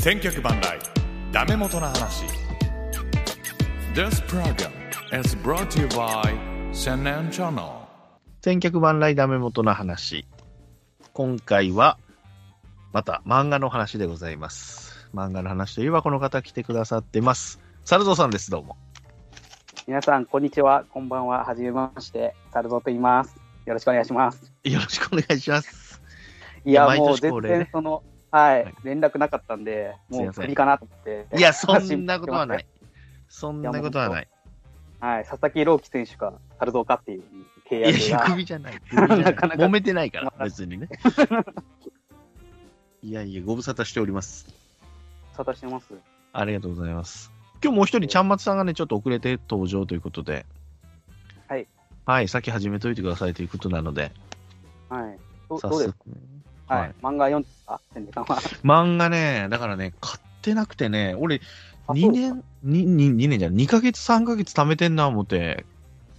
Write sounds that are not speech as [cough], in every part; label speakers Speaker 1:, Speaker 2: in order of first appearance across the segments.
Speaker 1: 千脚万来ダメ元の話 This program is brought to you by Senan Channel
Speaker 2: 千客万来ダメ元の話。今回は、また漫画の話でございます。漫画の話といえばこの方来てくださってます。サルゾウさんです、どうも。
Speaker 3: 皆さん、こんにちは。こんばんは。はじめまして。サルゾウと言います。よろしくお願いします。
Speaker 2: よろしくお願いします。
Speaker 3: いや、
Speaker 2: 毎年
Speaker 3: もう全
Speaker 2: 恒例ね
Speaker 3: 然その、はい、
Speaker 2: はい
Speaker 3: 連絡なかったんで、
Speaker 2: すい
Speaker 3: も
Speaker 2: ま
Speaker 3: う
Speaker 2: せん
Speaker 3: 首かなと思って。。
Speaker 2: いや、そんなことはないい。そんなことはない。
Speaker 3: [laughs] はい、佐々木朗希選手か、サルゾウかっていう契
Speaker 2: いや、
Speaker 3: 約
Speaker 2: いや
Speaker 3: が。
Speaker 2: 首じゃない。首じゃない
Speaker 3: なかなか
Speaker 2: 揉めてない
Speaker 3: [laughs]
Speaker 2: から、別にね。いやいや、ご無沙汰しております。
Speaker 3: 沙汰してます。
Speaker 2: ありがとうございます。今日もう一人、ちゃんまつさんがね、ちょっと遅れて登場ということで。
Speaker 3: はい。
Speaker 2: はい、先始めといてくださいということなので、
Speaker 3: はい。ど
Speaker 2: 早
Speaker 3: どうです
Speaker 2: 速
Speaker 3: か。はい、
Speaker 2: はい
Speaker 3: 漫画読んでた千里さんは。
Speaker 2: 漫画ね、だからね、買ってなくてね、俺、
Speaker 3: あ
Speaker 2: 2年、2, 2年じゃない、2ヶ月、3ヶ月貯めてんな思って、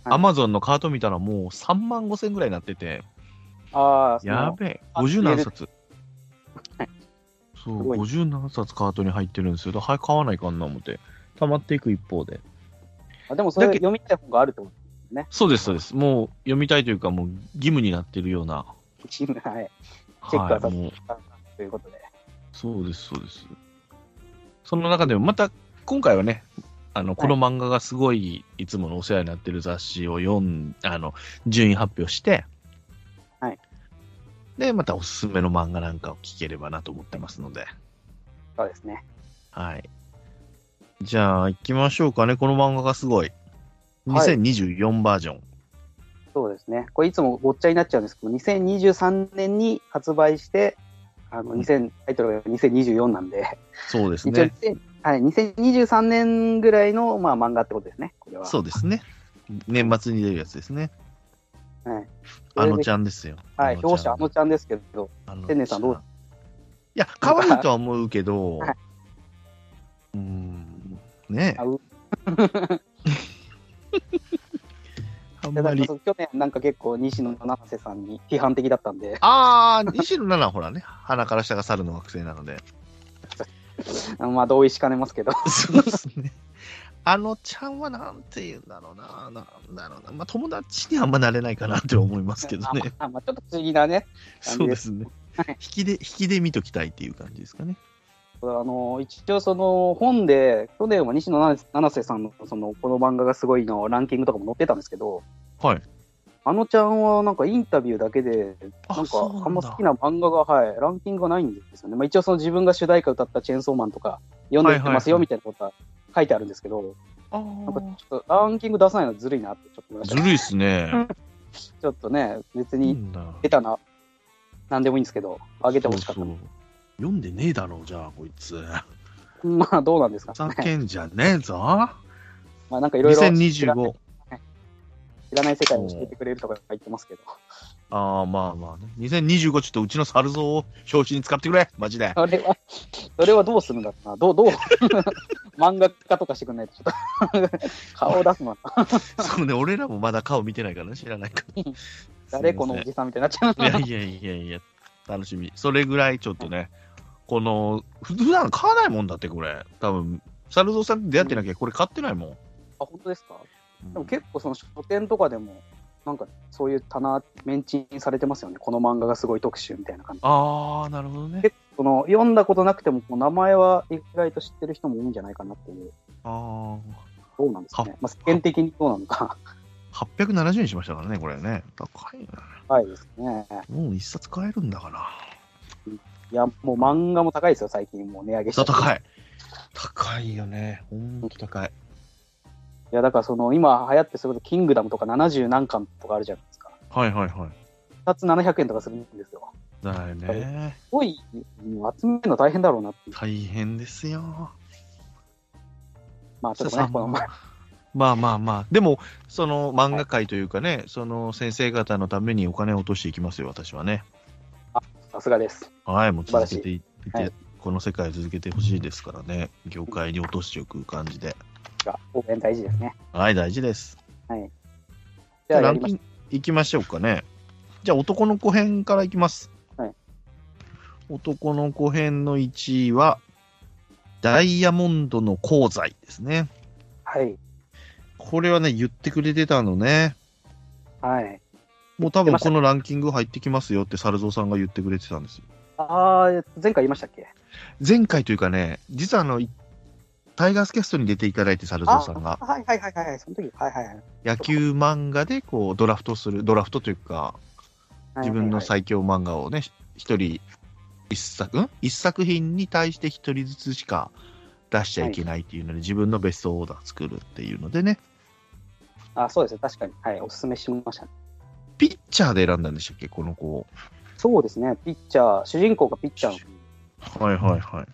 Speaker 3: はい
Speaker 2: アマゾンのカート見たらもう3万5千ぐらいになってて、
Speaker 3: ああ、そ
Speaker 2: や
Speaker 3: の
Speaker 2: べえ、
Speaker 3: あ
Speaker 2: 50何冊
Speaker 3: はい。
Speaker 2: そ
Speaker 3: す
Speaker 2: う、
Speaker 3: ごい
Speaker 2: 50何冊カートに入ってるんですよ。だから早く買わないかんな思って、溜まっていく一方で。
Speaker 3: あでもそれ
Speaker 2: だけ
Speaker 3: 読みたい本があるって [laughs] こ
Speaker 2: そうです、そうです。もう読みたいというか、もう義務になってるような。
Speaker 3: とチーム、はい。チェックは
Speaker 2: は
Speaker 3: さ
Speaker 2: い、もう
Speaker 3: ということで。
Speaker 2: そうです、そうです。その中でも、また、今回はね、あの、この漫画がすごい、いつものお世話になってる雑誌を読ん、あの、順位発表して、
Speaker 3: はい。
Speaker 2: で、またおすすめの漫画なんかを聞ければなと思ってますので、
Speaker 3: そうですね。
Speaker 2: はい。じゃあ、行きましょうかね。この漫画がすごい。
Speaker 3: はい
Speaker 2: 2024バージョン。
Speaker 3: そうですね。これいつもごっちゃになっちゃうんですけど、2023年に発売して、あの、2000、タイトルが2024なんで、
Speaker 2: そうです
Speaker 3: 一応、
Speaker 2: ね。
Speaker 3: 2000はい、2023年ぐらいの、まあ、漫画ってことですね、これは。
Speaker 2: そうですね。年末に出るやつですね。
Speaker 3: はい。
Speaker 2: あのち
Speaker 3: ゃ
Speaker 2: ゃんですよ。
Speaker 3: ん。はい、
Speaker 2: あのちゃん
Speaker 3: 表紙あのちゃんですけど、
Speaker 2: あの
Speaker 3: 天然さんどう
Speaker 2: いや、可愛いとは思うけど、
Speaker 3: はいう
Speaker 2: ーん、ねえ
Speaker 3: あう
Speaker 2: あん
Speaker 3: でな
Speaker 2: ま
Speaker 3: んか
Speaker 2: り。
Speaker 3: そう去年なんか結構西野七瀬さんに批判的だったんで、 [laughs]
Speaker 2: ああ、西野奈々はほらね、鼻から下が猿の惑星なので。
Speaker 3: あのまあ同意しかねますけど、
Speaker 2: そうですね。あのちゃんはなんて言うんだろうな、なんだろうな、まあ友達にはあんまなれないかなって思いますけどね。
Speaker 3: あ [laughs] まあちょっと不思議なね、あまあ
Speaker 2: そうですね
Speaker 3: はい。
Speaker 2: 引きで、引きで見ときたいっていう感じですかね。
Speaker 3: あの一応その本で、去年は西野七瀬さんのそのこの漫画がすごいのランキングとかも載ってたんですけど、
Speaker 2: はい。
Speaker 3: あのちゃんはなんかインタビューだけで、
Speaker 2: あ
Speaker 3: なんか
Speaker 2: そうなんだ
Speaker 3: あんま好きな漫画が、はい、ランキングがないんですよね。まあ、一応その自分が主題歌歌ったチェーンソーマンとか読んでいってますよ
Speaker 2: はい
Speaker 3: みたいなことは書いてあるんですけど、
Speaker 2: あ
Speaker 3: なんかちょっとランキング出さないのずるいなってちょっと思いまし
Speaker 2: ず
Speaker 3: た
Speaker 2: るいっすね。
Speaker 3: ちょっとね、別
Speaker 2: いい
Speaker 3: に
Speaker 2: んだ。
Speaker 3: 下手な、なんでもいいんですけど、あげてほしかっ
Speaker 2: そ
Speaker 3: た。
Speaker 2: うそう読んでねえだろう、じゃあ、こいつ。
Speaker 3: [laughs] まあどうなんですか
Speaker 2: ふざ
Speaker 3: ね。
Speaker 2: けんじゃねえ
Speaker 3: [laughs]
Speaker 2: ぞ。
Speaker 3: まあなんかいろいろ知ら
Speaker 2: 2025。
Speaker 3: 知らない世界を教えてくれるとか言ってますけど。 [laughs]
Speaker 2: ああ、まあまあね。2025、ちょっとうちの猿像を表紙に使ってくれ、マ
Speaker 3: [laughs]
Speaker 2: ジで。
Speaker 3: それは、それはどうするんだろうな。どう、どう、 [laughs] 漫画家とかしてくんないと、ちょっと、顔を出すのは、
Speaker 2: そうね、俺らもまだ顔見てないからね、知らない
Speaker 3: [laughs]
Speaker 2: から。
Speaker 3: 誰このおじさんみたいになっちゃう。
Speaker 2: いやいやいやいや、楽しみ。それぐらいちょっとね、この、ふ普段買わないもんだって、これ。多分、猿像さんと出会ってなきゃ、これ買ってないもん。
Speaker 3: あ、本当ですか
Speaker 2: うん
Speaker 3: でも結構その書店とかでも、なんかそういう棚、メンチンされてますよね。この漫画がすごい特集みたいな感じ。
Speaker 2: ああ、なるほどね。
Speaker 3: その、読んだことなくても、こう名前は意外と知ってる人も多いんじゃないかなっていう。
Speaker 2: あ
Speaker 3: どうなんですかね
Speaker 2: は。
Speaker 3: まあ、世間的にどうなのか。
Speaker 2: あ、870円しましたからね、これね。高いな。
Speaker 3: はいですね。
Speaker 2: もう一冊買えるんだから。
Speaker 3: いや、もう漫画も高いですよ、最近。もう値上げして。
Speaker 2: 高い。高いよね。ほんと高い。
Speaker 3: いや、だからその、今流行ってそれこそキングダムとか70何巻とかあるじゃないですか。
Speaker 2: はいはいはい。
Speaker 3: 2つ700円とかするんですよ。
Speaker 2: だよね。
Speaker 3: すごい、うん集めるの大変だろうなっていう。
Speaker 2: 大変ですよ。
Speaker 3: まあ、ちょっとね、この前。
Speaker 2: まあまあまあ。でも、その漫画界というかね、その先生方のためにお金を落としていきますよ、私はね。
Speaker 3: さすがです。
Speaker 2: はい、もう続けていって、
Speaker 3: 晴らしいはい
Speaker 2: この世界を続けてほしいですからね。業界に落としておく感じで。
Speaker 3: が応援大事ですね。
Speaker 2: はい、大事です。
Speaker 3: じゃあ、
Speaker 2: ラ
Speaker 3: やり
Speaker 2: ン
Speaker 3: ま
Speaker 2: キ
Speaker 3: し
Speaker 2: ングいきましょうかね。じゃあ、男の子編からいきます。
Speaker 3: はい
Speaker 2: 男の子編の1位は、ダイヤモンドの鉱材ですね。
Speaker 3: はい。
Speaker 2: これはね、言ってくれてたのね。
Speaker 3: はい。
Speaker 2: もう多分このランキング入ってきますよって猿蔵さんが言ってくれてたんですよ。
Speaker 3: ああ、前回言いましたっけ
Speaker 2: 前回というかね、実はあの、いタイガースキャストに出ていただいて猿蔵さんが、
Speaker 3: あはいはいはいはいはい。その時、はいはいはい。
Speaker 2: 野球漫画でこうドラフトする、ドラフトというか、自分の
Speaker 3: サイ
Speaker 2: 最強漫画をね、一人一作、ん一作品に対して一人ずつしか出しちゃいけないっていうので、自分のベストオーダー作るっていうのでね、
Speaker 3: あそうですね。確かに。はい。おすすめしましたね。
Speaker 2: ピッチャーで選んだんでしたっけ、この子。
Speaker 3: そうですね。ピッチャー、主人公がピッチャーの
Speaker 2: はいはいはい。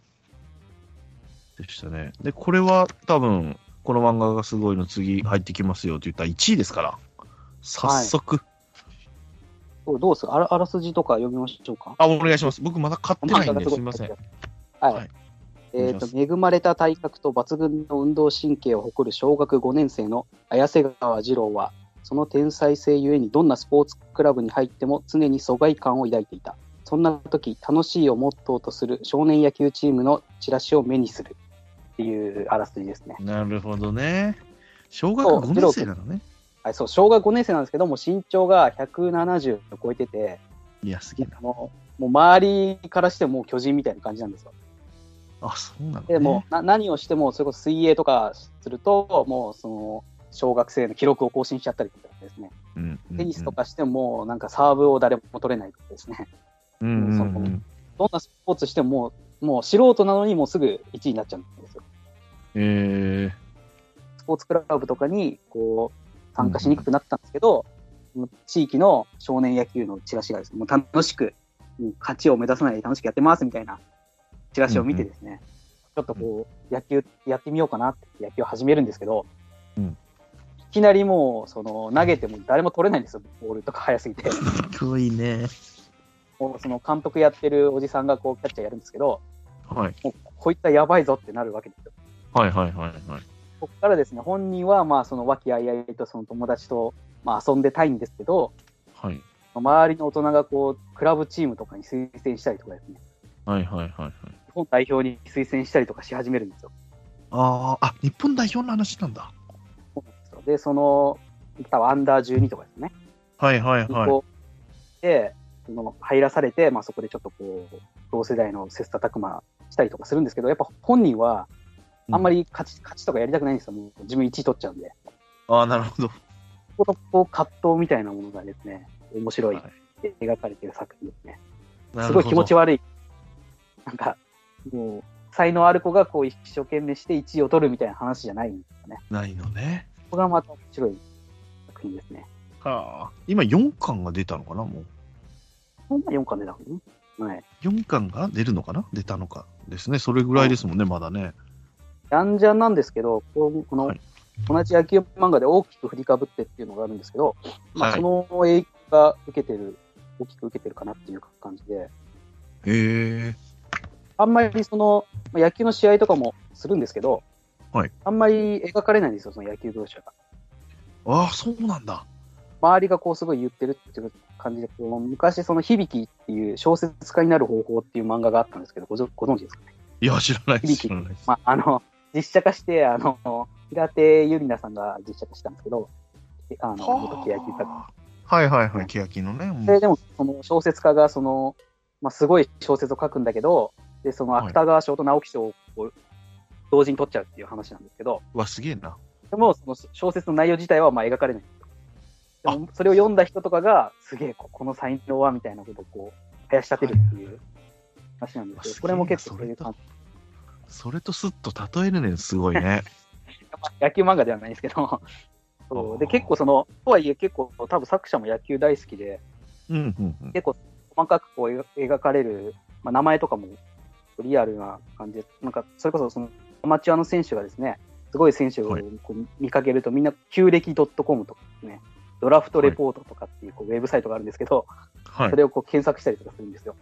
Speaker 2: でしたね。で、これは多分、この漫画がすごいの次入ってきますよって言ったら1位ですから、早速、
Speaker 3: そうどうですかあらあらすじとか読みましょうか。
Speaker 2: あ、お願いします。僕まだ買ってないんで、すみません。。
Speaker 3: はい。
Speaker 2: はい
Speaker 3: え
Speaker 2: お願い
Speaker 3: ー
Speaker 2: します
Speaker 3: と恵まれた体格と抜群の運動神経を誇る小学5年生の綾瀬川二郎は、その天才性ゆえにどんなスポーツクラブに入っても常に疎外感を抱いていた。そんな時、楽しいをモットーとする少年野球チームのチラシを目にするっていうあらすじですね。
Speaker 2: なるほどね。小学5年生なのね。
Speaker 3: はい、そう、小学5年生なんですけども、身長が170を超えてて、
Speaker 2: いや、すげえな。
Speaker 3: もうもう周りからしてもう巨人みたいな感じなんですよ。
Speaker 2: あ、そうなの、ね。
Speaker 3: でもうな何をしても、それこそ水泳とかすると、もうその小学生の記録を更新しちゃったりとかですね、
Speaker 2: うんうんうん、
Speaker 3: テニスとかしても、もうなんかサーブを誰も取れないとかですね、
Speaker 2: うんうんうん、
Speaker 3: そのどんなスポーツしても、もう素人なのに、もうすぐ1位になっちゃうんですよ。
Speaker 2: え
Speaker 3: スポーツクラブとかにこう参加しにくくなったんですけど、地域の少年野球のチラシがですね、もう楽しく、もう勝ちを目指さないで楽しくやってますみたいなチラシを見てですね、ちょっとこう、野球やってみようかなって、野球を始めるんですけど、
Speaker 2: うん
Speaker 3: いきなりもう、その投げても誰も取れないんですよ、ボールとか速す
Speaker 2: [laughs]
Speaker 3: ぎて。
Speaker 2: ー、かわいいね。
Speaker 3: もうその監督やってるおじさんがこうキャッチャーやるんですけど、
Speaker 2: はい。
Speaker 3: もうこいつはやばいぞってなるわけですよ。
Speaker 2: はいはいはいはい。
Speaker 3: ここからですね、本人は、まあ、その和気あいあいとその友達と、まあ、遊んでたいんですけど、
Speaker 2: はい
Speaker 3: 周りの大人がこう、クラブチームとかに推薦したりとかですね、
Speaker 2: はいはいはいはい。
Speaker 3: 日本代表に推薦したりとかし始めるんですよ。
Speaker 2: あーあ、日本代表の話なんだ。
Speaker 3: そうなんですよで、その、多分アンダー12とかですね、
Speaker 2: はいはい
Speaker 3: に
Speaker 2: はい。
Speaker 3: こうで、その入らされて、まあ、そこでちょっとこう、同世代の切磋琢磨したりとかするんですけど、やっぱ本人は、あんまり勝ち,、勝ちとかやりたくないんですよ、もう自分1位取っちゃうんで。
Speaker 2: ああ、なるほど。
Speaker 3: ここのこう葛藤みたいなものがですね、面白い
Speaker 2: は
Speaker 3: 描かれてる作品ですね。
Speaker 2: な
Speaker 3: す
Speaker 2: る
Speaker 3: ご
Speaker 2: ほど
Speaker 3: い気持ち悪い。なんか、もう、才能ある子がこう一生懸命して1位を取るみたいな話じゃないんですよね。
Speaker 2: ないのね。
Speaker 3: ここがまた面白い作品ですね。
Speaker 2: はあ。今4巻が出たのかなもう。
Speaker 3: こんな4巻出たのかなはい。
Speaker 2: 4巻が出るのかな出たのか。ですね。それぐらいですもんね、まだね。
Speaker 3: やんじゃんなんですけど、こうこの、
Speaker 2: はい
Speaker 3: 同じ野球漫画で大きく振りかぶってっていうのがあるんですけど、まあ、
Speaker 2: はい
Speaker 3: その影響が受けてる、大きく受けてるかなっていう感じで、
Speaker 2: へえ。
Speaker 3: あんまりその、まあ野球の試合とかもするんですけど、
Speaker 2: はい
Speaker 3: あんまり描かれないんですよ、その野球描写が。
Speaker 2: ああ、そうなんだ。
Speaker 3: 周りがこうすごい言ってるっていう感じで、こう昔その響きっていう小説家になる方法っていう漫画があったんですけど、ごぞご存知ですかね。
Speaker 2: いや、知らないです。
Speaker 3: 響き
Speaker 2: 知らないです。
Speaker 3: まあ、あの、実写化して、あの、平手友梨奈さんが実写化したんですけど、えあの、元欅作家。
Speaker 2: はいはいはい、欅のね。うん
Speaker 3: で、でも、その小説家が、その、まあ、すごい小説を書くんだけど、で、その
Speaker 2: はい
Speaker 3: 芥川賞と直木賞をこう同時に取っちゃうっていう話なんですけど、
Speaker 2: うわ、すげえな。
Speaker 3: でも、その小説の内容自体はまあ描かれないんですよ。でも、それを読んだ人とかが、すげえ、ここの才能はみたいなことをこう、林立てるっていう話なんですけ
Speaker 2: は
Speaker 3: ど、
Speaker 2: い
Speaker 3: これも結構
Speaker 2: あ
Speaker 3: そういう感じ。
Speaker 2: それとスッと例えるねんすごいね。
Speaker 3: まあ野球漫画ではないんですけど、 [laughs] そうで、
Speaker 2: あー
Speaker 3: 結構その、とはいえ結構、多分作者も野球大好きで、
Speaker 2: [laughs] うんうんうん。
Speaker 3: 結構細かくこう描描かれる、まあ、名前とかもリアルな感じで、なんかそれこそそのアマチュアの選手がですね、すごい選手を
Speaker 2: はい
Speaker 3: こう見かけると、みんな旧暦 .com とかですね、ドラフトレポートとかっていうこうウェブサイトがあるんですけど、
Speaker 2: はい
Speaker 3: そ。れをこう検索したりとかするんですよ。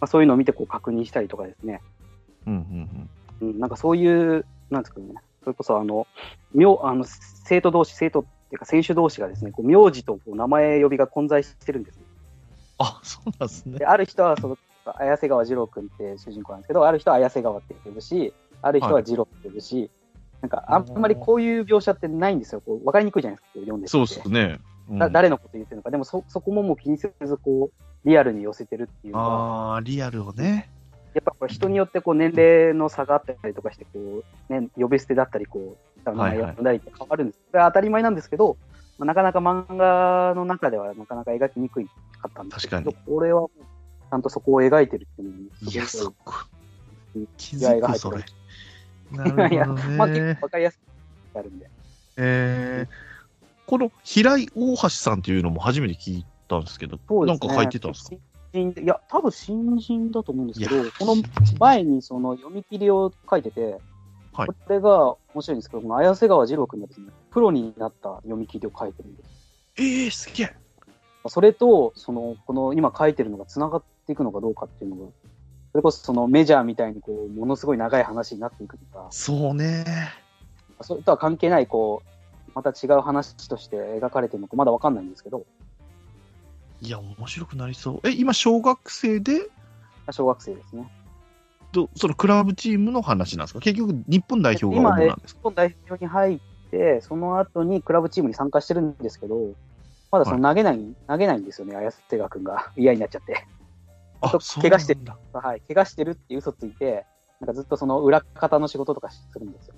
Speaker 3: まあ、そういうのを見てこう確認したりとかですね、
Speaker 2: うんうんうん。
Speaker 3: うん、なんかそういう、なんですかね、それこそあの、名あの生徒同士、生徒っていうか選手同士がですね、こう名字とこう名前呼びが混在してるんですね
Speaker 2: あ、そうなんですね
Speaker 3: で。ある人はその綾瀬川二郎君って主人公なんですけど、ある人は綾瀬川って呼ぶし、ある人は
Speaker 2: はい
Speaker 3: 二郎って呼ぶし、なんかあんまりこういう描写ってないんですよ、こう分かりにくいじゃないですか、こう読んでて
Speaker 2: そうっすね。うん
Speaker 3: だ誰のこと言ってるのか、でもそそこももう気にせずこう、リアルに寄せてるっていうのは、
Speaker 2: ああ、リアルをね。
Speaker 3: やっぱこれ人によってこう年齢の差があったりとかしてこう、ね、呼び捨てだったりこう、名前を呼んだりって変わるんです、それは当たり前なんですけど、まあなかなか漫画の中ではなかなか描きにくいかったんですけど、
Speaker 2: 確
Speaker 3: これはもうちゃんとそこを描いてるっていうのにすご
Speaker 2: いや、
Speaker 3: すご
Speaker 2: そこ。気
Speaker 3: 合
Speaker 2: づく、
Speaker 3: が入って
Speaker 2: そ
Speaker 3: る
Speaker 2: れ。なるほど
Speaker 3: いやまあ、結
Speaker 2: ね
Speaker 3: 構。わかりやすくあるんで。
Speaker 2: えーこの平井大橋さんっていうのも初めて聞いたんですけど、
Speaker 3: そうで
Speaker 2: なん
Speaker 3: すね
Speaker 2: か書いてたんですか
Speaker 3: 新人いや、多分新人だと思うんですけ
Speaker 2: いや、
Speaker 3: どこの前にその読み切りを書いてて、
Speaker 2: はい
Speaker 3: これが面白いんですけど、この綾瀬川二郎君がですね、プロになった読み切りを書いてるんです。
Speaker 2: ええー、すげえ。
Speaker 3: それと、その、この今書いてるのが繋がっていくのかどうかっていうのが、それこそそのメジャーみたいにこう、ものすごい長い話になっていくとか、
Speaker 2: そうね。
Speaker 3: それとは関係ない、こう、また違う話として描かれてるのかまだわかんないんですけど、
Speaker 2: いや、面白くなりそう。え、今、小学生で、
Speaker 3: 小学生ですね。
Speaker 2: どそのクラブチームの話なんですか結局、日本代表が
Speaker 3: 今、
Speaker 2: 主
Speaker 3: 日
Speaker 2: なんですか
Speaker 3: 本代表に入って、その後にクラブチームに参加してるんですけど、まだその投げない、投げないんですよね、綾瀬川君が [laughs] 嫌になっちゃって、
Speaker 2: あ
Speaker 3: ちょっと
Speaker 2: そう
Speaker 3: 怪我して
Speaker 2: なんだ。
Speaker 3: はい、怪我してるって嘘ついて、なんかずっとその裏方の仕事とかするんですよ。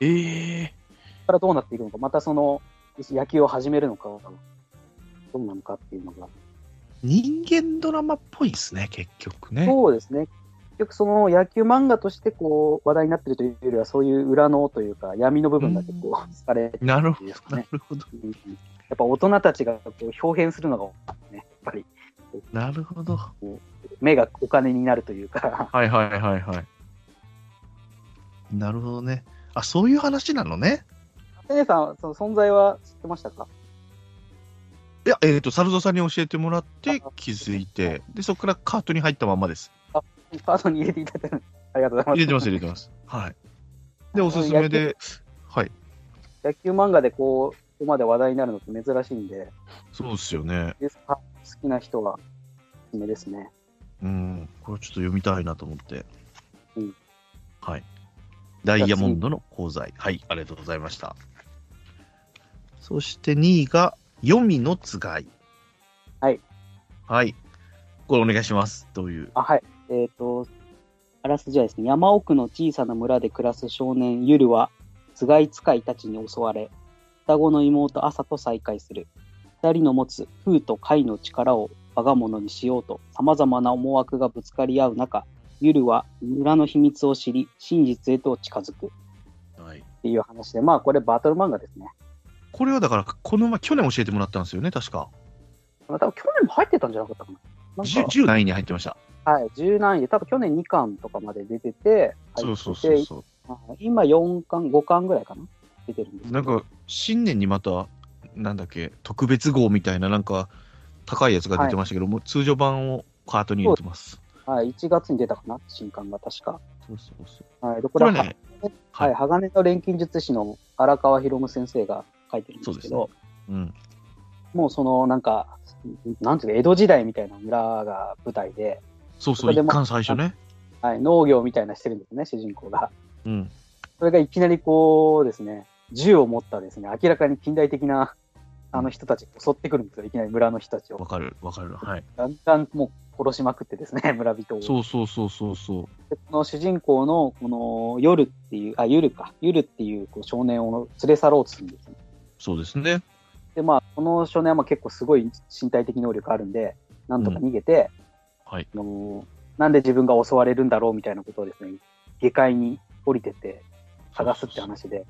Speaker 2: ええ
Speaker 3: そこからどうなっていくのか、またその野球を始めるのか、どうなのかっていうのが、
Speaker 2: 人間ドラマっぽいですね、結局ね。
Speaker 3: そうですね、結局、その野球漫画としてこう話題になってるというよりは、そういう裏のというか、闇の部分だけこう、疲れてる
Speaker 2: なる
Speaker 3: っ
Speaker 2: ほ
Speaker 3: て
Speaker 2: ど
Speaker 3: いう、ですか
Speaker 2: な
Speaker 3: ね。
Speaker 2: るほど。
Speaker 3: うんやっぱ大人たちがこう表現するのがね、やっぱり
Speaker 2: なるほど。
Speaker 3: 目がお金になるというか、 [laughs]
Speaker 2: はいはいはいはい。なるほどね。あ、そういう話なのね。
Speaker 3: テネさん、その存在は知ってましたか
Speaker 2: いや、えっ、と、サルゾさんに教えてもらって気づいて、で、そこからカートに入ったままです。
Speaker 3: カードに入れていただいてる [laughs] ありがとうございます。
Speaker 2: 入れてます、入れてます。はい。で、おすすめで、はい。
Speaker 3: [laughs] 野球漫画でこう、ここまで話題になるのって珍しいんで、
Speaker 2: そうですよね。
Speaker 3: です好きな人はおすすめですね。
Speaker 2: うん。これちょっと読みたいなと思って。
Speaker 3: うん
Speaker 2: はい。ダイヤモンドの鉱材。はい、ありがとうございました。そして2位が、読みのつがい。
Speaker 3: はい。
Speaker 2: はい。これお願いします。という。
Speaker 3: あ、はい。えっ、と、あらすじはですね、山奥の小さな村で暮らす少年、ゆるは、頭蓋使いたちに襲われ、双子の妹、朝と再会する。二人の持つ風と貝の力を我が物にしようと、様々な思惑がぶつかり合う中、ゆるは村の秘密を知り、真実へと近づくっ
Speaker 2: はい。
Speaker 3: ていう話で、まあ、これバトル漫画ですね。
Speaker 2: これはだから、この前、去年教えてもらったんですよね、確か。
Speaker 3: まあ、多分去年も入ってたんじゃなかったかな。なん
Speaker 2: 10
Speaker 3: か
Speaker 2: 10何位に入ってました。
Speaker 3: はい、10何位で、多分去年2巻とかまで出てて、
Speaker 2: そうそう
Speaker 3: 入
Speaker 2: そ
Speaker 3: って
Speaker 2: う
Speaker 3: て
Speaker 2: そ
Speaker 3: あ今4巻、5巻ぐらいかな出てるんです
Speaker 2: う。
Speaker 3: けど
Speaker 2: なんか、新年にまた、なんだっけ、特別号みたいな、なんか、高いやつが出てましたけど、もう通常版をカートに入れてます。
Speaker 3: はい、1月に出たかな新刊が確か。
Speaker 2: そうそうそう。
Speaker 3: はい、でこ
Speaker 2: こ
Speaker 3: れ
Speaker 2: れ
Speaker 3: は、
Speaker 2: はね、
Speaker 3: は
Speaker 2: はい
Speaker 3: い、鋼の錬金術師の荒川博夢先生が書いてるんですけど、
Speaker 2: うん。
Speaker 3: もうそのなんか、なんていうか、江戸時代みたいな村が舞台で、
Speaker 2: そうそ
Speaker 3: こ
Speaker 2: う、
Speaker 3: れで
Speaker 2: 一
Speaker 3: も
Speaker 2: 巻最初ね。
Speaker 3: はい、農業みたいなしてるんですね、主人公が。
Speaker 2: うん。
Speaker 3: それがいきなりこうですね、銃を持ったですね、明らかに近代的なあの人たちが襲ってくるんですよ、いきなり村の人たち
Speaker 2: わ
Speaker 3: を。
Speaker 2: かる、わかる。はい。
Speaker 3: だんだんもう殺しまくってですね、村人を。
Speaker 2: そうそうそうそうそう。
Speaker 3: でこの主人公の、この、夜っていう、あ、ゆるか、ゆるっていうこう少年を連れ去ろうとするんですね。
Speaker 2: そうですね。
Speaker 3: で、まあ、この少年はまあ結構すごい身体的能力あるんで、なんとか逃げて、
Speaker 2: はい。
Speaker 3: あのなんで自分が襲われるんだろうみたいなことをですね、下界に降りてって探すって話で、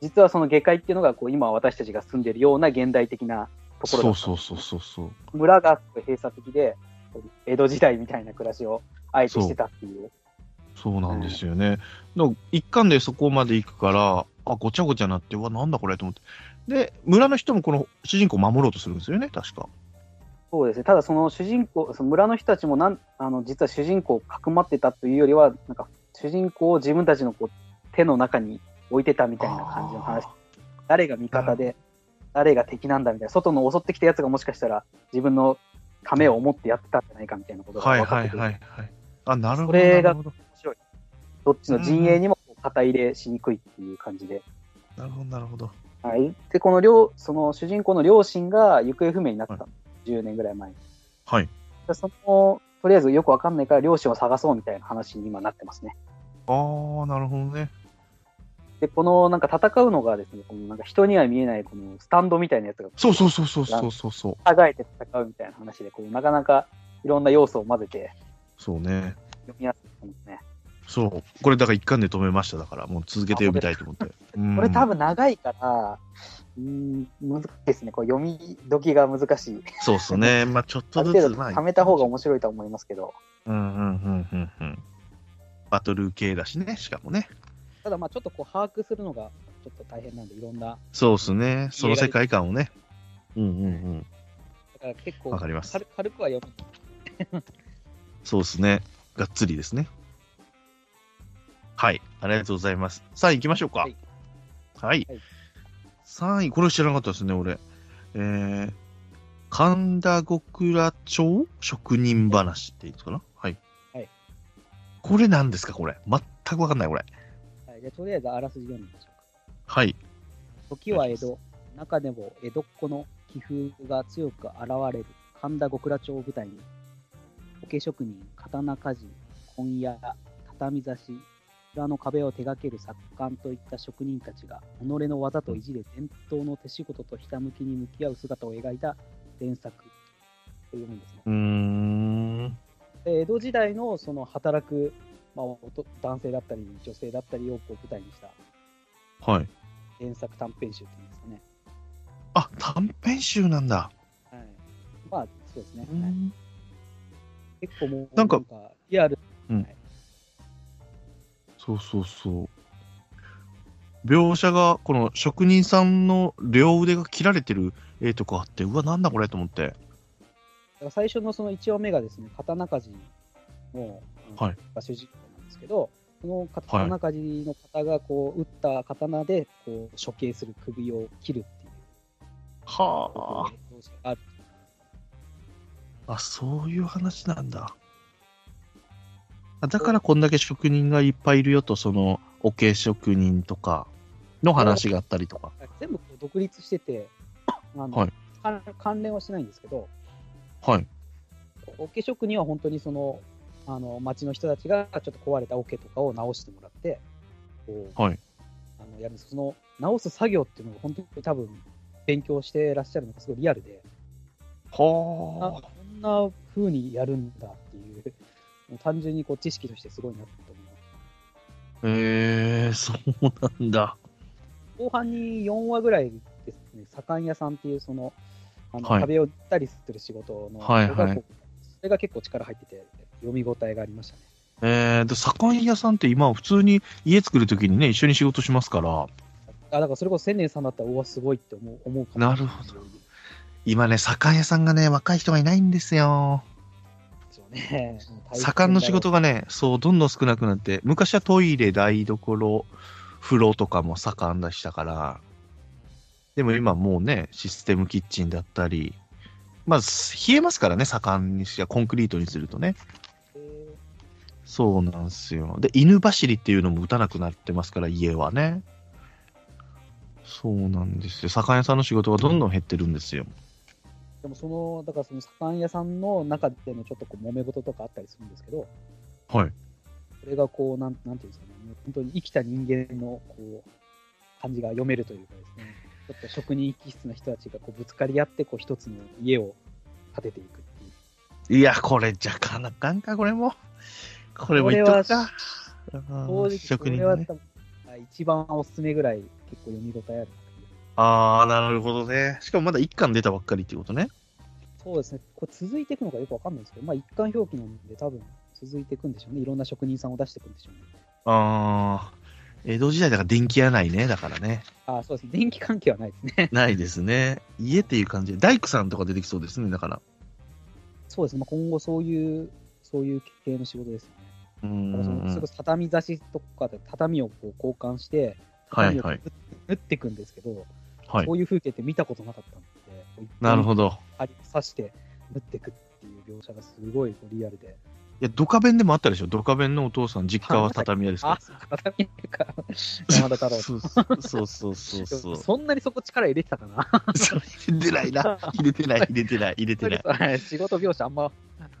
Speaker 3: 実はその下界っていうのが、こう、今私たちが住んでるような現代的なところだったん
Speaker 2: そう
Speaker 3: です
Speaker 2: そうそうそうそう。
Speaker 3: 村がすごい閉鎖的で、江戸時代みたいな暮らしをあえてしてたっていう。
Speaker 2: そうなんですよね。の一巻でそこまで行くから、あ、ごちゃごちゃなって、うわ、なんだこれと思って。で、村の人もこの主人公を守ろうとするんですよね、確か。
Speaker 3: そうですね、ただその主人公、その村の人たちもなんあの実は主人公をかくまってたというよりは、なんか主人公を自分たちのこう手の中に置いてたみたいな感じの話、誰が味方で、誰が敵なんだみたいな、外の襲ってきたやつがもしかしたら自分のためを思ってやってたんじゃないかみたいなことが
Speaker 2: はい
Speaker 3: 分かっ
Speaker 2: はい
Speaker 3: てくる
Speaker 2: はいはい。あ、なるほど。
Speaker 3: それ
Speaker 2: な
Speaker 3: が
Speaker 2: るほど
Speaker 3: 面白い。どっちの陣営にもこう肩入れしにくいっていう感じで。
Speaker 2: なるほど、なるほど。
Speaker 3: はい。で、この両、その主人公の両親が行方不明になったの。
Speaker 2: は
Speaker 3: 10年ぐらい前に。
Speaker 2: はい。
Speaker 3: でその、とりあえずよくわかんないから両親を探そうみたいな話に今なってますね。
Speaker 2: ああ、なるほどね。
Speaker 3: で、このなんか戦うのがですね、このなんか人には見えないこのスタンドみたいなやつが、
Speaker 2: そうそうそうそうそうそうそう。
Speaker 3: あがえて戦うみたいな話で、こうなかなかいろんな要素を混ぜて
Speaker 2: そうね。
Speaker 3: 読みやすいですね。
Speaker 2: そう。これだから一巻で止めましただから、もう続けて読みたいと思って。
Speaker 3: これ多
Speaker 2: 分。
Speaker 3: 分長いから、うーん、難しいですね。こう読み時が難しい。
Speaker 2: そうっすね。まあちょっと
Speaker 3: あ
Speaker 2: ず
Speaker 3: る程
Speaker 2: つ、
Speaker 3: 度
Speaker 2: まあ。
Speaker 3: 貯めた方が面白いとは思いますけど、
Speaker 2: うんうんうんうんうん。バトル系だしね、しかもね。
Speaker 3: ただまあちょっとこう把握するのがちょっと大変なんで、いろんな、
Speaker 2: そうっすね。その世界観をね。うんうんうん。
Speaker 3: だから結構
Speaker 2: わかります
Speaker 3: 軽軽くは読む。
Speaker 2: そうっすね。がっつりですね。はい。ありがとうございます。3位行きましょうか。は
Speaker 3: はいい。はい
Speaker 2: 3位、これ知らなかったですね、俺。えー、神田極楽町職人話っていうんですかなはい。
Speaker 3: はい。
Speaker 2: これ何ですか、これ。全くわかんない、これ。
Speaker 3: はい、じゃあとりあえずあらすじ読んでみましょうか。
Speaker 2: はい。
Speaker 3: 時は江戸、中でも江戸っ子の気風が強く現れる神田極楽町を舞台に、桶職人、刀鍛冶、紺屋、畳差し、裏の壁を手掛ける作家といった職人たちが、己の技と意地で伝統の手仕事とひたむきに向き合う姿を描いた伝作というものですね。
Speaker 2: うーん。
Speaker 3: で江戸時代のその働く、まあ、おと男性だったり女性だったりをこう舞台にした
Speaker 2: はい。
Speaker 3: 原作短編集っていうんですかね。
Speaker 2: あ、短編集なんだ。
Speaker 3: はい、まあそうですね、
Speaker 2: う
Speaker 3: はい、
Speaker 2: ん
Speaker 3: 結構もう
Speaker 2: な
Speaker 3: なんん
Speaker 2: か
Speaker 3: かリアル
Speaker 2: そうそうそう。描写が、この職人さんの両腕が切られてる絵とかあって、うわ、なんだこれと思って。
Speaker 3: だから最初のその1話目がですね刀鍛冶の、
Speaker 2: はい
Speaker 3: が主人公なんですけどその刀鍛冶の方がこう打った刀でこう処刑する首を切るっていう
Speaker 2: は
Speaker 3: 動作がある
Speaker 2: あ。あ、そういう話なんだ。あだからこんだけ職人がいっぱいいるよと、その、おけ職人とかの話があったりとか。
Speaker 3: 全部こう独立しててあの、
Speaker 2: はい
Speaker 3: 関関連はしてないんですけど
Speaker 2: はい。
Speaker 3: 桶職人は本当にそのあの町の人たちがちょっと壊れた桶とかを直してもらって、こう
Speaker 2: はい
Speaker 3: あのやるんですその直す作業っていうのが本当に多分勉強してらっしゃるのがすごいリアルで、あ
Speaker 2: は
Speaker 3: こんな風にやるんだっていう、もう単純にこう知識としてすごいなと
Speaker 2: あ。
Speaker 3: 思います。
Speaker 2: へえー、そうなんだ。
Speaker 3: 後半に4話ぐらいですね、左官屋さんっていうその、あの
Speaker 2: はい
Speaker 3: 壁を打ったりする仕事の、
Speaker 2: はいはい
Speaker 3: それがこうそれが結構力入ってて、読み応えがありましたね。
Speaker 2: えー、で、左官屋さんって今、普通に家作るときにね、一緒に仕事しますから、
Speaker 3: あだからそれこそ千年さんだったら、うわ、すごいって思う思うかも
Speaker 2: なるほど今ね、酒屋さんがね、若い人がいないんですよ。
Speaker 3: そうね。 [laughs]
Speaker 2: 左官の仕事
Speaker 3: が。
Speaker 2: がね、そう、どんどん少なくなって、昔はトイレ、台所、風呂とかも左官でしたから、でも今もうね、システムキッチンだったり、まあ、冷えますからね、左官にしやコンクリートにするとね。そうなんですよ。で、犬走りっていうのも打たなくなってますから、家はね。そうなんですよ。酒屋さんの仕事がどんどん減ってるんですよ。
Speaker 3: でもその、だからその左官屋さんの中でのちょっとこう揉め事とかあったりするんですけど、
Speaker 2: はい。
Speaker 3: それがこう、なんなんていうんですかね、もう本当に生きた人間のこう、感じが読めるというかですね、ちょっと職人気質の人たちがこうぶつかり合って、こう一つの家を建てていくっていう。
Speaker 2: いや、これじゃかなかんか、これも。これも言っとくか。
Speaker 3: 正
Speaker 2: うん
Speaker 3: 直、
Speaker 2: 職
Speaker 3: そ
Speaker 2: 人
Speaker 3: れ
Speaker 2: が
Speaker 3: は
Speaker 2: ね。
Speaker 3: 多分一番おすすめぐらい結構読み応えある。
Speaker 2: ああ、なるほどね。しかもまだ一巻出たばっかりっていうことね。
Speaker 3: そうですね、これ続いていくのかよくわかんないんですけど、まあ一貫表記なんで、多分続いていくんでしょうね。いろんな職人さんを出していくんでしょうね。
Speaker 2: ああ。江戸時代だから電気屋ないね。だから [laughs] ね。
Speaker 3: あーそうですね。電気関係はないですね。 [laughs]
Speaker 2: ないですね。家っていう感じで。大工さんとか出てきそうですね。だから。
Speaker 3: そうですね。まあ、今後そういう、そういう系の仕事ですよね。
Speaker 2: うー
Speaker 3: だからそのそれ
Speaker 2: ん
Speaker 3: こ。そ畳差しとかで畳をこう交換して、
Speaker 2: はい
Speaker 3: 畳を
Speaker 2: は
Speaker 3: 縫っ
Speaker 2: い。
Speaker 3: 縫っていくんですけど、
Speaker 2: はい
Speaker 3: こ。ういう風景って見たことなかったので、こう
Speaker 2: なるほ
Speaker 3: ど。
Speaker 2: ど。 [laughs]
Speaker 3: 針を刺して縫っていくっていう描写がすごいこうリアルで、
Speaker 2: や、ドカベンでもあったでしょ。ドカベンのお父さん、実家は畳屋ですか
Speaker 3: あ、そうか、畳か。山田太郎。
Speaker 2: そうそうそうそう
Speaker 3: で
Speaker 2: [laughs] そ
Speaker 3: も
Speaker 2: う。
Speaker 3: そんなにそこ力入れてたかな。
Speaker 2: それ入れてないな。入れてない、入れてない、入れてない。
Speaker 3: はい仕事描写あんま、あ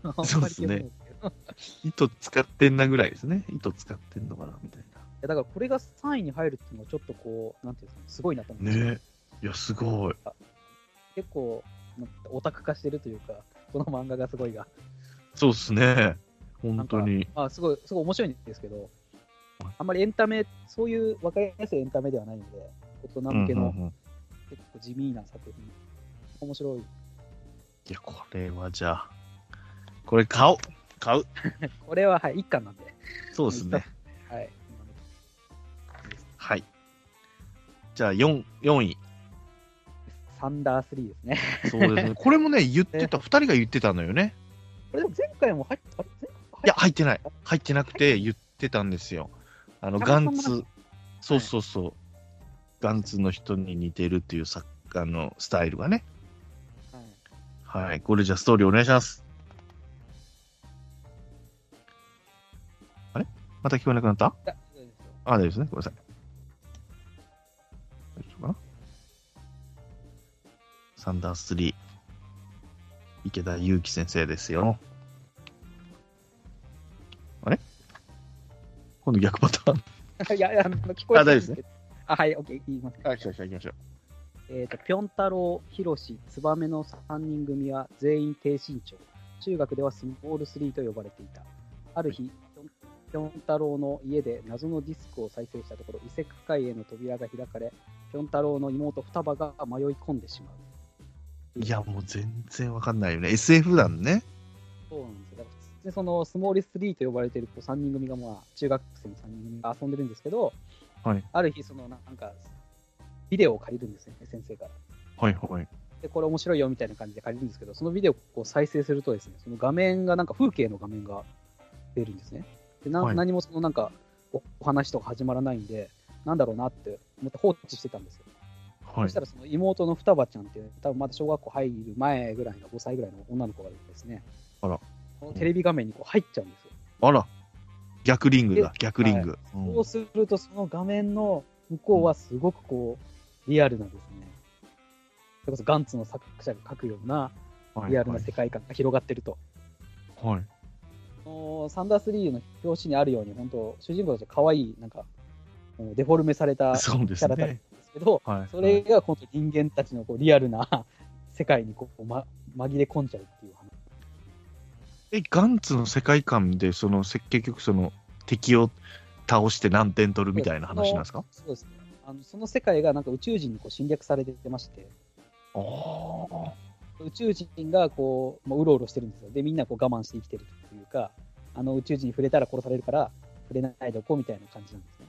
Speaker 3: のあんまり記憶ないんですけど
Speaker 2: 糸使ってんなぐらいですね。糸使ってんのかな、みたい
Speaker 3: いやだからこれが3位に入るっていうのはちょっとこう、なんていうんですかね、すごいなと思って、
Speaker 2: な。ねえ。いや、すごい。
Speaker 3: 結構、なんかオタク化してるというか、この漫画がすごいが、
Speaker 2: そうっすね。本当に。
Speaker 3: まあ、すごい、すごい面白いんですけど、あんまりエンタメ、そういう分かりやすいエンタメではないので、大人向け
Speaker 2: うんう
Speaker 3: の
Speaker 2: んうん
Speaker 3: 結構地味な作品、面白い。
Speaker 2: いや、これはじゃあ、これ買おう。買う。
Speaker 3: これは、はい、一巻なんで、
Speaker 2: そうですね。
Speaker 3: はい。
Speaker 2: はい。じゃあ、4、四位。
Speaker 3: サンダー3ですね。
Speaker 2: そう [laughs] ですね。これもね、言ってた、2人が言ってたのよね。
Speaker 3: これでも前回も入っあれ前回
Speaker 2: いや、入ってない。入ってなくて言ってたんですよ。あの、ガ
Speaker 3: 中
Speaker 2: ン
Speaker 3: 野さんも
Speaker 2: ツ、そうそうそう。ガンツの人に似てるっていう作家のスタイルがね。
Speaker 3: はい
Speaker 2: はい。これじゃあ、ストーリーお願いします。あれまた聞こえなくなった
Speaker 3: いや大丈夫ですよ
Speaker 2: あ、大丈夫ですね。ごめんなさい。大丈夫かなサンダー3。池田祐希先生ですよ。あれ今度逆パターン。
Speaker 3: [laughs] いや、いやあの聞こ
Speaker 2: あ
Speaker 3: えてるん
Speaker 2: 大丈夫
Speaker 3: けどあ、はい、OK、言います。
Speaker 2: あ、来ました、来ました。
Speaker 3: えっ、と、ぴょん太郎、ひろし、つばめの3人組は全員低身長。中学ではスモール3と呼ばれていた。ある日、ぴょんぴょん太郎の家で謎のディスクを再生したところ、異世界への扉が開かれ、ぴょん太郎の妹双葉が迷い込んでしまう。
Speaker 2: いや、もう全然わかんないよね。SF だね。
Speaker 3: そうなんですよ。だから普通にそのスモール3と呼ばれているこう3人組が、まあ、中学生の3人組が遊んでるんですけど、
Speaker 2: はい
Speaker 3: ある日、そのなんか、ビデオを借りるんですよね、先生から。
Speaker 2: はいはい。
Speaker 3: で、これ面白いよみたいな感じで借りるんですけど、そのビデオをこう再生するとですね、その画面がなんか風景の画面が出るんですね。で、な
Speaker 2: はい
Speaker 3: 何もそのなんかおお話とか始まらないんで、なんだろうなって思って放置してたんですよ。
Speaker 2: は
Speaker 3: そしたらその妹の双葉ちゃんっていう、多分まだ小学校入る前ぐらいの5歳ぐらいの女の子がですね、
Speaker 2: あら
Speaker 3: このテレビ画面にこう入っちゃうんですよ。
Speaker 2: あら、逆リングだ、逆リング。うん
Speaker 3: そうすると、その画面の向こうはすごくこう、リアルなですね、それこそガンツの作者が描くようなリアルな世界観が広がってると。
Speaker 2: はいはい。
Speaker 3: あのーサンダースリーの表紙にあるように、本当主人公たちが可愛い、なんか、もうデフォルメされたキ
Speaker 2: そうです
Speaker 3: ャラたちなん
Speaker 2: ね
Speaker 3: で。すけど、
Speaker 2: はい。
Speaker 3: それが本当人間たちのこうリアルな世界にこう、ま、紛れ込んじゃうっていう話。
Speaker 2: え、ガンツの世界観で、その、せ結局その、敵を倒して何点取るみたいな話なんですか
Speaker 3: そうですね。あのその世界がなんか宇宙人にこう侵略されてまして、
Speaker 2: ああ。
Speaker 3: 宇宙人がこう、まあ、うろうろしてるんですよ。で、みんなこう我慢して生きてるというか、あの宇宙人に触れたら殺されるから、触れないでおこうみたいな感じなんですね。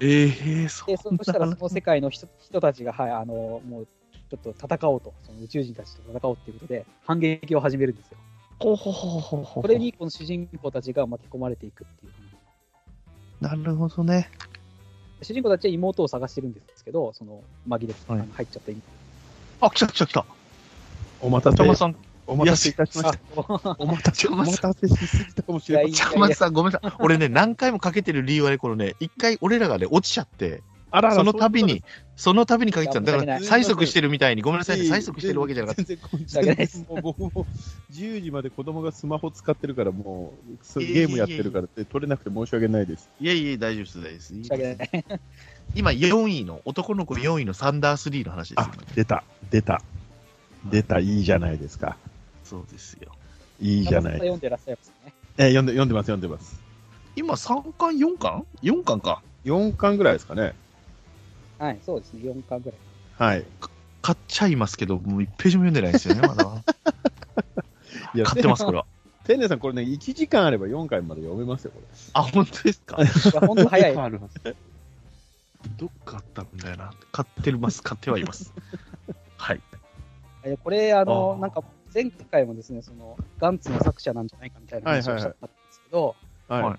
Speaker 2: ええー、 [laughs] そ
Speaker 3: で、そそしたらその世
Speaker 2: 界
Speaker 3: 界の人人たちが、はい、あの、もう、ちょっと戦おうと、その宇宙人たちと戦おうっていうことで、反撃を始めるんですよ。
Speaker 2: ほほほほほ。
Speaker 3: それ。に、この主人公たちが巻き込まれていくっていう話。
Speaker 2: なるほどね。
Speaker 3: 主人公たちは妹を探してるんですけど、その紛れ、
Speaker 2: はい
Speaker 3: あの入っちゃった妹
Speaker 2: あ、来た来た来た。
Speaker 4: お待たせ
Speaker 2: た、まさん、
Speaker 4: お待たせいたしました。
Speaker 3: あ
Speaker 2: お待たせ
Speaker 4: お
Speaker 2: しまし
Speaker 4: 待
Speaker 2: た。
Speaker 4: たせしすぎたかもしれません。
Speaker 3: い
Speaker 2: ちゃまさん、ごめんなさい。俺ね、何回もかけてる理由はね、このね、一回俺らがね、落ちちゃって、
Speaker 4: あら
Speaker 2: その度に、その度にかけてたんだだか
Speaker 3: いや
Speaker 2: ら、
Speaker 4: 申し訳ない
Speaker 2: 催促してるみたいに、ごめんなさいね、
Speaker 4: いえいえ
Speaker 2: 催促してるわけじゃなかった。
Speaker 4: 全然全
Speaker 3: 申し訳ないです
Speaker 4: 然もう僕も10時まで子供がスマホ使ってるから、もうそうゲームやってるからって取れなくて申し訳ないです。
Speaker 2: いやいや、大丈夫です、大丈夫ですいい
Speaker 3: 申し訳
Speaker 2: です。
Speaker 3: ない。
Speaker 2: 今、4位の、男の子4位のサンダー3の話ですよ、
Speaker 4: あ
Speaker 2: ね。
Speaker 4: 出た、出た、出た、いいじゃないですか。
Speaker 2: そうですよ。
Speaker 4: いいじゃな
Speaker 3: 山田さん
Speaker 4: い。
Speaker 3: 読んでらっしゃいますね。
Speaker 4: え読んで、読んでます、読んでます。
Speaker 2: 今、3巻、4巻 ?4 巻か。
Speaker 4: 4巻ぐらいですかね。
Speaker 3: はい、そうですね、4巻ぐらい。
Speaker 4: はい。
Speaker 2: 買っちゃいますけど、もう1ページも読んでないですよね、ま
Speaker 4: [laughs]
Speaker 2: だ。
Speaker 4: いや
Speaker 2: 買ってます、これは。
Speaker 4: 天寧さん、これね、1時間あれば4回まで読めますよ、これ。
Speaker 2: あ、本当ですか
Speaker 3: いや、本当早い。
Speaker 4: あ
Speaker 3: は
Speaker 4: るはず
Speaker 2: どっかあったんだよな。買ってます、買ってはい
Speaker 4: [laughs]
Speaker 2: ます。はい。
Speaker 3: いこれ、あの、
Speaker 2: あー
Speaker 3: なんか、前回もですね、その、ガンツの作者なんじゃないかみたいな話をしたんですけど、
Speaker 4: はい。
Speaker 2: はい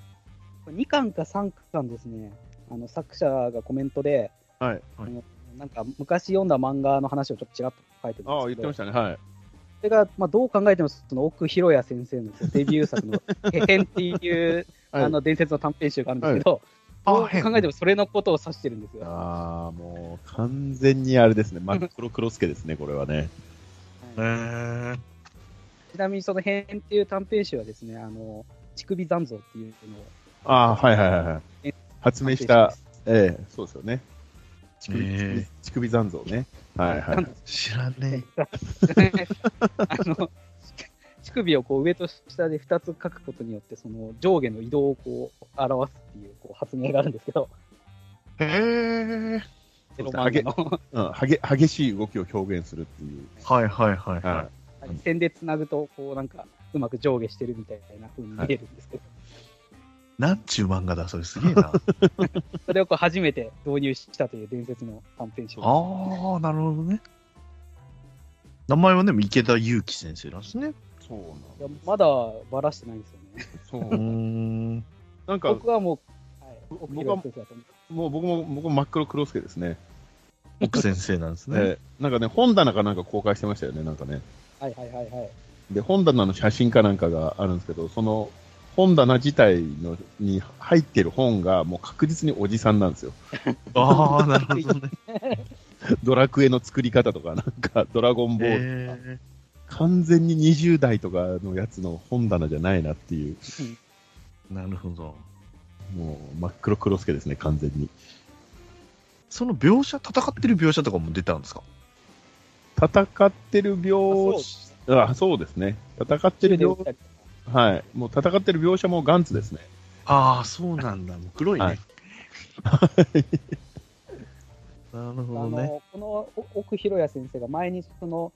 Speaker 3: これ2巻か3巻ですね、あの作者がコメントで、
Speaker 4: はい
Speaker 3: あのなんか昔読んだ漫画の話をちょっとちらっと書いてるんですけど、
Speaker 4: ああ、言ってましたね。はい。
Speaker 3: れが、まあ、どう考えても、その奥弘也先生の
Speaker 4: [laughs]
Speaker 3: デビュー作のへへんっていう、
Speaker 4: はい
Speaker 3: あの伝説の短編集があるんですけど、どう考えてもそれのことを指してるんですよ。
Speaker 4: ああ、もう完全にあれ [laughs] ですね。真っ黒黒助ですね、これはね。
Speaker 2: えー
Speaker 3: ちなみにそのへんっていう短編集はですね、あの、乳首残像っていうのを
Speaker 4: ああ、はいはいはいはい。発明した、ええそうですよね。乳首、
Speaker 2: ええ
Speaker 4: 乳首残像ね。はいはい。
Speaker 2: 知らね
Speaker 3: [laughs] あの乳首をこう上と下で2つ書くことによって、その上下の移動をこう表すっていうこう発明があるんですけど、
Speaker 2: え。へえ。
Speaker 3: エロマンガの
Speaker 4: うん、激激しい動きを表現するっていう。
Speaker 2: はいはいはい
Speaker 4: はい
Speaker 2: は。
Speaker 3: 線でつなぐと、こうなんかうまく上下してるみたいな風に見えるんですけど、
Speaker 2: い。なんちゅう漫画だ、それすげえ
Speaker 4: [laughs]
Speaker 2: な。
Speaker 3: それをこう初めて導入したという伝説の短編集です
Speaker 2: ああ、なるほどね。名前はでも池田祐希先生なんですね。
Speaker 4: そう
Speaker 3: いやまだばらしてないんですよね。
Speaker 4: そう
Speaker 2: ーん。
Speaker 4: なんか、
Speaker 3: 僕はもう、はい、奥
Speaker 4: 僕は
Speaker 3: 広先生だと思う
Speaker 4: もう僕も、僕も真っ黒黒助ですね。
Speaker 2: 奥先生なんですね。
Speaker 4: [laughs] ええなんかね、本棚かなんか公開してましたよね、なんかね。
Speaker 3: はいはいはいはい。
Speaker 4: で、本棚の写真かなんかがあるんですけど、その本棚自体のに入ってる本がもう確実におじさんなんですよ。
Speaker 2: ああ、なるほどね。
Speaker 4: ドラクエの作り方とか、なんか [laughs] ドラ [laughs] ゴンボール、
Speaker 2: え
Speaker 4: 完全に20代とかのやつの本棚じゃないなっていう、
Speaker 2: ー、なるほど。
Speaker 4: もう真っ黒黒助ですね、完全に。
Speaker 2: その描写、戦ってる描写とかも出たんですか
Speaker 4: 戦ってる描
Speaker 3: あ
Speaker 4: 写、あそうですね。戦ってる
Speaker 3: 中で打っ
Speaker 4: 描
Speaker 3: たりとか
Speaker 4: はい。もう戦ってる描写もガンツですね。
Speaker 2: ああ、そうなんだ。もう黒いね。
Speaker 4: はい
Speaker 2: [laughs] なる
Speaker 3: あ
Speaker 2: ほどね。
Speaker 3: のこのお奥広也先生が前にその、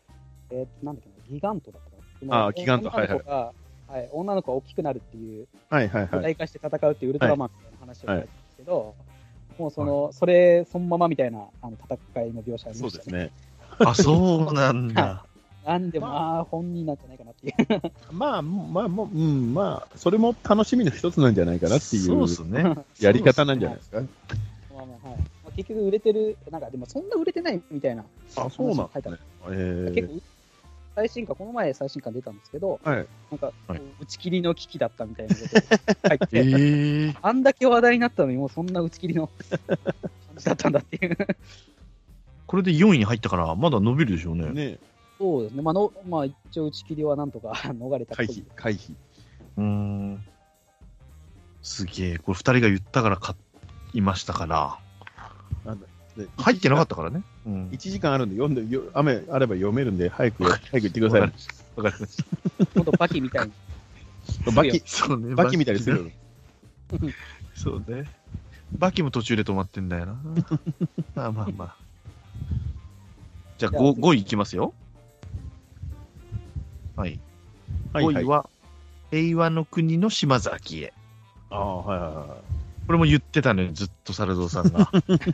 Speaker 3: えー、なんだっけな、ギガントだったかなその。
Speaker 4: あーギガント
Speaker 3: 女の子がはい女の子が大きくなるっていう、
Speaker 4: はいはい
Speaker 3: 具
Speaker 4: はい。
Speaker 3: 体化して戦うっていうウルトラマンみたいな話をしたんですけど、もうその、それそのままみたいなあの戦いの描写あり
Speaker 4: そ
Speaker 3: ま
Speaker 4: う
Speaker 3: し
Speaker 4: で
Speaker 3: た
Speaker 4: す
Speaker 3: ね。
Speaker 4: ね。
Speaker 2: あ、そうなんだ。
Speaker 3: なんでも、
Speaker 4: ま
Speaker 3: ああー、本人なんじゃないかなっていう。 [laughs]
Speaker 4: まあ、もうまあ、もう、うん、まあ、それも楽しみの一つなんじゃないかなってい
Speaker 2: そう
Speaker 4: う
Speaker 2: ですね。
Speaker 4: やり方なんじゃないですか。
Speaker 3: まあまあはいまあ、結局売れてる、なんかでもそんな売れてないみたいな、
Speaker 4: あ、そうなんですね。え
Speaker 3: 結
Speaker 4: ー、
Speaker 3: 構、最新刊、この前最新刊出たんですけど、
Speaker 4: はい
Speaker 3: なんか、
Speaker 2: はい
Speaker 3: 打ち切りの危機だったみたいなことを書いて
Speaker 2: え
Speaker 4: [laughs]
Speaker 2: えー。
Speaker 3: あんだけ話題になったのに、もうそんな打ち切り [laughs] の感じだったんだっていう。
Speaker 2: これで4位に入ったから、まだ伸びるでしょうね。
Speaker 4: ね、
Speaker 3: そうですね、まあのまあ、一応打ち切りはなんとか [laughs] 逃れたっぽ
Speaker 4: 回
Speaker 3: い
Speaker 4: 避、回避。
Speaker 2: うーん。すげえ。これ2人が言ったから買いましたから。
Speaker 4: で
Speaker 2: 入ってなかったからね。うん
Speaker 4: 1。時間あるんで、読んで、よ雨あれば読めるんで、早く、早く行ってください。
Speaker 2: わかりまし
Speaker 3: ほんとバキみたい [laughs] に。
Speaker 4: バキ、
Speaker 2: た。 [laughs] そうね。
Speaker 4: バキみたいにするよ
Speaker 2: ね。そうね。バキも途中で止まってんだよな。まあまあまあ。じゃあ
Speaker 3: じゃあ
Speaker 2: 5, 位いきますよ。はい。
Speaker 4: はい
Speaker 2: 5
Speaker 4: はい
Speaker 2: 位。は、平和の国の島崎へ。
Speaker 4: ああ、はいはいはい。
Speaker 2: これも言ってたのよ、ずっと猿蔵さんが。
Speaker 3: ずっと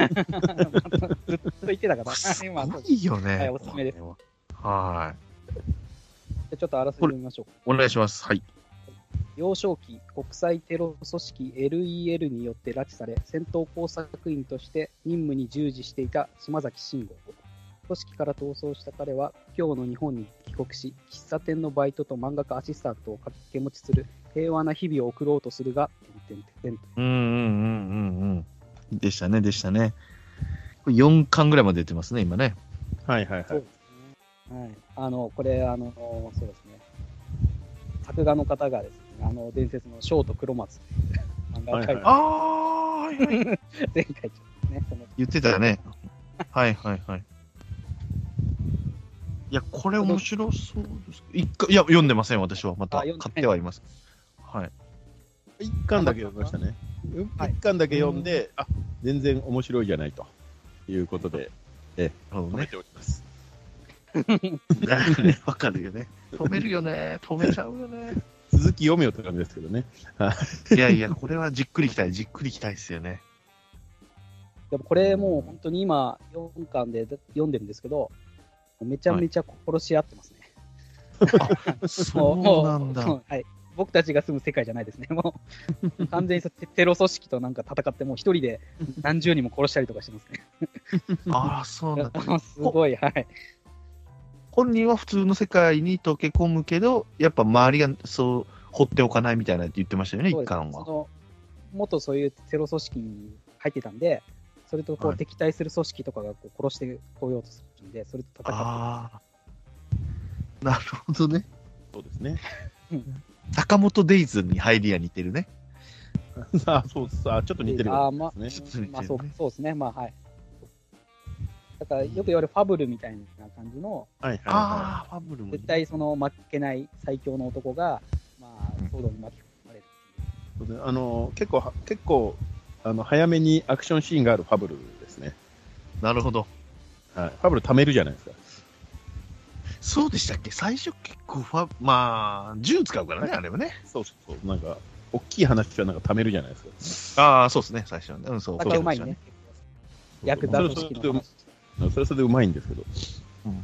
Speaker 3: 言ってたから、
Speaker 2: す
Speaker 3: [laughs] 今、そう
Speaker 2: ご
Speaker 3: です
Speaker 2: いよね。
Speaker 3: はいおすすめです
Speaker 2: これは。はい。
Speaker 3: じゃあちょっとあらすじ見ましょうか。
Speaker 2: お願いします。はい。
Speaker 3: 幼少期、国際テロ組織 LEL によって拉致され、戦闘工作員として任務に従事していた島崎慎吾。組織から逃走した彼は、今日の日本に帰国し、喫茶店のバイトと漫画家アシスタントを掛け持ちする平和な日々を送ろうとするが、てんてん
Speaker 2: う
Speaker 3: てん
Speaker 2: んうんうんうんうん。でしたね、でしたね。これ4巻ぐらいまで出てますね、今ね。
Speaker 4: はいはいはい。
Speaker 3: はい、あのこれあの、そうですね、作画の方がですね、あの伝説のショート黒松という漫画を書いて、
Speaker 4: はいは
Speaker 2: ああ、
Speaker 3: 前回ちょっとね、その
Speaker 2: 言ってたね。はいはいはい。いや、これ面白そうです。一回、いや、読んでません、私は。また
Speaker 3: あ
Speaker 2: 買
Speaker 3: 読んでない
Speaker 2: ってはいます。はい。
Speaker 4: 一巻だけ読みましたね。
Speaker 3: はい
Speaker 4: 一巻だけ読んで、あ全然面白いじゃないということで、
Speaker 2: なるほ
Speaker 4: 褒
Speaker 2: ど
Speaker 4: め
Speaker 2: ね。
Speaker 4: ております。
Speaker 2: [laughs] わかるよね。止めるよね。止めちゃうよね。
Speaker 4: 続き読めよって感じですけどね。
Speaker 2: [laughs] いやいや、これはじっくりきたい。じっくりきたいですよね。
Speaker 3: でもこれもう本当に今4巻で読んでるんですけど、めちゃめちゃ殺し合ってますね。
Speaker 2: そうなんだ。
Speaker 3: もうはい。僕たちが住む世界じゃないですね。もう完全にテテロ組織となんか戦って、もう一人で何十人 [laughs] も殺したりとかしてますね。
Speaker 2: ああ、そうなんだ。
Speaker 3: すごい、はい。
Speaker 2: 本人は普通の世界に溶け込むけど、やっぱ周りがそう、放っておかないみたいなって言ってましたよね、
Speaker 3: そう
Speaker 2: 一
Speaker 3: です
Speaker 2: 巻
Speaker 3: そ
Speaker 2: は。
Speaker 3: の元そういうテロ組織に入ってたんで、それとこ
Speaker 2: は
Speaker 3: う
Speaker 2: い
Speaker 3: 敵対する組織とかがこう殺してこようとするんで、それと戦って
Speaker 2: ああ。なるほどね。
Speaker 4: そうですね。
Speaker 2: 坂本デイズに入りや似てるね。
Speaker 4: あ、 [laughs] [laughs] そうさ、ちょっと似てる
Speaker 3: る。あーまあ、
Speaker 4: です
Speaker 2: ね
Speaker 3: うんまあそうそうですね、まあはい。だからよく言われるファブルみたいな感じの、
Speaker 4: はいはいはい。
Speaker 2: あ、ファブルも
Speaker 3: 絶対その負けない最強の男が、まあ、騒動に巻き込まれるっていう
Speaker 4: そうですねあの結構は、結構あの早めにアクションシーンがあるファブルですね。
Speaker 2: なるほど。
Speaker 4: はい、ファブル貯めるじゃないですか。
Speaker 2: そうでしたっけ最初結構ファ、まあ、銃使うからね、あれはね。
Speaker 4: そうそうそう。なんか、大きい話はなんか貯めるじゃないですか。
Speaker 2: ああ、そうですね、最初はね。うん、そう。
Speaker 3: 戦う前にね、ヤクザ
Speaker 4: そ
Speaker 3: 組
Speaker 4: れそれ
Speaker 3: 織
Speaker 4: で
Speaker 3: の
Speaker 4: も
Speaker 3: 話。
Speaker 4: それそれでうまいんですけど。
Speaker 2: うんうんうん。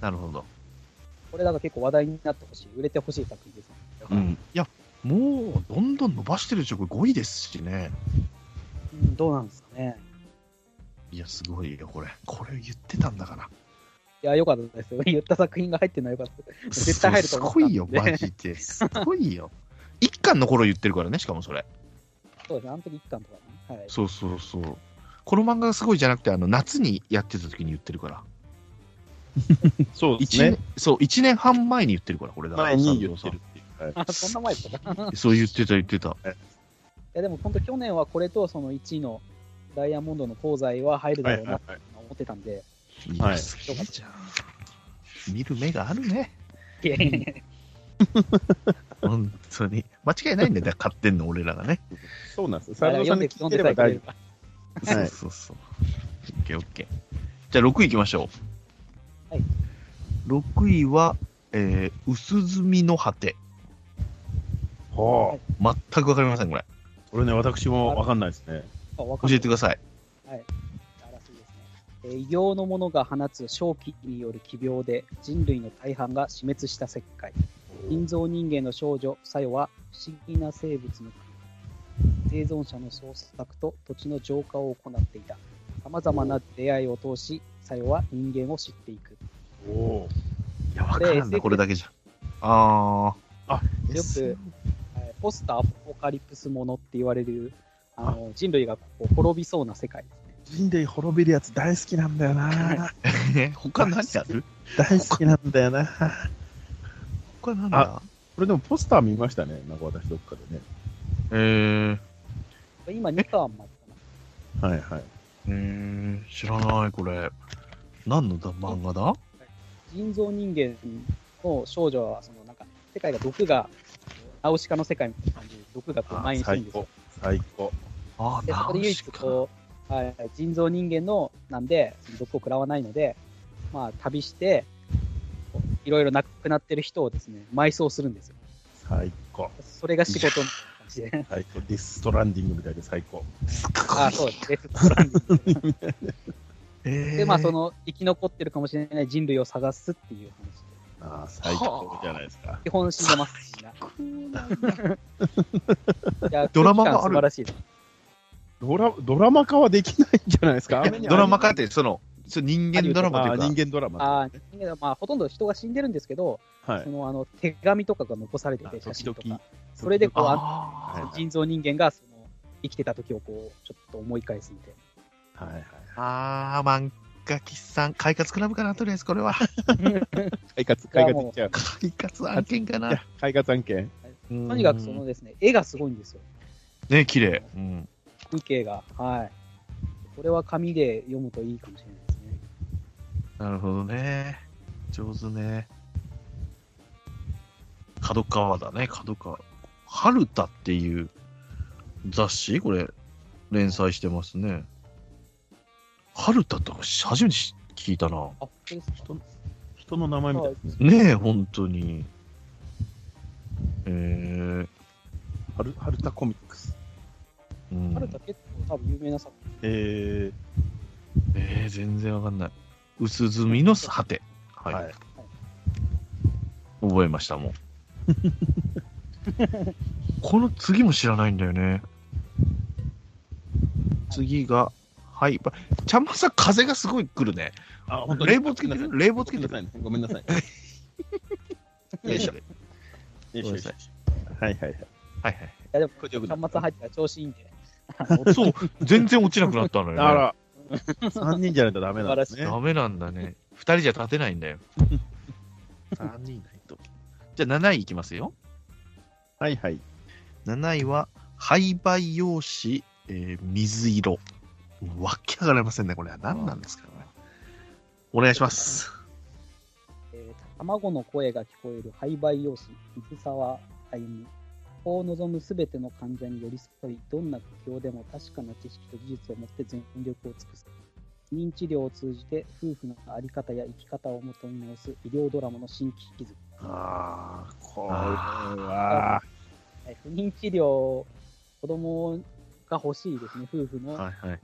Speaker 2: なるほど。
Speaker 3: これだから結構話題になってほしい、売れてほしい作品ですね。
Speaker 4: うん。
Speaker 2: もう、どんどん伸ばしてるでしょ、これ5位ですしね。
Speaker 3: うん、どうなんですかね。
Speaker 2: いや、すごいよ、これ。これ言ってたんだから。
Speaker 3: いや、良かったですよ。 [laughs] 言った作品が入ってるのは良かった。絶対入ると思った
Speaker 2: す
Speaker 3: ん
Speaker 2: ご
Speaker 3: で
Speaker 2: いよ、マジ
Speaker 3: [laughs]
Speaker 2: で。すごいよ。一巻の頃言ってるからね、しかもそれ。
Speaker 3: そうですね、あの時1巻とかね。はい。
Speaker 2: そうそうそう。この漫画がすごいじゃなくて、あの夏にやってた時に言ってるから。
Speaker 4: そうです
Speaker 2: 一
Speaker 4: ね
Speaker 2: 年。そう、1年半前に言ってるから、これだから。
Speaker 4: 前に言ってるっていう。はい
Speaker 3: あ、そんな前だったか。い
Speaker 2: そう言ってた、言ってた。
Speaker 3: や、でも本当去年はこれとその1位のダイヤモンドの東西は入るだろうなって
Speaker 4: はい。
Speaker 3: 思ってたんで。
Speaker 2: い
Speaker 4: はい
Speaker 2: や、すげえじゃん。見る目があるね。
Speaker 3: いやいやいや
Speaker 2: 本当に。間違いないんだよ、だから買ってんの、俺らがね。
Speaker 4: そうなんです。サルドさ
Speaker 3: 読
Speaker 4: ん
Speaker 3: ん
Speaker 4: で
Speaker 3: で
Speaker 4: 聞
Speaker 3: 読
Speaker 4: い
Speaker 3: ん
Speaker 4: て
Speaker 3: で
Speaker 4: れ
Speaker 3: さ
Speaker 4: ば
Speaker 3: えくれ
Speaker 4: 大
Speaker 3: れ
Speaker 4: 丈
Speaker 3: ば。
Speaker 4: は
Speaker 2: そ
Speaker 4: いう
Speaker 2: そうそう。オッケーオッケー。じゃあ6位いきましょう。
Speaker 3: はい。
Speaker 2: 6位は、えー、薄墨の果て。
Speaker 4: 夫。はあ。
Speaker 2: 全くわかりません、これ。
Speaker 4: これね、私もわかんないですね。
Speaker 3: あわ
Speaker 2: 教
Speaker 3: かんな
Speaker 2: え
Speaker 3: い
Speaker 2: てください。
Speaker 3: らしいですね。えー異形の者が放つ正気による奇病で人類の大半が死滅した石灰。人造人間の少女、サヨは不思議な生物の生存者の捜索と土地の浄化を行っていた。様々な出会いを通し、サヨは人間を知っていく。
Speaker 4: おお。
Speaker 2: いや、わからんな、
Speaker 3: で
Speaker 2: これだけじゃ。あー。
Speaker 4: あ、
Speaker 3: よくはいポスターアポカリプスものって言われるあの人類がこう滅びそうな世界ですね。
Speaker 4: 人類滅びるやつ大好きなんだよな。
Speaker 2: え他何ある
Speaker 4: 大好きなんだよな。
Speaker 2: 他何だ
Speaker 4: これでもポスター見ましたね。なんか私どっかでね。
Speaker 2: えー、
Speaker 3: 今2巻までかな。
Speaker 4: はいはい。
Speaker 2: えー、知らない、これ。何のだ漫画だ
Speaker 3: 人造人間の少女はそのなんか世界が毒がナウシカの世界みたいな感じで毒がこう蔓延してるん
Speaker 4: 最
Speaker 3: ですよ
Speaker 4: 高。。最高。
Speaker 2: あー、
Speaker 3: でそ
Speaker 2: な
Speaker 3: こで唯一こう、はい、人造人間のなんでその毒を食らわないので、まあ、旅してこういろいろ亡くなってる人をですね埋葬するんですよ。
Speaker 4: 最高。
Speaker 3: それが仕事の感じで。
Speaker 4: 最高。ディストランディングみたいで最高。
Speaker 2: すごい
Speaker 3: あそうです。デスストランディング
Speaker 2: えー
Speaker 3: で、まあ、その生き残ってるかもしれない人類を探すっていう話で。
Speaker 4: ああ、最高じゃないですか。
Speaker 3: 基本死んでます、みんな。いや
Speaker 2: ドラマもある
Speaker 3: 空気感素晴らしいです。
Speaker 4: ドラドラマ化はできないんじゃないですか。
Speaker 2: いやドラマ化って、その、その人間ドラマと
Speaker 4: あ
Speaker 2: い
Speaker 4: あ
Speaker 2: うか。
Speaker 4: 人間ドラマ。
Speaker 3: ああ人間まあ、ほとんど人が死んでるんですけど、
Speaker 4: はい
Speaker 3: そ。のあの手紙とかが残されて
Speaker 4: あ
Speaker 3: て、写真と
Speaker 4: 時々
Speaker 3: か。それでこう、あ
Speaker 2: あー
Speaker 4: はいはい
Speaker 3: 人造人間がその生きてた時をこうちょっと思い返すみたい
Speaker 4: はいはい。
Speaker 2: あー、漫画喫茶、快活クラブかな、とりあえずこれは。 [laughs]
Speaker 4: 快活、快活いっちゃう。
Speaker 2: 快活案件か
Speaker 4: いや
Speaker 2: な。
Speaker 4: 快活案件。
Speaker 3: な。
Speaker 2: と
Speaker 3: とにかくその。ですね、絵がすごいんですよ、
Speaker 2: ね、綺麗。うん。
Speaker 3: 風景が。はい。これは紙で読むといいかもしれないですね。
Speaker 2: なるほどね。上手ね。角川だね、角川。春田っていう雑誌これ、連載してますね。春田って初めて聞いたな。
Speaker 3: あ、本当ですか
Speaker 4: 人の人の名前みたいですね。
Speaker 2: ねえ、本当に。えー、
Speaker 4: はる、はるたコミックス。
Speaker 2: うん
Speaker 3: 春田結構多分有名な作品。
Speaker 4: え
Speaker 2: えー、全然わかんない。薄墨の果て。
Speaker 4: ー、
Speaker 2: はい。
Speaker 4: はい。
Speaker 2: 覚えました、もう。この次も知らないんだよね。次が、はい。ばちゃんまさん、風がすごい来るね。
Speaker 4: あ、本
Speaker 2: 冷房つけてる冷房つけてる
Speaker 4: ごめんなさいね。ごめんなさい。
Speaker 2: よいしょ。
Speaker 4: よいしょよいしょはいはいはい。
Speaker 2: はいはい。
Speaker 3: や、でも、
Speaker 4: これでよくな
Speaker 3: 端末入ったら調子いいんで。
Speaker 2: [laughs] そう、全然落ちなくなったのよ、ね。
Speaker 4: あら、3人じゃないとダメなんですね。
Speaker 2: ダメなんだね。二人じゃ立てないんだよ。三人ないと。じゃあ7位いきますよ。
Speaker 4: はいはい。
Speaker 2: 7位は、廃培用紙、えー水色。わけわかりませんね、これは。何なんですかね。お願いします。
Speaker 3: えー卵の声が聞こえる廃培用紙、水沢歩む。を望むすべての患者に寄り添い、どんな苦境でも確かな知識と技術を持って全力を尽くす。不妊治療を通じて夫婦の在り方や生き方を求め直す医療ドラマの新規気づき。
Speaker 4: ああ、これ
Speaker 2: は
Speaker 4: は。
Speaker 3: はい不妊治療、子供が欲しいですね、夫婦の
Speaker 2: はいはい。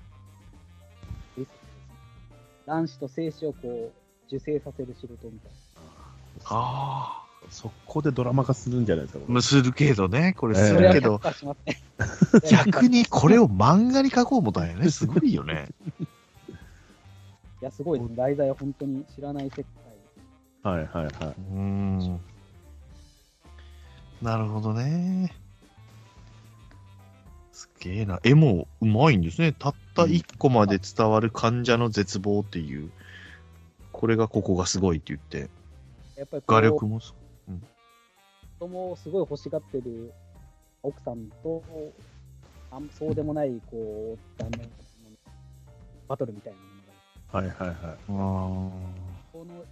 Speaker 3: 卵子と精子をこう受精させる仕事みたい
Speaker 2: あ
Speaker 4: 速攻でドラマ化するんじゃないですか、こ
Speaker 2: あ。するけどね、これ
Speaker 4: え
Speaker 3: な。
Speaker 2: す
Speaker 4: ー
Speaker 3: そ
Speaker 2: る
Speaker 3: れは
Speaker 2: け
Speaker 3: 却
Speaker 2: ど、
Speaker 3: 下しますね。
Speaker 2: 逆にこれを漫画に書こうもたんや [laughs] ね。すごいよね。
Speaker 3: いや、すごいですね。題材は本当に知らない世界。
Speaker 4: れはいはいは
Speaker 2: うーん。なるほどね。すげえな。絵もうまいんですね。たった1個まで伝わる患者の絶望っていう。これがここがすごいって言って。
Speaker 3: やっぱりこ
Speaker 2: 画
Speaker 3: う
Speaker 2: 力もそう。
Speaker 3: 子供をすごい欲しがってる奥さんと、あんそうでもない、こう、旦那のバトルみたいなものが、
Speaker 4: い。はいはいは
Speaker 2: あ
Speaker 3: この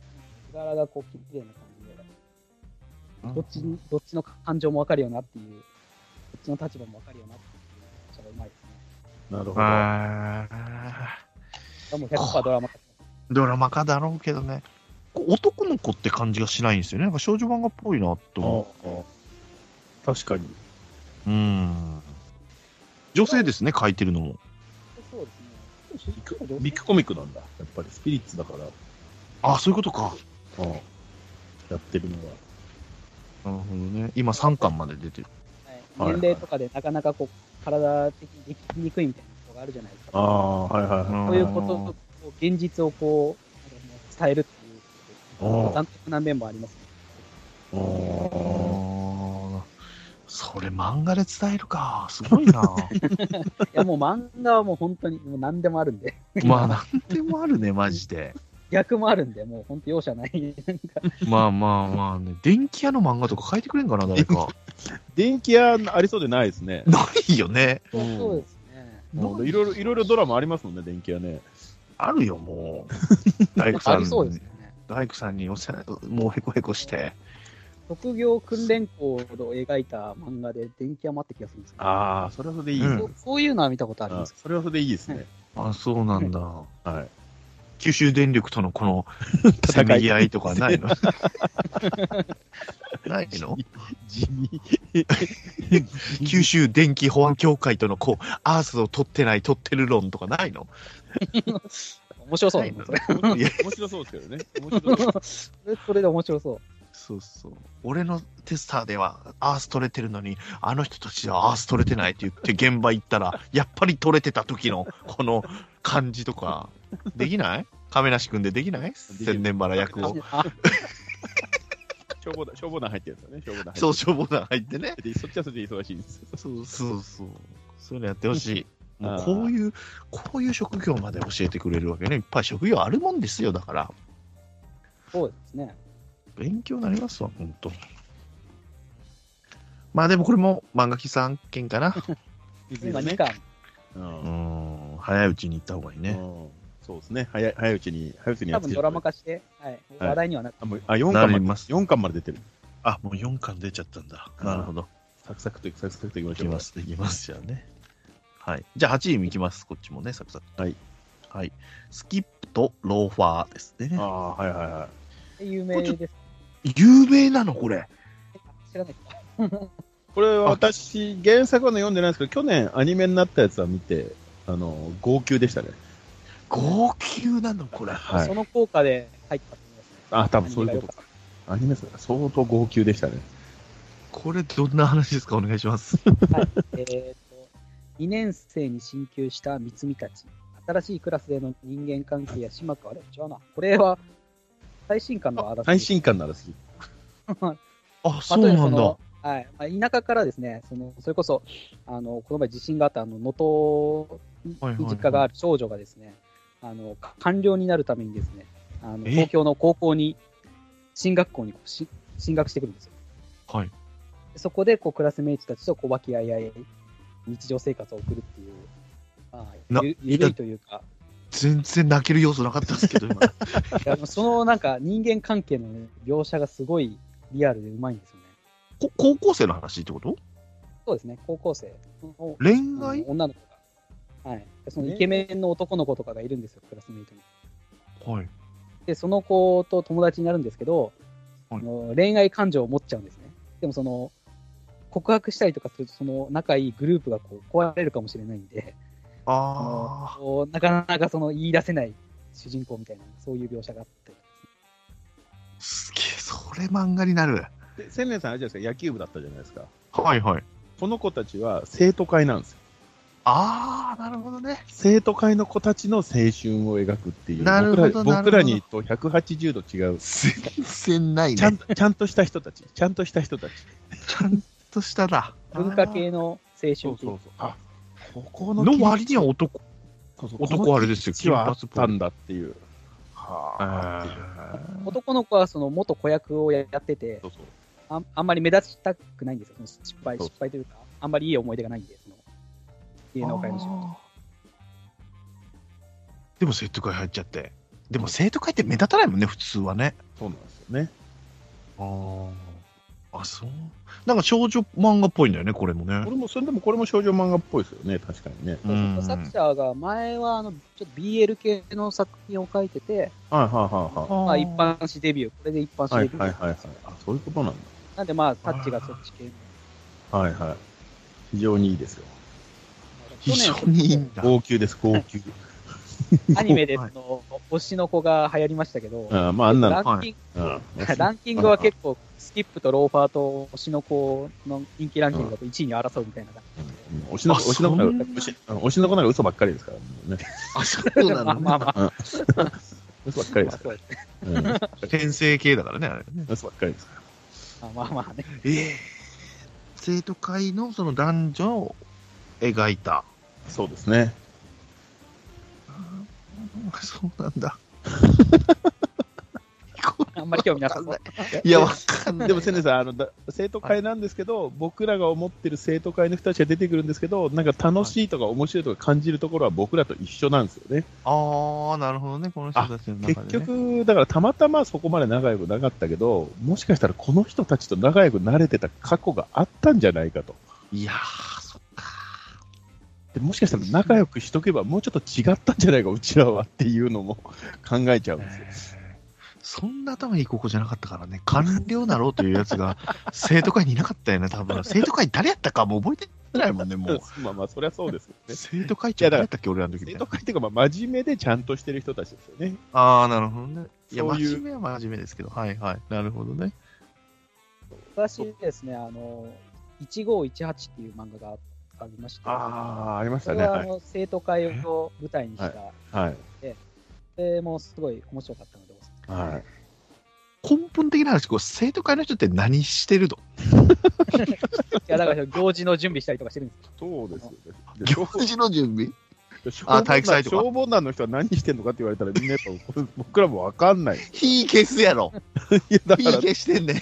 Speaker 3: 柄がこう、綺麗な感じで、
Speaker 2: ー
Speaker 3: どっちに、どっちの感情もわかるよなっていう、どっちの立場もわかるよなっていう、それがうまいですね。
Speaker 4: い。なるほど。
Speaker 2: あー
Speaker 3: でもう100%ドラマ化します
Speaker 2: ドラマ化だろうけどね。こう男の子って感じがしないんですよね。なんか少女漫画っぽいなと思
Speaker 4: あ確かに。
Speaker 2: う。うん。女性ですね、書いてるのも。
Speaker 3: そうですね。
Speaker 4: ビッグビッグコミックなんだ。やっぱりスピリッツだから、
Speaker 2: あ、そういうことか。
Speaker 4: あやってるのは。
Speaker 2: なるほどね。今3巻まで出てる。
Speaker 3: は、
Speaker 4: はいはいい
Speaker 3: 年齢とかでなかなかこう体的にできにくいみたいなことがあるじゃないですか。
Speaker 4: ああ、はいはいはい。
Speaker 3: そういうこととこう現実をこうなんかもう伝えるっていう、
Speaker 4: ああ
Speaker 3: 断トツな面もあります、ね。
Speaker 2: あ
Speaker 4: あ
Speaker 2: ーそれ漫画で伝えるか。すごい
Speaker 3: [laughs]
Speaker 2: な。
Speaker 3: いやもう漫画はもう本当にもう何でもあるんで、 [laughs]
Speaker 2: まあ、なんでもあるね、マジで。
Speaker 3: 逆もあるんで、もう本当容赦ない。
Speaker 2: まあまあまあね。電気屋の漫画とか書いてくれんかな、誰
Speaker 3: [laughs]
Speaker 2: か。
Speaker 4: ー電気屋ありそうでないですね。
Speaker 2: ないよね。
Speaker 4: うん
Speaker 3: そうですね。
Speaker 4: もういろいろ、いろいろドラマありますもんね、電気屋ね。
Speaker 2: あるよ、も
Speaker 3: [laughs]
Speaker 2: う。大工
Speaker 3: あ
Speaker 2: さん
Speaker 3: り
Speaker 2: に
Speaker 3: そうですよね。
Speaker 2: 大工さんにお世話もうへこへこして。
Speaker 3: 職業訓練校を描いた漫画で電気屋もあった気がするんですけど、
Speaker 4: ああ、それはそれでいい。
Speaker 2: うん
Speaker 3: そうそういうのは見たことあり
Speaker 4: あ
Speaker 3: ます。
Speaker 4: それはそれでいいですね。
Speaker 2: あ、そうなんだ。
Speaker 4: はい。
Speaker 2: 九州電力とのこ [laughs] のせめぎ合いとかないの [laughs] ないの
Speaker 4: [laughs] 地味。
Speaker 2: 九州電気保安協会とのこう、アースを取ってない、取ってる論とかないの
Speaker 3: 面白そ
Speaker 2: な
Speaker 3: うだ
Speaker 2: い
Speaker 3: ね
Speaker 2: の
Speaker 3: それ
Speaker 4: 面白そうですけどね。面白そう。
Speaker 3: それそれで面白そう。
Speaker 2: そうそう。俺のテスターではアース取れてるのに、あの人たちはアース取れてないって言って現場行ったら、やっぱり取れてた時のこの感じとか、できない亀梨君でできない
Speaker 4: きる
Speaker 2: 千年原役を。
Speaker 3: あ
Speaker 4: 消防団、消防団入ってるんですよね。消防団入ってる
Speaker 2: そう、消防団入ってね。
Speaker 4: でそっちはそっちで忙しいです。
Speaker 2: そうそうそう。そういうのやってほしい。も
Speaker 4: あ
Speaker 2: う
Speaker 4: ー
Speaker 2: こういう、こういう職業まで教えてくれるわけね。いっぱい職業あるもんですよ、だから。
Speaker 3: そうですね。
Speaker 2: 勉強になりますわ、本当まあでもこれも漫画喫茶案件か [laughs] な。
Speaker 3: 今2巻。
Speaker 4: うん
Speaker 2: うーん、早いうちに行った方がいいね。
Speaker 4: うんそうですね。早い早いうちに、早いうちに
Speaker 3: 多
Speaker 4: やって
Speaker 3: 分ドラマ化して、はい、
Speaker 4: はい
Speaker 3: 話題にはなって、
Speaker 4: あ、もうあ4巻
Speaker 2: な
Speaker 4: ま
Speaker 2: り
Speaker 4: で
Speaker 2: ます
Speaker 4: 四巻まで出てる。
Speaker 2: あ、もう4巻出ちゃったんだ。
Speaker 4: うん
Speaker 2: なるほど。
Speaker 4: サクサクといく、サクサクといき
Speaker 2: で
Speaker 4: まし
Speaker 2: き
Speaker 4: ょう。
Speaker 2: ます、できます。じゃあね。はい。じゃあ8位もいきます。こっちもね、サクサク。
Speaker 4: はい。
Speaker 2: はい。スキップとローファーですね
Speaker 4: あ。あ、はいはいはい。
Speaker 3: 有名です。
Speaker 2: 有名なの、これ。
Speaker 3: 知らないですか
Speaker 4: これは私、原作はね読んでないんですけど、去年アニメになったやつは見て、あの、号泣でしたね。
Speaker 2: 号泣なの、これ。
Speaker 4: はい
Speaker 3: そ。の効果で入ったと思いますね。
Speaker 4: あ、多分そういうことか。アニメですね相当号泣でしたね。
Speaker 2: これ、どんな話ですかお願いします。
Speaker 3: はい、えっと、2年生に進級した三つみたち、新しいクラスでの人間関係や島か、あれ違うな。これは、最新刊の話。
Speaker 4: 最新刊なら好き。
Speaker 2: あ、
Speaker 3: あ
Speaker 2: そ
Speaker 3: と
Speaker 2: う
Speaker 3: ね
Speaker 2: なんだ
Speaker 3: の。はいまあ、田舎からですね、そのそれこそあのこの前地震があったあの能登
Speaker 2: はいはい
Speaker 3: に実家がある少女がですね、あのか官僚になるためにですね、あの
Speaker 2: え
Speaker 3: 東京の高校に進学校にこうし進学してくるんですよ。
Speaker 2: はい。
Speaker 3: そこでこうクラスメイトたちとこう和気あいあい日常生活を送るっていう、まあ、
Speaker 2: な
Speaker 3: ゆゆるいというか、
Speaker 2: 全然泣ける要素なかったですけど、 [laughs] 今。
Speaker 3: いやそのなんか人間関係の、ね、描写がすごいリアルでうまいんですよね。
Speaker 2: こ高校生の話ってこと
Speaker 3: そうですね、高校生の
Speaker 2: 恋
Speaker 3: あ
Speaker 2: 愛
Speaker 3: の女の子が、はい、そのイケメンの男の子とかがいるんですよ、クラスメイトに。
Speaker 2: はい。
Speaker 3: で、その子と友達になるんですけど、
Speaker 2: はい
Speaker 3: あの恋愛感情を持っちゃうんですね。でも、その告白したりとかすると、その仲いいグループがこう壊れるかもしれないんで、
Speaker 2: あ
Speaker 3: こうなかなかその言い出せない主人公みたいな、そういう描写があって、
Speaker 2: あ、すげえ、それ漫画になる。
Speaker 4: で、千年さん、あれじゃないですか、野球部だったじゃないですか。
Speaker 2: はいはい。
Speaker 4: この子たちは生徒会なんですよ。
Speaker 2: ああ、なるほどね。
Speaker 4: 生徒会の子たちの青春を描くっていう。
Speaker 2: なるほど
Speaker 4: 僕
Speaker 2: なるほど
Speaker 4: ら僕らにと180度違う。
Speaker 2: 全然ないね。
Speaker 4: ちゃんと、ちゃんとした人たち。ちゃんとした人たち。
Speaker 2: ちゃんとしたな。
Speaker 3: 文化系の青春期
Speaker 4: そう。あ、ここ
Speaker 2: あ
Speaker 4: の
Speaker 2: ーの割には男。
Speaker 4: そうそう
Speaker 2: 男
Speaker 4: この
Speaker 2: あれですよ
Speaker 4: 基地は
Speaker 2: 金
Speaker 4: あっ
Speaker 2: 髪っぽい
Speaker 4: たんだっていう。は
Speaker 3: 男の子はその元子役をやってて
Speaker 4: あ。、そうそう。
Speaker 3: ああんまり目立ちたくないんですよ、その失敗、
Speaker 4: そう
Speaker 3: 失敗というか、あんまりいい思い出がないんで、その芸能界の仕事。
Speaker 2: あーでも生徒会入っちゃって。でも生徒会って目立たないもんね、普通はね。
Speaker 4: そうなんですよね。
Speaker 2: ああ。あ、そう。なんか少女漫画っぽいんだよね、これもね
Speaker 4: こ。れも、それでもこれも少女漫画っぽいですよね、確かにね。
Speaker 3: そう
Speaker 2: うん
Speaker 3: 作者が前はあのちょっと BL 系の作品を書いてて、
Speaker 4: はいはいはいはい。
Speaker 3: まあ、一般誌デビュー、これで一般誌
Speaker 4: は
Speaker 3: デ
Speaker 4: い
Speaker 3: ビュー、
Speaker 4: はいはいはい。あ、そういうことなん
Speaker 3: なんで、まあ、タッチがそっち系の、
Speaker 4: だ。はいはい。非常にいいですよ。
Speaker 2: 非常にいいんだ。
Speaker 4: 号泣です、号 [laughs] 泣。
Speaker 3: ア
Speaker 4: [laughs]
Speaker 3: ニメでその推しの子が流行りましたけど、
Speaker 4: あまあ、あんな
Speaker 3: ラ
Speaker 4: の。
Speaker 3: ンキン
Speaker 4: うん
Speaker 3: グ [laughs] ランキングは結構、スキップとローファーと推しの子の人気ランキングだと1位に争うみたいな感じで。
Speaker 4: うん推しの
Speaker 2: あ
Speaker 4: 推しの子
Speaker 2: そ
Speaker 4: なん
Speaker 2: んな
Speaker 4: か推しあの推しの子なんか嘘ばっかりですから、もうね。
Speaker 2: あ、そうな
Speaker 3: まあ
Speaker 2: の、
Speaker 3: まあまあ、
Speaker 4: 嘘ばっかりですか
Speaker 3: そうですね
Speaker 4: ら。うん
Speaker 2: 転生系だからね、あれね。
Speaker 4: 嘘ばっかりですから。
Speaker 3: まあまあまあね。
Speaker 2: ええ生徒会のその男女を描いた。
Speaker 4: そうですね。
Speaker 2: そうなんだ。
Speaker 3: あんまり興味なさそう。
Speaker 2: いや、わかんない。
Speaker 4: でも、千年さん、あのだ生徒会なんですけど、僕らが思ってる生徒会の人たちが出てくるんですけど、なんか楽しいとか面白いとか感じるところは僕らと一緒なんですよね。
Speaker 2: ああ、なるほどね、この人たちの中
Speaker 4: 結
Speaker 2: で、ね。
Speaker 4: 局、だからたまたまそこまで仲良くなかったけど、もしかしたらこの人たちと仲良くなれてた過去があったんじゃないかと。
Speaker 2: いやー、そっか。
Speaker 4: でもしかしたら仲良くしとけばもうちょっと違ったんじゃないか、うちらはっていうのも [laughs] 考えちゃうんですよ。
Speaker 2: そんな頭いい高校じゃなかったからね、官僚なろうというやつが生徒会にいなかったよね、多分生徒会誰やったかもう覚えてないもんね、もう。
Speaker 4: まあまあ、そりゃそうですよね。
Speaker 2: 生徒会長誰やったっけ、俺らの時み
Speaker 4: 生
Speaker 2: たい
Speaker 4: 徒
Speaker 2: な。
Speaker 4: 会っていうか、まあ、真面目でちゃんとしてる人たちですよね。
Speaker 2: ああ、なるほどね。いや、
Speaker 4: そういう
Speaker 2: 真面目は真面目ですけど、はいはい。なるほどね。
Speaker 3: 昔ですね、あの、1518っていう漫画がありまして、
Speaker 4: ああ、ありまし
Speaker 3: そ
Speaker 4: た
Speaker 3: れ
Speaker 4: ね。
Speaker 3: は
Speaker 4: は
Speaker 3: あ
Speaker 4: い。
Speaker 3: の生徒会を舞台にした、
Speaker 4: はい。
Speaker 3: でもうすごい面白かったので、
Speaker 4: はい、
Speaker 2: 根本的な話、こう生徒会の人って何してるの
Speaker 3: いやだから行事の準備したりとかしてるん
Speaker 4: [laughs]
Speaker 3: ですよ。
Speaker 4: そうですよね。で
Speaker 2: 行事の準備
Speaker 4: 消
Speaker 2: あ体育祭とか
Speaker 4: 消防団の人は何してんのかって言われたら、みんなやっぱ僕らもわかんない。
Speaker 2: 火消すや [laughs] ろ。
Speaker 4: いや、だ
Speaker 2: 火
Speaker 4: から、
Speaker 2: 消してんね。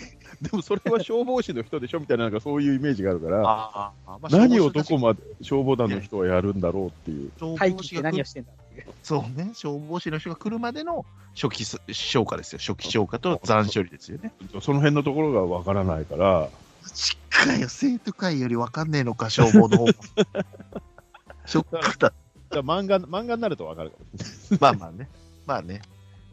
Speaker 4: でもそれは消防士の人でしょみたいな、なんかそういうイメージがあるから、
Speaker 2: あー、まあ
Speaker 4: 何をどこまで消防団の人はやるんだろうっていう。
Speaker 2: 消
Speaker 3: 廃
Speaker 2: 防
Speaker 3: 棄
Speaker 2: 士
Speaker 3: って
Speaker 2: が来
Speaker 3: 何を
Speaker 2: る
Speaker 3: してんだっていう。
Speaker 2: そうね、消防士の人が来るまでの初期す消火ですよ、初期消火と残処理ですよね。
Speaker 4: その辺のところがわからないか
Speaker 2: マ
Speaker 4: ら、
Speaker 2: ジかよ、生徒会より分かんねえのか、消 [laughs] 防の方も。ショックだ。
Speaker 4: だから漫画漫画になるとわかるかもしれない。
Speaker 2: [laughs] まあまあね、まあね。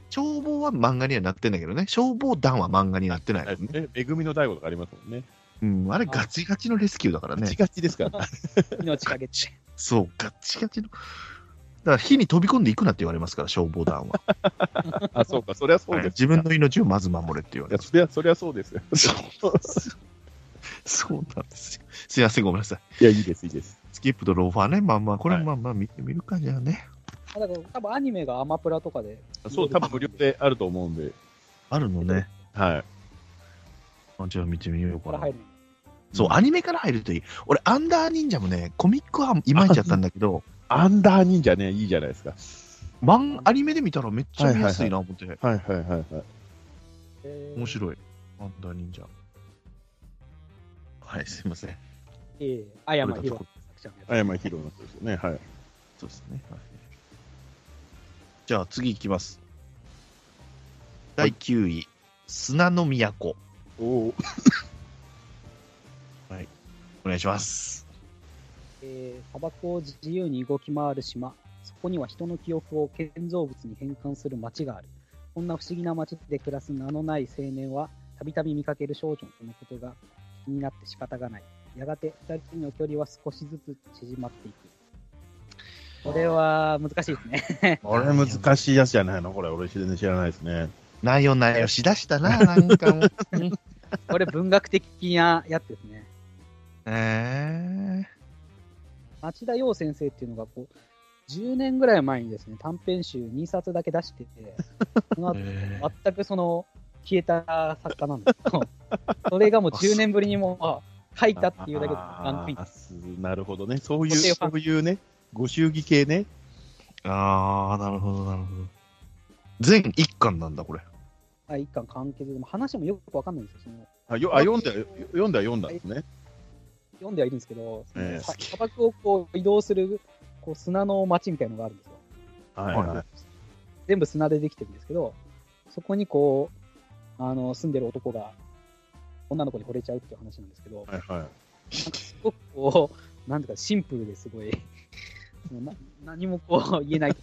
Speaker 2: 消防は漫画にはなってんだけどね、消防団は漫画になってないもんね。
Speaker 4: ね、恵みの大悟とかありますもんね。
Speaker 2: うん、あれガチガチのレスキューだから
Speaker 4: ガチ
Speaker 2: ね。
Speaker 4: ガチですから、ね。
Speaker 3: 命かけて。
Speaker 2: そう、ガチガチの。だから火に飛び込んでいくなって言われますから、消防団は。
Speaker 4: [laughs] あ、そうか、そりゃそうです。
Speaker 2: 自分の命をまず守れって言わ
Speaker 4: い
Speaker 2: れ
Speaker 4: や、
Speaker 2: ます。
Speaker 4: そりゃ、そりゃそうですよ。
Speaker 2: そうそうなんですよ。すいません、ごめんなさい。
Speaker 4: いや、いいです、いいです。
Speaker 2: スキップとローファーね、まあまあ、これ
Speaker 4: はい
Speaker 2: まあまあ見てみるか、じゃあね。
Speaker 3: あだから多分アニメがアマプラとかで、
Speaker 4: そう、多分無料であると思うんで、
Speaker 2: あるのね。
Speaker 4: はい。
Speaker 2: あじゃあ見てみようか
Speaker 3: これ
Speaker 2: な
Speaker 3: 入。るの。
Speaker 2: そう、アニメから入るといい。俺、アンダー忍者もね、コミックはいまいちだったんだけ [laughs] ど、
Speaker 4: アンダー忍者ね、いいじゃないですか。
Speaker 2: 漫アニメで見たらめっちゃ見やすいな、思って。
Speaker 4: はいはいはいはい。
Speaker 3: えー
Speaker 2: 面白い。アンダー忍者。はい、すいません。
Speaker 3: ええあやまひろ作者のやつ
Speaker 4: あやまひろの人ですよね。はい。
Speaker 2: そうですね。はいじゃあ次いきます。第9位、砂の都。
Speaker 4: おお。
Speaker 2: お願いします。
Speaker 3: えー砂漠を自由に動き回る島、そこには人の記憶を建造物に変換する町がある。こんな不思議な町で暮らす名のない青年は、たびたび見かける少女のそのことが気になって仕方がない。やがて二人の距離は少しずつ縮まっていく。これは難しいですね。
Speaker 4: これ難しいやつじゃないのこれ、俺全然知らないですね。
Speaker 2: なよなよしだしたな、なんか [laughs] もう。うん
Speaker 3: これ文学的なやつですね。
Speaker 2: えー
Speaker 3: 町田洋先生っていうのがこう、10年ぐらい前にですね、短編集2冊だけ出してて、その後
Speaker 2: えー
Speaker 3: 全くその消えた作家なんですけど、それがもう10年ぶりにもうあ書いたっていうだけでランクイン
Speaker 4: あーすなるほどね。そうい
Speaker 3: 固定
Speaker 4: う、
Speaker 3: ファ
Speaker 4: そ
Speaker 3: ン
Speaker 4: ういうね、ご祝儀系ね。
Speaker 2: あー、なるほど、なるほど。全1巻なんだ、これ。
Speaker 3: あ一巻完結でも話もよくわかんないんですよ。その
Speaker 4: あ、よあ読んだ、よ読んだ、読んだんですね。
Speaker 3: 読んではいるんですけど、その
Speaker 4: ええ
Speaker 3: さ砂漠をこう移動するこう砂の街みたいのがあるんですよ。
Speaker 4: はい
Speaker 2: は
Speaker 4: はい。
Speaker 3: 全部砂でできてるんですけど、そこにこう、あの住んでる男が女の子に惚れちゃうっていう話なんですけど、
Speaker 4: はいはい。
Speaker 3: すごくこう、なんていうか、シンプルですごい、そのな何もこう言えない、 [laughs]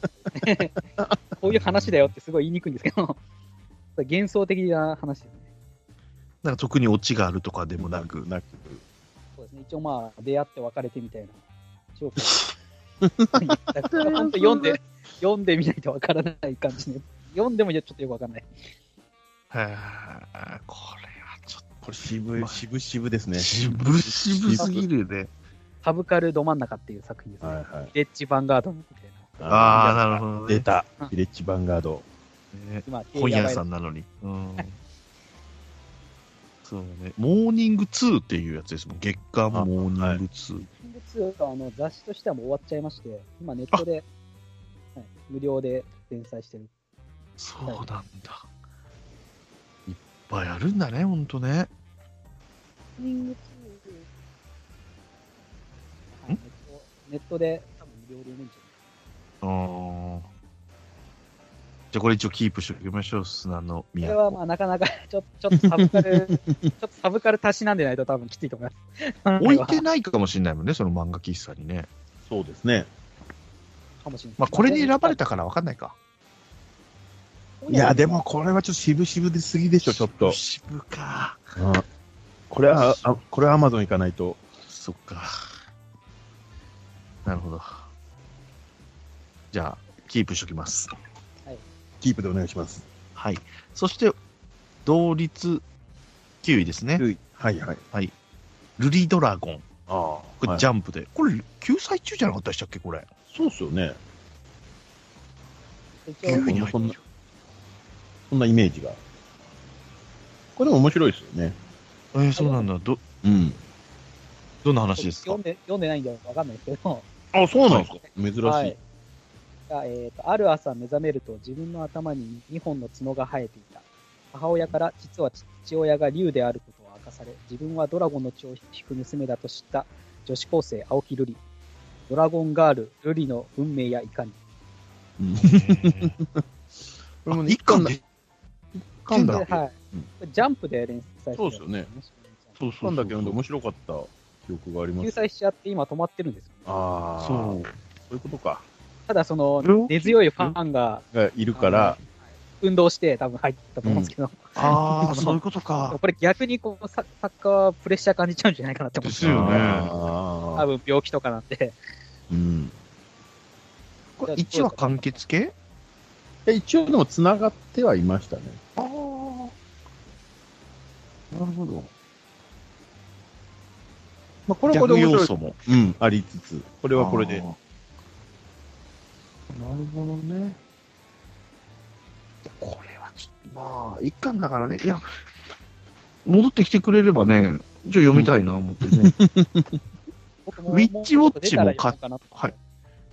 Speaker 3: こういう話だよってすごい言いにくいんですけど、 [laughs] 幻想的な話ですね。
Speaker 2: なんか特にオチがあるとかでもなく。
Speaker 4: なく。
Speaker 3: そうですね一応まあ、出会って別れてみたいな、一応こうだからちゃんと読んで、読んでみないとわからない感じで、読んでもちょっとよくわかんない。
Speaker 2: はーこれはちょっ
Speaker 4: これ渋い、渋々です
Speaker 2: と、
Speaker 4: ね。
Speaker 2: 渋々すぎるね。
Speaker 3: サブカルど真ん中っていう作品ですね。
Speaker 4: はい
Speaker 3: ヴ
Speaker 4: はい。
Speaker 3: ィレッジヴァンガードみたいな。
Speaker 2: ああ、なるほど、ね。
Speaker 4: 出た。ヴィレッジヴァンガード。
Speaker 2: ね
Speaker 3: 今、
Speaker 2: 本屋さんなのに。うん。そうね。モーニング2っていうやつですもん。月刊モーニング2。
Speaker 3: キング2はあの雑誌としてはもう終わっちゃいまして、今ネットで、はい、無料で連載してる。
Speaker 2: そうなんだ。いっぱいあるんだね、ほんとね。
Speaker 3: キング2はい、ネットネットで多分無料で読めるんじ
Speaker 2: うん。じゃあこれ一応キープしておきましょう、砂の
Speaker 3: ゃないこ
Speaker 2: 宮。
Speaker 3: れはまあなかなか [laughs] ちょちょっとサブ
Speaker 2: [laughs]
Speaker 3: カル、ちょっとサブカルたしなんでないと多分きついと思います。
Speaker 2: 置いてないかもしれないもんね、その漫画喫茶にね。
Speaker 4: そうですね。
Speaker 3: [laughs] かもしれない。
Speaker 2: まあこれに選ばれたからわかんないか。
Speaker 4: いや、でもこれはちょっと渋々ですぎでしょ、ちょっと。
Speaker 2: 渋か。
Speaker 4: うんこれは、あこれはアマゾン行かないと。
Speaker 2: そっか。なるほど。じゃあ、キープしときます。
Speaker 4: キープでお願いします。
Speaker 2: はい。そして、同率9位ですね。
Speaker 4: はいはい。
Speaker 2: ルリドラゴン。
Speaker 4: あ
Speaker 2: これ、
Speaker 4: あ。
Speaker 2: ジャンプで。これ、救済中じゃなかったでしたっけこれ。
Speaker 4: そうっすよね。
Speaker 2: 9位に入って
Speaker 3: 一応
Speaker 4: そん
Speaker 2: る
Speaker 4: なそんなイメージが。これも面白いですよね。
Speaker 2: えー、そうなんだ。ど、
Speaker 4: うん。
Speaker 2: どんな話ですか
Speaker 3: 読んで読んでないんでわかんないですけど、
Speaker 4: あ、そうなんですか珍しい。
Speaker 3: はい。がえーとある朝目覚めると自分の頭に2本の角が生えていた。母親から実は父親が竜であることを明かされ、自分はドラゴンの血を引く娘だと知った女子高生青木瑠璃。ドラゴンガール、瑠璃の運命やいかに。
Speaker 4: うんこれもね
Speaker 2: 一巻で。
Speaker 4: 一巻だ
Speaker 3: で
Speaker 4: け。
Speaker 3: はいジャンプで連載して
Speaker 4: そうですよね。
Speaker 2: そう
Speaker 4: 一巻だけ読んで面白かった記憶がありま
Speaker 3: 救
Speaker 4: す。
Speaker 3: 済しちゃって今止まってるんですよね、
Speaker 4: ああ。
Speaker 2: そ
Speaker 4: そう。そういうことか。
Speaker 3: ただその
Speaker 2: うん
Speaker 3: 根強いファンが
Speaker 4: がいるから、
Speaker 3: 運動して多分入ったと思うんですけど、
Speaker 2: ああ、そういうことか。
Speaker 3: これ逆にこうさ作家はプレッシャー感じちゃうんじゃないかなって思うんです
Speaker 2: ですよね
Speaker 4: あ
Speaker 3: 多
Speaker 4: あ。
Speaker 3: 分病気とかなんで。
Speaker 4: うん。
Speaker 2: これ、1話完結系
Speaker 4: え一応でも繋がってはいましたね。
Speaker 2: ああ。は
Speaker 4: なるほど。まあ、これはこれで面
Speaker 2: 要
Speaker 4: 白い
Speaker 2: 素も。
Speaker 4: うん、ありつつ、これはこれで
Speaker 2: あー。
Speaker 4: るほどね。
Speaker 2: これはちょっと、まあ、一巻だからね。いや、戻ってきてくれればね、ちょっと読みたいな、思ってね。[laughs]
Speaker 3: 僕
Speaker 2: ウィッチウォッチも買っ
Speaker 3: うちょっと出たら読もうかなと
Speaker 2: はい。 [laughs]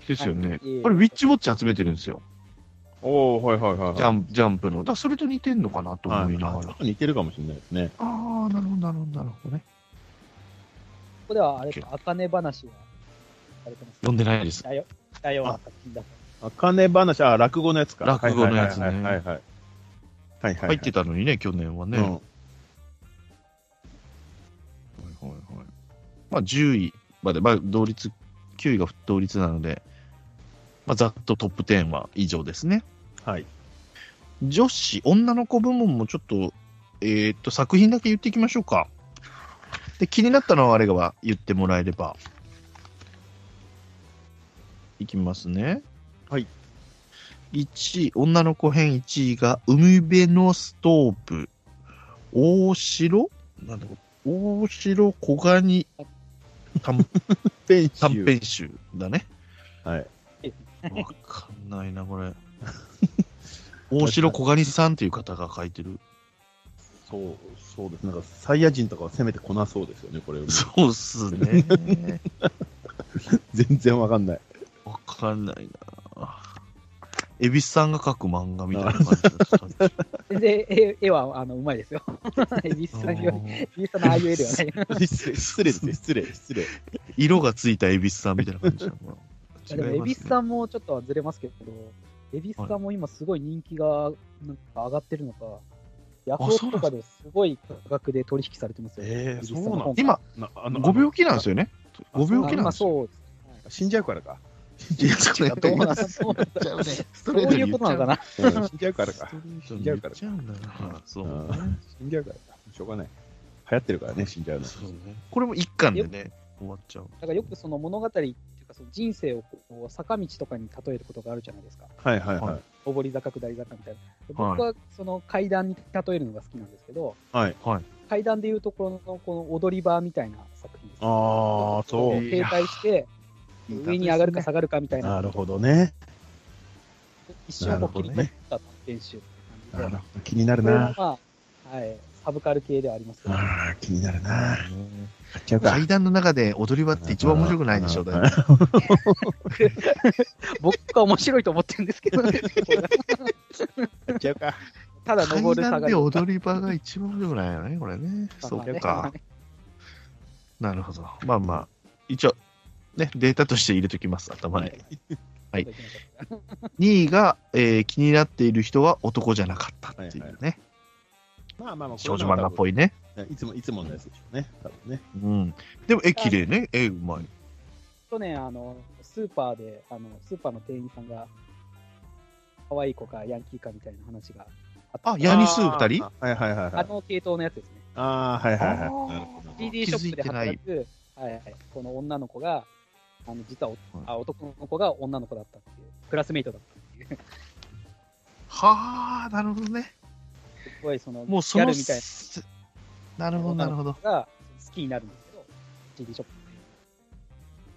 Speaker 2: ですよね。
Speaker 3: はい
Speaker 2: これ、ウィッチウォッチ集めてるんですよ。
Speaker 4: おおはいはいはい、はい。
Speaker 2: ジャンジャンプの。だからそれと似てんのかなと思いなが
Speaker 4: ちょ
Speaker 2: ら
Speaker 4: っ。と似てるかもしれないですね。
Speaker 2: ああ、なるほど、なるほど、なるほどね。
Speaker 3: ここでは、あれか、あかね話はされてます。
Speaker 2: 読んでないです。
Speaker 3: だよ、だような作品だ。
Speaker 4: あかね話、あ、落語のやつか。
Speaker 2: 落語のやつね
Speaker 4: はいはいはいはい。はいはいはい
Speaker 2: 入ってたのにね、去年はね。
Speaker 4: う
Speaker 2: はい
Speaker 4: ん
Speaker 2: はいはい。まあ、10位まで、まあ、同率、9位が同率なので、まあ、ざっとトップ10は以上ですね。
Speaker 4: はい。
Speaker 2: 女子、女の子部門もちょっと、えーっと、作品だけ言っていきましょうか。で、気になったのはあれが言ってもらえれば。いきますね。
Speaker 4: はい。
Speaker 2: 1位、女の子編1位が、海辺のストーブ、大城なんだこれ大城小
Speaker 4: [laughs]
Speaker 2: 金短
Speaker 4: ペンシ
Speaker 2: 短編集だね。
Speaker 4: はい。
Speaker 2: わかんないな、こ [laughs] れ。大城小金さんっていう方が書いてる。
Speaker 4: そう、そうです。なんか、サイヤ人とかは攻めてこなそうですよね、これ。
Speaker 2: そうっすね。
Speaker 4: 全然わかんない。
Speaker 2: [laughs] わかんないな。恵比寿さんが書く漫画みたいな感じだったんで
Speaker 3: 全然絵絵はあのうま
Speaker 2: [laughs]
Speaker 3: いですよ。エビスさんより、
Speaker 2: すよ
Speaker 3: エビスさんのああいう絵ではない。
Speaker 4: 失礼、失礼ですね、失礼、失礼。
Speaker 2: 色がついた恵比寿さんみたいな感じだもん。
Speaker 3: でも、エビスさんもちょっとはずれますけど、エビスさんも今すごい人気がなんか上がってるのか、ヤフオクとかですごい価格で取引されてますよ。
Speaker 4: え
Speaker 3: エ
Speaker 4: ー
Speaker 3: ビスさんの本
Speaker 2: 今、
Speaker 4: なあ
Speaker 2: ご病気なんですよね。ご病気
Speaker 3: あ
Speaker 2: なんで
Speaker 3: 今
Speaker 2: すよ。
Speaker 3: そうです。
Speaker 4: あ死んじゃ
Speaker 2: [laughs]
Speaker 4: うからか。
Speaker 2: いやそれ
Speaker 3: どうなん
Speaker 2: ス
Speaker 3: そう
Speaker 2: トレート
Speaker 3: どう
Speaker 2: に
Speaker 3: い
Speaker 2: 言
Speaker 3: う
Speaker 2: っ
Speaker 3: ことなのかな
Speaker 4: うん死んじゃうからか。
Speaker 2: 死んじゃうから。死んじゃうんだよな。そうね。
Speaker 4: 死んじゃうからか。しょうがない。流行ってるからね、死んじゃうの。
Speaker 2: そうねこれも一巻でね、終わっちゃう。
Speaker 3: だからよくその物語っていうか、その人生をこう坂道とかに例えることがあるじゃないですか。
Speaker 4: はいはいは。
Speaker 2: はい
Speaker 3: 上り坂、下り坂みたいな。で僕はその階段に例えるのが好きなんですけど、
Speaker 4: はい
Speaker 2: はい
Speaker 3: 階段でいうところのこの踊り場みたいな作品です。
Speaker 4: ああ、
Speaker 3: こ
Speaker 4: そう。
Speaker 3: 停滞して、上に上がるか下がるかみたい
Speaker 4: な
Speaker 3: な、
Speaker 4: るほどね。
Speaker 3: 一生をこう切り取った練習って
Speaker 4: な
Speaker 3: 感じ
Speaker 4: るほ
Speaker 3: で、
Speaker 4: ど。気になる
Speaker 3: これは
Speaker 4: な。
Speaker 3: まあ、はい、サブカル系ではありますけど、
Speaker 4: ああ、気になるな。買っちゃうか。
Speaker 2: 階段の中で踊り場って一番面白くないでしょ、だいたい
Speaker 3: 僕は面白いと思ってるんですけど、
Speaker 4: 買っちゃうか。
Speaker 3: ただ
Speaker 2: 階
Speaker 3: 登る下
Speaker 2: 段
Speaker 3: が
Speaker 2: で
Speaker 3: る。
Speaker 2: 踊り場が一番面白くないよね、これね。
Speaker 3: [laughs] まあ
Speaker 2: そ
Speaker 3: まあね
Speaker 2: うか。。なるほど。まあまあ、一応、ね、データとして入れときます、頭に。はい2位が、えー気になっている人は男じゃなかったっていうね、
Speaker 4: はいまあまあまあ、
Speaker 2: 少女漫画っぽ
Speaker 4: い。
Speaker 2: いね。
Speaker 4: いつも、いつものやつでしょうね。多分ね。
Speaker 2: うん。でも、絵綺麗ね。絵うまい。
Speaker 3: 去年、あの、スーパーで、あの、スーパーの店員さんが、可愛い子かヤンキーかみたいな話があ
Speaker 2: あ
Speaker 3: っ、た。
Speaker 2: ヤニスー二人
Speaker 4: はいはいはいは
Speaker 3: あ
Speaker 4: い。
Speaker 3: の系統のやつですね。
Speaker 4: ああ、はいはいはい。なる
Speaker 2: あー
Speaker 4: ほど
Speaker 3: CD ショップで働く、はいはい、この女の子が、あの実はおあ男の子が女の子だったっていう、クラスメイトだったっていう、
Speaker 2: はあ、なるほどね。
Speaker 3: すごいその、
Speaker 2: もうそ
Speaker 3: ギャ
Speaker 2: の
Speaker 3: ルみたい
Speaker 2: す、なる
Speaker 3: な
Speaker 2: ほど、なるほど。
Speaker 3: が好きになるんですけど、CD ショップ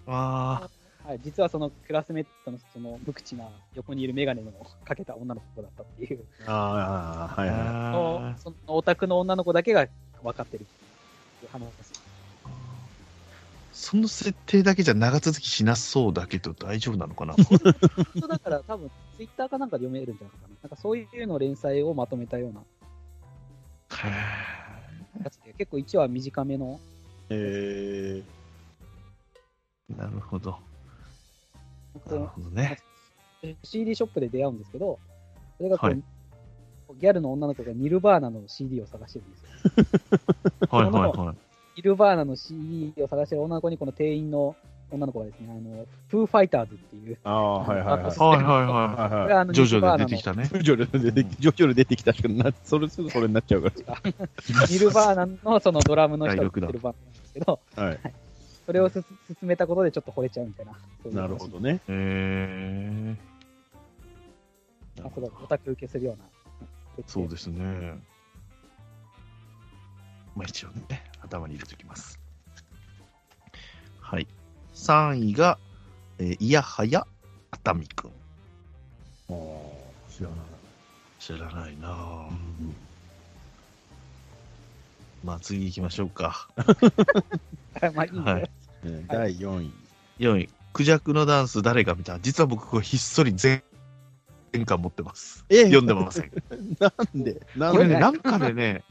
Speaker 2: あ
Speaker 3: で。はい、実はそのクラスメイトのその無口な横にいるメガネのかけた女の子だったっていう、
Speaker 4: ああ、
Speaker 2: ー
Speaker 4: はいはい。
Speaker 2: あー。
Speaker 3: そのオタクの女の子だけが分かってるっていう話です。
Speaker 2: その設定だけじゃ長続きしなそうだけど大丈夫なのかな
Speaker 3: 本当だから多分、ツイッターかなんかで読めるんじゃないかな。なんかそういうの連載をまとめたような
Speaker 2: へ
Speaker 3: やつで、結構1話短めの
Speaker 4: えー、
Speaker 2: ーなるほど。
Speaker 3: 本当
Speaker 2: なるほどね。
Speaker 3: CD ショップで出会うんですけど、それがこう、
Speaker 2: はい
Speaker 3: ギャルの女の子がニルバーナの CD を探してるんですよ。
Speaker 2: はいはいはい。
Speaker 3: ニルバーナの CD を探してる女の子に、この店員の女の子がですね、あの、フーファイターズっていう、
Speaker 4: ああ、はいはいはい。
Speaker 2: はいはいはい。
Speaker 4: はい
Speaker 3: こ
Speaker 4: はい
Speaker 3: れあの
Speaker 2: ジョジョで出て
Speaker 3: ニル
Speaker 2: きたね。
Speaker 4: ジョジョで出てき、ジョジョで出てきたしかな、それすぐそれになっちゃうか
Speaker 3: バーナのニルバーナのそのドラムの人
Speaker 2: 第
Speaker 3: が
Speaker 2: 六弾
Speaker 3: ニルバーナなんですけど、
Speaker 4: ら。はい。
Speaker 3: それをすす進めたことでちょっと惚れちゃうみたいな。そういう
Speaker 4: なるほどね。
Speaker 2: え
Speaker 3: あそうだオタク受けするような。。
Speaker 2: ー、そうですすね。まあ一応ね、頭に入れておきます。はい。3位が、えー、いやはや、熱海くん。
Speaker 4: 知らない。
Speaker 2: 知らないなぁまあ次行きましょうか。 [laughs]
Speaker 3: [laughs] まあいいんだよ
Speaker 2: はい
Speaker 4: ね第4位。
Speaker 2: 4位、クジャクのダンス誰が見た実は僕、これひっそり全全巻持ってます。
Speaker 4: え
Speaker 2: 読んでません。
Speaker 4: なんでなん
Speaker 2: これ
Speaker 4: で
Speaker 2: ね、
Speaker 3: な
Speaker 2: なんかでね、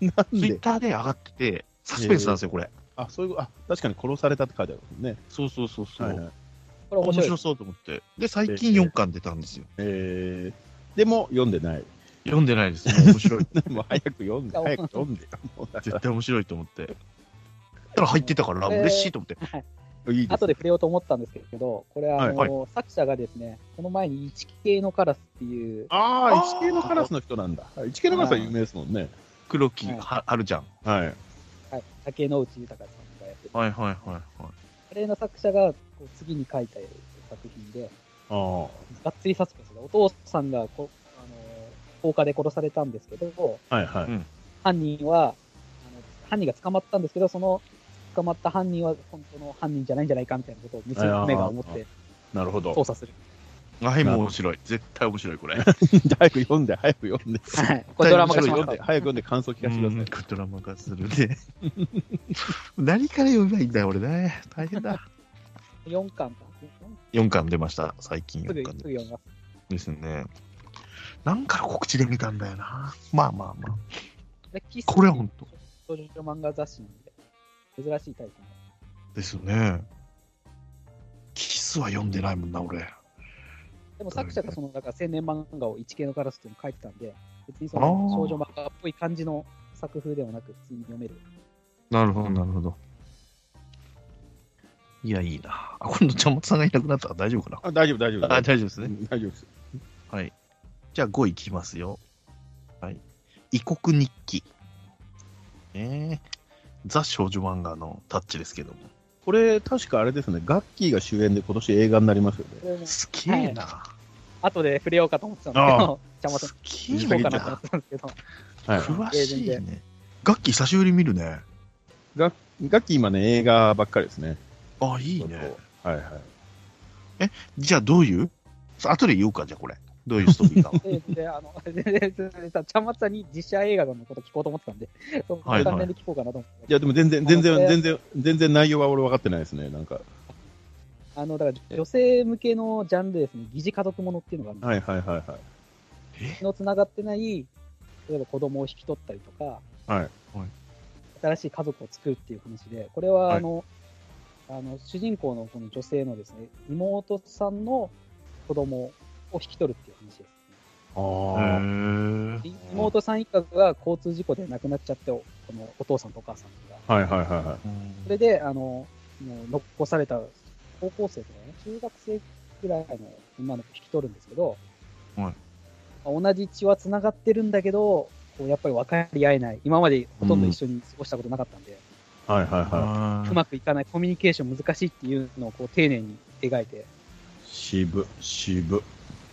Speaker 4: なん
Speaker 2: ツイッ
Speaker 4: で
Speaker 2: ターで上がってて、サスペンスなんですよ、これ。
Speaker 4: あ、そういうこと、あ、確かに殺されたって書いてあるもんね。
Speaker 2: そうそうそうそう。
Speaker 4: はいはい
Speaker 3: これ面
Speaker 2: 面
Speaker 3: 白い
Speaker 2: 白そうと思って。で、最近4巻出たんですよ。
Speaker 4: えー、でも読んでない。
Speaker 2: 読んでないです。も [laughs] う面白い。
Speaker 4: もう早く読んで、早く読んで。もうだか
Speaker 2: 絶対面白いと思って。たら入ってたから、
Speaker 3: えー
Speaker 2: 嬉しいと思って。
Speaker 4: らいいです
Speaker 3: 後で触れようと思ったんですけど、これはあの、
Speaker 2: はい
Speaker 3: 作者がですね、この前に1系のカラスっていう、
Speaker 4: ああ、一系のカラスの人なんだ。一系のカラスは有名ですもんね。
Speaker 2: 黒木
Speaker 3: はい
Speaker 2: はあるじゃん。
Speaker 4: はい。
Speaker 3: はい、竹野内豊さんがやってる、
Speaker 2: はいはいはいはい。
Speaker 3: あれの作者がこう次に書いた作品で、
Speaker 4: ああ。
Speaker 3: がっつりサスペンスで、お父さんがこあの放火で殺されたんですけど、
Speaker 4: はいは
Speaker 2: う
Speaker 4: い。
Speaker 2: ん
Speaker 3: 犯人は、あの犯人が捕まったんですけど、その捕まった犯人は本当の犯人じゃないんじゃないかみたいなことを娘が思って
Speaker 4: なるほど
Speaker 3: 捜。査する。
Speaker 2: はい、もう面白い。絶対面白い、これ。
Speaker 4: [laughs] 早く読んで、早く読んで。
Speaker 3: はい、これドラマ化しま
Speaker 4: 読
Speaker 3: し
Speaker 4: ん
Speaker 3: た
Speaker 4: で、。早く読んで感想聞かせてください。
Speaker 2: ドラマ化するね。 [laughs] 何から読めばいいんだよ、俺ね。大変だ。
Speaker 3: 4巻か。
Speaker 2: 4巻出ました、最近
Speaker 3: すぐ
Speaker 2: 4
Speaker 3: す
Speaker 2: 巻
Speaker 3: ぐ読みます。
Speaker 2: ですね。なんか告知で見たんだよな。まあまあまあ。
Speaker 3: でキス
Speaker 2: これは本当
Speaker 3: 少女漫画雑誌なんで、珍しいタイプの。
Speaker 2: ですよね。キスは読んでないもんな、俺。
Speaker 3: でも作者がその、だから青年漫画を一系のカラスっていうのを書いてたんで、別にそ
Speaker 2: あ
Speaker 3: の
Speaker 2: ー
Speaker 3: 少女漫画っぽい感じの作風ではなく、普通に読める。
Speaker 2: なるほど、なるほど。いや、いいな。あ、今度、ちゃんもつさんがいなくなったら大丈夫か
Speaker 4: あ大丈夫、大丈夫。
Speaker 2: な。あ、大丈夫ですね。
Speaker 4: うん大丈夫です。
Speaker 2: はい。じゃあ5位いきますよ。はい。異国日記。ねえザ少女漫画のタッチですけども。
Speaker 4: これ、確かあれですね、ガッキーが主演で今年映画になりますよね。
Speaker 3: これも
Speaker 2: すげえな。
Speaker 3: [laughs] 後で触れようかと思ってたんですけど、邪魔さん
Speaker 2: すげ
Speaker 3: 聞
Speaker 2: え
Speaker 3: こうかなと
Speaker 2: な
Speaker 3: 思っ。てたんですけど、
Speaker 4: はい。
Speaker 2: 詳しいね。ガッキー久しぶりに見るね。
Speaker 4: ガッ [laughs] ガッキー今ね、映画ばっかりですね。
Speaker 2: あ、いいね。。
Speaker 4: はいはい。
Speaker 2: じゃあどういうさ後で言おうか、じゃあこれ。どういうストーリーか。
Speaker 3: でであの、 [laughs] 全然、全然さ、茶松さんに実写映画のこと聞こうと思ってたんで、 [laughs] その
Speaker 2: はいはい
Speaker 3: 関連で聞こうかなと思ってたん
Speaker 4: い
Speaker 3: で
Speaker 4: や、でも全然、全然、
Speaker 3: あの
Speaker 4: 全然、全然内容は俺分かってないですね。なんか。
Speaker 3: あの、だから女性向けのジャンルですね、疑似家族ものっていうのがあるんですよ
Speaker 4: はいはいはいはい。
Speaker 3: 血のつながってない、例えば子供を引き取ったりとか、
Speaker 4: はい
Speaker 2: はい
Speaker 3: 新しい家族を作るっていう話で、これはあの、あの主人公のこの女性のですね妹さんの子供を引き取るっていう話です
Speaker 2: [laughs] へ
Speaker 4: あ
Speaker 2: ー
Speaker 3: ね、い妹さん一家が交通事故で亡くなっちゃって、おこのお父さんとお母さんが。
Speaker 4: あ。はいはいはいはい。
Speaker 3: それで、あのもう残された高校生とかね、中学生ぐらいの女の子引き取るんですけど、
Speaker 2: はい
Speaker 3: 同じ血はつながってるんだけど、こうやっぱり分かり合えない、今までほとんど一緒に過ごしたことなかったんで、
Speaker 4: はいはいは
Speaker 2: あ
Speaker 3: う
Speaker 2: ー
Speaker 3: まくいかない、コミュニケーション難しいっていうのをこう丁寧に描いて、
Speaker 4: い。渋、渋。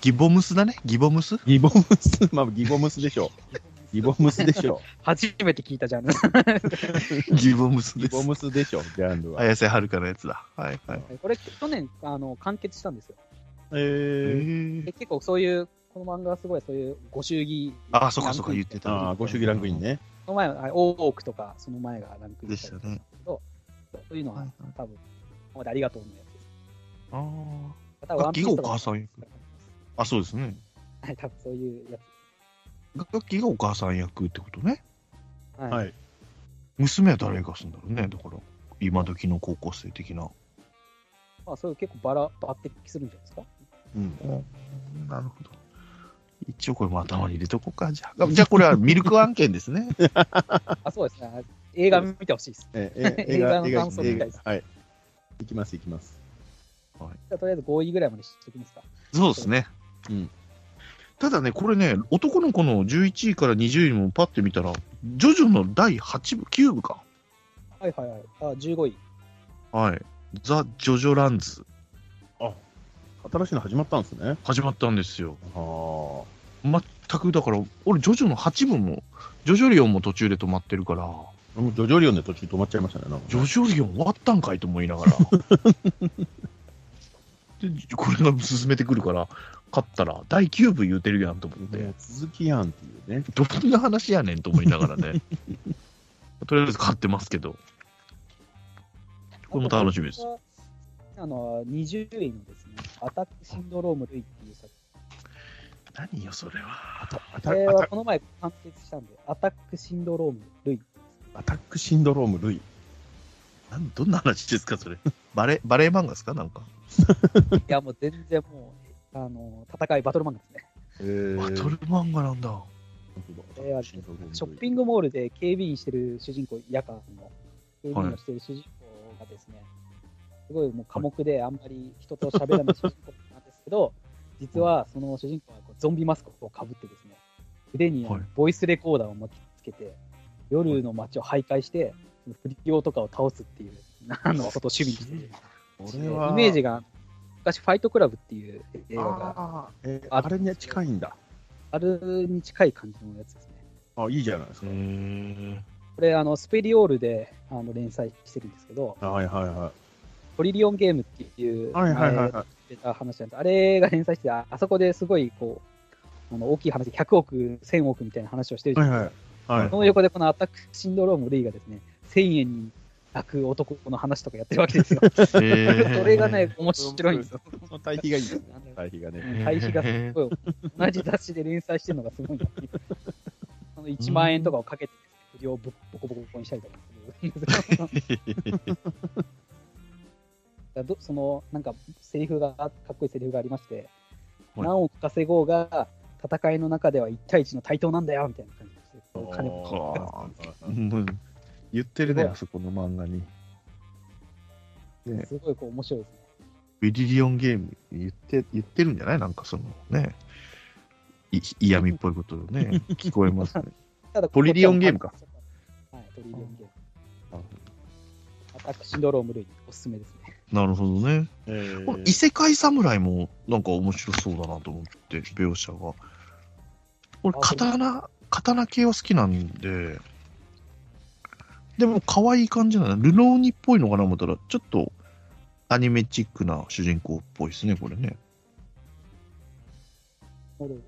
Speaker 2: ギボムスだね。ギボムス
Speaker 4: ギボムス、まあギボムスでしょ [laughs] う。ギボムスでしょ
Speaker 3: 初めて聞いたジャンル。
Speaker 2: [laughs] ギボムス
Speaker 4: う。
Speaker 2: で
Speaker 4: ギ
Speaker 2: す
Speaker 4: ボ。ムスでしょう、ジャンルは。
Speaker 2: 綾瀬はるかのやつだ。はいはい。 [laughs]
Speaker 3: これ、去年あの完結したんですよ。
Speaker 4: えー。
Speaker 2: え
Speaker 3: で結構そういう、この漫画はすごいそういうご祝儀。
Speaker 2: あ、そっかそっか言ってた。
Speaker 4: ああ、ご祝儀ランクインね。
Speaker 3: その前は、はいオークとか、その前がランクイン
Speaker 2: で
Speaker 3: し
Speaker 2: したた
Speaker 3: り
Speaker 2: ね。
Speaker 3: そういうのは、
Speaker 2: はいは
Speaker 3: 多分今までありがとうのやつです。
Speaker 2: あ
Speaker 3: また
Speaker 2: あ。
Speaker 3: ワ
Speaker 2: 楽
Speaker 3: ンピ
Speaker 2: 器
Speaker 3: ー
Speaker 2: が
Speaker 3: ス
Speaker 2: お
Speaker 3: とか
Speaker 2: 母さん役。あ、そうですね。
Speaker 3: はい、多分そういうやつ。
Speaker 2: 楽器がお母さん役ってことね。
Speaker 3: はい。
Speaker 4: はい。
Speaker 2: 娘は誰がするんだろうね。だから、今時の高校生的な。
Speaker 3: まあ、そういう結構バラ、バってするんじゃないですか。
Speaker 4: うん。
Speaker 2: なるほど。一応これも頭に入れとこうか。じゃあ、じゃあこれはミルク案件ですね。
Speaker 3: あ、そうですね。映画見てほしいです。
Speaker 4: えー、えー
Speaker 3: [laughs] 映
Speaker 4: 映
Speaker 3: 画
Speaker 4: 画、
Speaker 3: の
Speaker 4: 映画
Speaker 3: 感想みたいです、
Speaker 4: はい。いきます、いきます。
Speaker 3: じゃあ、とりあえず5位ぐらいまで知っておきますか。
Speaker 2: そうですね。
Speaker 4: うん
Speaker 2: ただね、これね、男の子の11位から20位もパッて見たら、ジョジョの第8部、9部か。
Speaker 3: はいはいはい。あ、15位。
Speaker 2: はい。ザ・ジョジョランズ。
Speaker 4: 新しいの始まったんですね。
Speaker 2: 始まったんですよ。
Speaker 4: ああ。
Speaker 2: 全く、だから、俺、ジョジョの8部も、ジョジョリオンも途中で止まってるから、
Speaker 4: もうジョジョリオンで途中止まっちゃいましたね。なんかね
Speaker 2: ジョジョリオン終わったんか [laughs] いと思いながら。でこれが進めてくるから、かったら第9部言うてるやんと思って、
Speaker 4: もう続きやんっていうね。
Speaker 2: どんな話やねんと思いながら [laughs] ねとりあえず買ってますけどこれも楽しみです。
Speaker 3: あの、20位のですね、アタックシンドローム類っていう作
Speaker 2: 何よそれは
Speaker 4: アタアタ
Speaker 3: 品。これ
Speaker 4: ア
Speaker 3: は
Speaker 4: タ
Speaker 3: この前完結したんで、アタックシンドローム類。
Speaker 4: アタックシンドローム類。
Speaker 2: なんどんな話ですかそれバレバレエ漫画ですかなんか
Speaker 3: いや、もう全然もう、あの、戦いバトル漫画ですね。
Speaker 4: えー
Speaker 2: バトル漫画なんだ
Speaker 3: これはショッピングモールで警備員してる主人公、夜間の警備員をしてる主人公がですね、すごいもう寡黙であんまり人と喋らない主人公なんですけ
Speaker 4: [laughs]
Speaker 3: ど、実はその主人公はこうゾンビマスクをかぶってですね、腕に
Speaker 2: はい
Speaker 3: ボイスレコーダーを巻きつけて、夜の街を徘徊して、不良とかを倒すっていう、あのことを趣味にしてる。
Speaker 4: こ
Speaker 3: イ
Speaker 4: れは、
Speaker 3: メージが、昔、ファイトクラブっていう映画が
Speaker 4: あーえー
Speaker 3: あ
Speaker 4: あれに近いんだ。
Speaker 3: あるに近い感じのやつですね。
Speaker 4: あ、いいじゃないですか。
Speaker 2: え
Speaker 3: これあのスペリオールであの連載してるんですけど、
Speaker 4: はいはいは
Speaker 3: トリリオンゲームっていう、
Speaker 4: い。はいはいはい、
Speaker 3: 前
Speaker 4: はい。
Speaker 3: 出た話なんですあれが連載して、ああそこですごいこうあの大きい話、100億、1000億みたいな話をしてるじゃ
Speaker 4: は
Speaker 3: ないいですか
Speaker 4: はい。はい
Speaker 3: その横でこのアタックシンドローム類がですね、1000円に泣く男の話とかやってるわけですよ。
Speaker 2: そ
Speaker 3: [laughs] それがね、面白いんですよ。
Speaker 4: [laughs] その対比がいいですね。
Speaker 3: あの
Speaker 4: 対比がね。
Speaker 3: 対比がすごい、同じ雑誌で連載してるのがすごいなっていうあの1万円とかをかけて、不良をぶっボコボコボコにしたりとかするだ
Speaker 2: [laughs]
Speaker 3: からどそのなんかセリフが、かっこいいセリフがありまして、
Speaker 2: はい
Speaker 3: 何億稼ごうが、戦いの中では1対1の対等なんだよみたいな感じです。お金も
Speaker 4: あー
Speaker 2: うん言ってるね
Speaker 3: すごい
Speaker 2: あそこの漫画に
Speaker 3: すごいこう面白いですね。
Speaker 2: ビリリオンゲーム言って言ってるんじゃないなんかそのねい嫌味っぽいことを [laughs] ね聞こえますね
Speaker 3: ただ
Speaker 2: トリリオンゲームか。
Speaker 3: はい、トリリオンゲーム。アタックシンドローム類、おすすめですね。
Speaker 2: なるほどね
Speaker 4: えー
Speaker 2: 異世界侍もなんか面白そうだなと思って描写が俺
Speaker 3: あ
Speaker 2: 刀刀系は好きなんででも可愛い感じなのルノーニっぽいのかな思ったらちょっとアニメチックな主人公っぽいですねこれね
Speaker 3: モル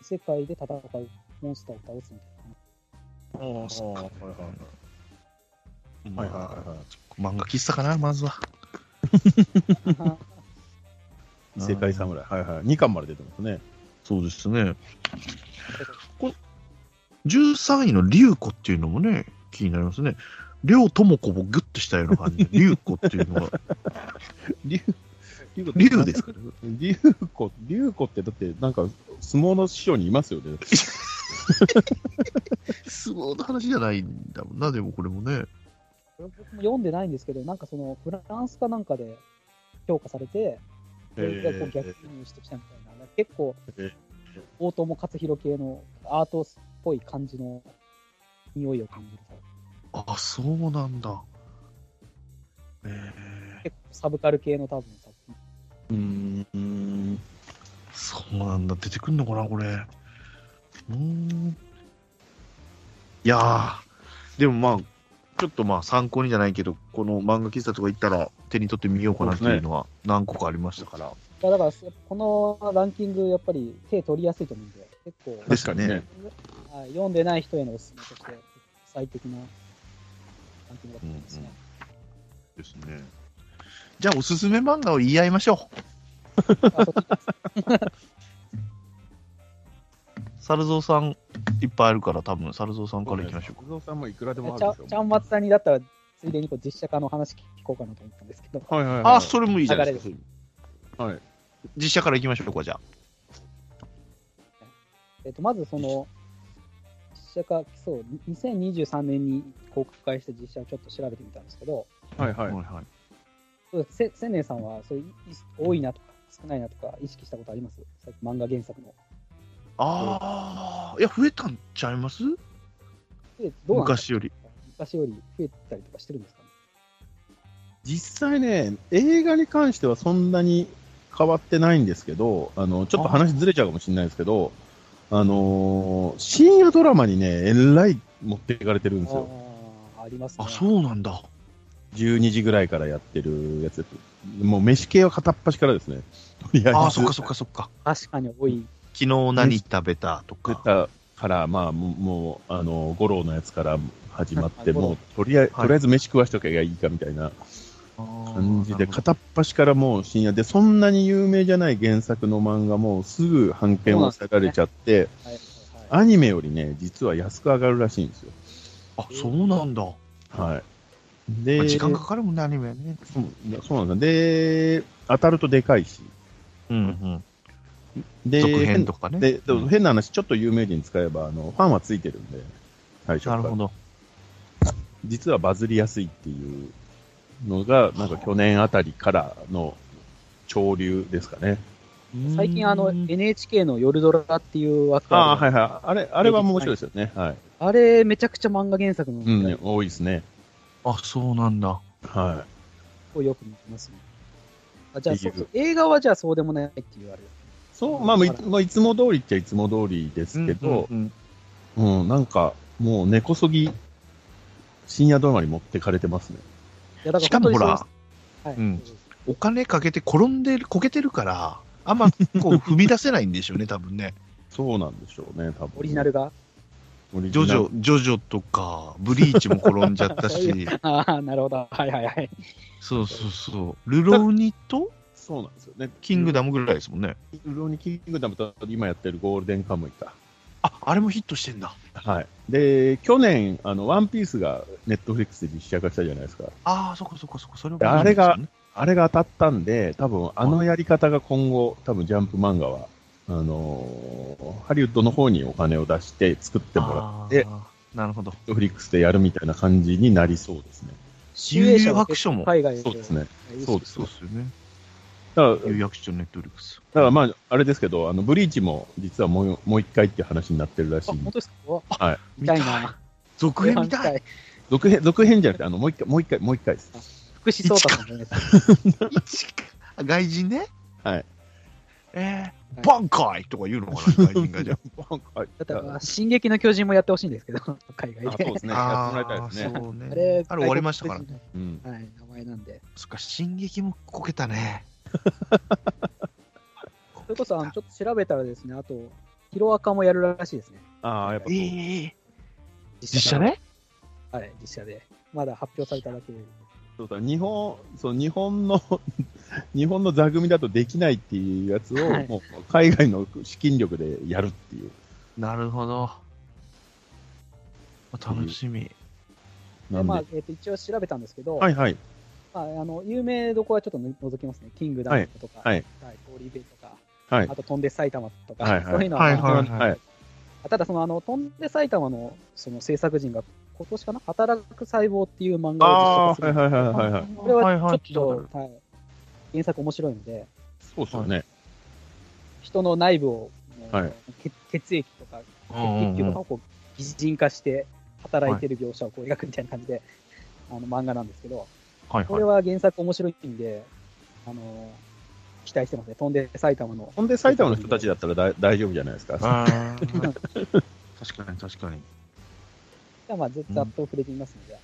Speaker 3: 異世界で戦うモンスターを倒すみたいな。
Speaker 4: あーはいはいはいはいはいはい。
Speaker 2: 漫画喫茶かなまずは
Speaker 4: 異世界侍。はいはい。2巻まで出てますね。
Speaker 2: そうですね。こ13位の龍子っていうのもね、気になりますね。両智子をグッとしたような感じで、龍子っていうのは、
Speaker 4: 竜、
Speaker 2: 龍ですかね。
Speaker 4: 竜子、竜子ってだってなんか相撲の師匠にいますよね。
Speaker 2: 相撲の話じゃないんだもんな、でもこれもね。
Speaker 3: 僕も読んでないんですけど、なんかそのフランスかなんかで評価されて、それがこう逆にしてきたみたいな、結構
Speaker 4: えー、
Speaker 3: 大友克弘系のアートっぽい感じの匂いを感じる。
Speaker 2: あ、そうなんだ。え
Speaker 3: 結構サブカル系の多分作品。
Speaker 4: うーん。
Speaker 2: ー、そうなんだ。出てくんのかな、これ。うーん。いやー、でもまあ、ちょっとまあ参考にじゃないけど、この漫画喫茶とか行ったら手に取ってみようかなっていうのは何個かありましたから。
Speaker 3: いやだから、このランキング、やっぱり手取りやすいと思うんで、結構、
Speaker 4: [laughs]
Speaker 2: ですかね
Speaker 3: はい読んでない人へのおすすめとして、最適なランキングだと思いますね。
Speaker 2: ですね。じゃあ、おすすめ漫画を言い合いましょ
Speaker 3: あそっち
Speaker 2: う。猿蔵さん、いっぱいあるから、多分猿蔵さんからいきましょうか。
Speaker 4: 小僧さんもいくらでもあ
Speaker 3: ちゃ
Speaker 4: る
Speaker 3: ん
Speaker 4: でし
Speaker 3: ち
Speaker 4: ょ。
Speaker 3: ゃんまつさんにだったら、ついでにこう実写化の話聞こうかなと思ったんですけど、
Speaker 4: はいはいはい。
Speaker 2: ああ、それもいいじゃないですか。
Speaker 4: はい。
Speaker 2: 実写からいきましょうか、じゃあ。
Speaker 3: えっとまずその、実写化、そう、2023年に公開した実写をちょっと調べてみたんですけど、
Speaker 4: はいはい。
Speaker 2: はいはい
Speaker 3: そうせ千年さんはそういうい多いなとか、少ないなとか、意識したことありますさっき漫画原作の。
Speaker 2: ああ、いや、増えたんちゃいます
Speaker 3: でどうなんですか
Speaker 2: 昔より。
Speaker 3: 昔より増えたりとかしてるんですかね
Speaker 4: 実際ね、映画に関してはそんなに変わってないんですけど、あの、ちょっと話ずれちゃうかもしれないですけど、あのー深夜ドラマにね、えらい持っていかれてるんですよ。
Speaker 3: あーありますね。
Speaker 2: あ、そうなんだ。
Speaker 4: 12時ぐらいからやってるやつです。もう飯系は片っ端からですね。とりあえず。
Speaker 2: ああ、そっかそっかそっか。
Speaker 3: 確かに多い。
Speaker 2: 昨日何食べたと
Speaker 4: 出
Speaker 2: か。
Speaker 4: たから、まあ、もうもう、あの、五郎のやつから始まっ
Speaker 3: は
Speaker 4: て、
Speaker 3: い五郎
Speaker 4: もう、とりあえず、
Speaker 2: はい
Speaker 4: とりあえず飯食わしとけばいいかみたいな感じで、
Speaker 2: あー
Speaker 4: 片っ端からもう深夜で、そんなに有名じゃない原作の漫画もすぐ版権を下がれちゃって、
Speaker 3: はいはい
Speaker 4: アニメよりね、実は安く上がるらしいんですよ。
Speaker 2: あ、そうなんだ。
Speaker 4: はい。で、
Speaker 2: まあ時間かかるもんね、アニメはね。
Speaker 4: そうそうなんですよ。で、当たるとでかいし。
Speaker 2: うんう
Speaker 4: で
Speaker 2: ん。続編とかね。
Speaker 4: で、で
Speaker 2: う
Speaker 4: も
Speaker 2: ん
Speaker 4: 変な話、ちょっと有名人使えば、あの、ファンはついてるんで、最初か
Speaker 2: な
Speaker 4: ら
Speaker 2: るほど。
Speaker 4: 実はバズりやすいっていうのが、なんか去年あたりからの潮流ですかね。
Speaker 3: 最近あの
Speaker 2: うん
Speaker 3: NHK の夜ドラっていう枠
Speaker 4: ああ、
Speaker 3: ある
Speaker 4: はいはい。あれ、あれは面白いですよね。はい。
Speaker 3: あれめちゃくちゃ漫画原作の
Speaker 4: うん、
Speaker 3: を
Speaker 4: 多いですね。
Speaker 2: あ、そうなんだ。
Speaker 4: は
Speaker 3: よく見てますね。あじゃあ
Speaker 4: いい
Speaker 3: そう
Speaker 4: よ
Speaker 3: そう映画はじゃあそうでもないって言われる。
Speaker 4: い。そう、まあ、いまあ、いつも通りっちゃいつも通りですけど、
Speaker 2: うんうん
Speaker 4: うんなんか、もう根こそぎ、深夜ドラマに持ってかれてますね。
Speaker 3: いや
Speaker 2: う
Speaker 3: だ
Speaker 2: ん
Speaker 3: から
Speaker 2: しかもほ
Speaker 3: 本
Speaker 2: ら、
Speaker 3: 当にそうです、はい
Speaker 2: うん
Speaker 3: そうです
Speaker 2: お金かけて転んでる、こけてるから、あんまこう踏み出せないんでしょうね、多分
Speaker 4: [laughs]
Speaker 2: ね。
Speaker 4: そうなんでしょうね、多分。
Speaker 3: オリジナルが。 [laughs]
Speaker 4: オリジ
Speaker 2: ジ
Speaker 4: ナル。
Speaker 2: ョジョ、ジョジョとか、ブリーチも転んじゃった
Speaker 4: [laughs]
Speaker 2: し、
Speaker 3: ああ、なるほど。はいはいはい。
Speaker 2: そうそうそう。ルローニと
Speaker 4: そうなんですよね。
Speaker 2: キングダムぐらいですもんね。
Speaker 4: ウロニキングダムと今やってるゴールデンカムイか。
Speaker 2: あ、あれもヒットしてんだ。
Speaker 4: はい。で、去年、あの、ワンピースがネットフリックスで実写化したじゃないですか。
Speaker 2: ああ、そこそこそこ、それも
Speaker 4: あれが
Speaker 2: いいんですよね
Speaker 4: あれが当たったんで、多分あのやり方が今後、多分ジャンプ漫画は、あのーハリウッドの方にお金を出して作ってもらって、ネッ
Speaker 2: あーなるほど。
Speaker 4: トフリックスでやるみたいな感じになりそうですね。
Speaker 3: 集英社は
Speaker 2: 有
Speaker 3: 結
Speaker 2: 書
Speaker 3: 構
Speaker 2: も。
Speaker 3: 海外
Speaker 4: そうですね。そうです
Speaker 2: そうですよね。
Speaker 4: だから、だか
Speaker 2: 有役所ネットフリックス。
Speaker 4: らまあ、あれですけど、あの、ブリーチも実はもう、もう一回っていう話になってるらし
Speaker 3: あ、
Speaker 4: いん
Speaker 3: 本
Speaker 4: で
Speaker 3: 当ですかお
Speaker 4: はい。
Speaker 3: 見たいな。
Speaker 2: 続編見たい。
Speaker 3: い。
Speaker 4: 続編、続編じゃなくて、あの、もう一回、もう一回、もう一回です。
Speaker 3: 福士蒼太さんのやつ。
Speaker 2: 一かあ [laughs] 外人ね。
Speaker 4: はい。
Speaker 2: えー、バンカイとか言うのかな、外人がじゃ
Speaker 4: はい
Speaker 3: だったら、進撃の巨人もやってほしいんですけど、 [laughs] 海
Speaker 4: あ
Speaker 3: 外
Speaker 4: そう
Speaker 3: で
Speaker 4: で。 [laughs] すね。やっ
Speaker 2: あ。
Speaker 4: てもらいたいですね。
Speaker 2: そうね。
Speaker 3: [laughs] あれ、
Speaker 2: あれ終わりましたからね。
Speaker 4: うん。
Speaker 3: はい、名前なんで。
Speaker 2: そっか、進撃もこけたね。
Speaker 3: それこそ、あの、ちょっと調べたらですね、あと、ヒロアカもやるらしいですね。
Speaker 4: ああ、やっぱ
Speaker 2: え
Speaker 4: そう。
Speaker 2: え
Speaker 3: 実
Speaker 2: 実写ね
Speaker 3: はい、実写で。まだ発表されただけで。
Speaker 4: そうだ日本そう日本の [laughs] 日本の座組だとできないっていうやつを、
Speaker 3: はい
Speaker 4: もう海外の資金力でやるっていう
Speaker 2: なるほど。楽しみ。
Speaker 4: なんで、
Speaker 3: まあ、えっと、一応調べたんですけど、
Speaker 4: はいはい
Speaker 3: まあ、あの、有名どこはちょっとの除きますね。キングダムとか、
Speaker 4: はいはい
Speaker 3: はい、通り部とか、
Speaker 4: はい
Speaker 3: あと、飛んで埼玉とか、
Speaker 4: はいはい
Speaker 3: そういうのは、
Speaker 2: はい
Speaker 3: まあ
Speaker 2: はい
Speaker 4: はい
Speaker 3: ただそのあの、飛んで埼玉のその制作人が、今年かな、働く細胞っていう漫画を
Speaker 4: あ
Speaker 3: 実写
Speaker 4: あは
Speaker 3: 化す
Speaker 4: い
Speaker 3: る
Speaker 4: はいはいはいはい
Speaker 3: これはち
Speaker 2: はい
Speaker 3: ょ
Speaker 2: は
Speaker 3: っと、はい原作面白いので、
Speaker 4: そうですよね、
Speaker 3: 人の内部を、もう
Speaker 4: はい
Speaker 3: 血血液とか、
Speaker 2: うんうん
Speaker 3: 血球とかをこう擬人化して、働いてる描写をこう描くみたいな感じで、あの漫画なんですけど、
Speaker 2: はい
Speaker 3: これは原作面白いんで、あの期待してますね、飛んで埼玉の。
Speaker 4: ほんで埼玉の人たちだったらだ大丈夫じゃないですか
Speaker 2: あー [laughs] 確かに確かに。
Speaker 3: まあ、ずざっと触れてみますので、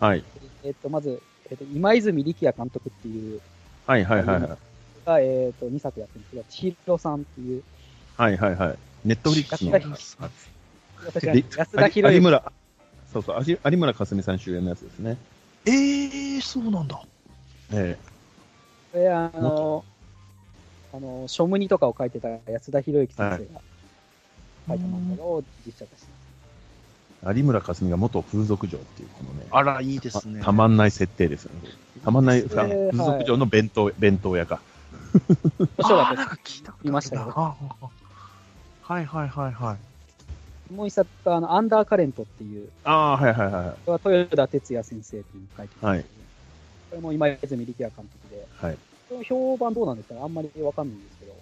Speaker 4: はい
Speaker 3: えっとまず、えっと今泉力也監督っていう
Speaker 4: はいはいはいはい
Speaker 3: が、えっと2作やってるんですけど、千尋さんっていう、
Speaker 4: はいはいはいネットフリックスの
Speaker 3: 安私は
Speaker 4: で
Speaker 3: 安田博
Speaker 4: 有
Speaker 3: 之
Speaker 4: 村そうそうあじ有村架純さん主演のやつですね
Speaker 2: ええそうなんだ。
Speaker 4: え
Speaker 3: これあの、あの、書ムニとかを書いてた安田博之先生が書いた漫画を実写化して
Speaker 4: え有村架純が元風俗嬢っていうこのね
Speaker 2: あら、いいですね。
Speaker 4: たたまんない設定ですよねたまんない、
Speaker 3: ます。で
Speaker 4: 風
Speaker 3: は
Speaker 4: 俗
Speaker 3: い、
Speaker 4: 嬢の弁当、弁当屋か。
Speaker 3: 図書
Speaker 2: あーな
Speaker 3: が
Speaker 2: ん
Speaker 3: です
Speaker 2: か聞いたことあるな
Speaker 3: 見ましたけど
Speaker 2: あーはいはいはいはい。
Speaker 3: もう一作があの、アンダーカレントっていう、
Speaker 4: ああー、はいはいはいはい。
Speaker 3: これは豊田哲也先生っていうのを書いてたんですけど、これも今泉力也監督で、
Speaker 4: はい
Speaker 3: この評判どうなんですかねあんまりわかんないんですけど、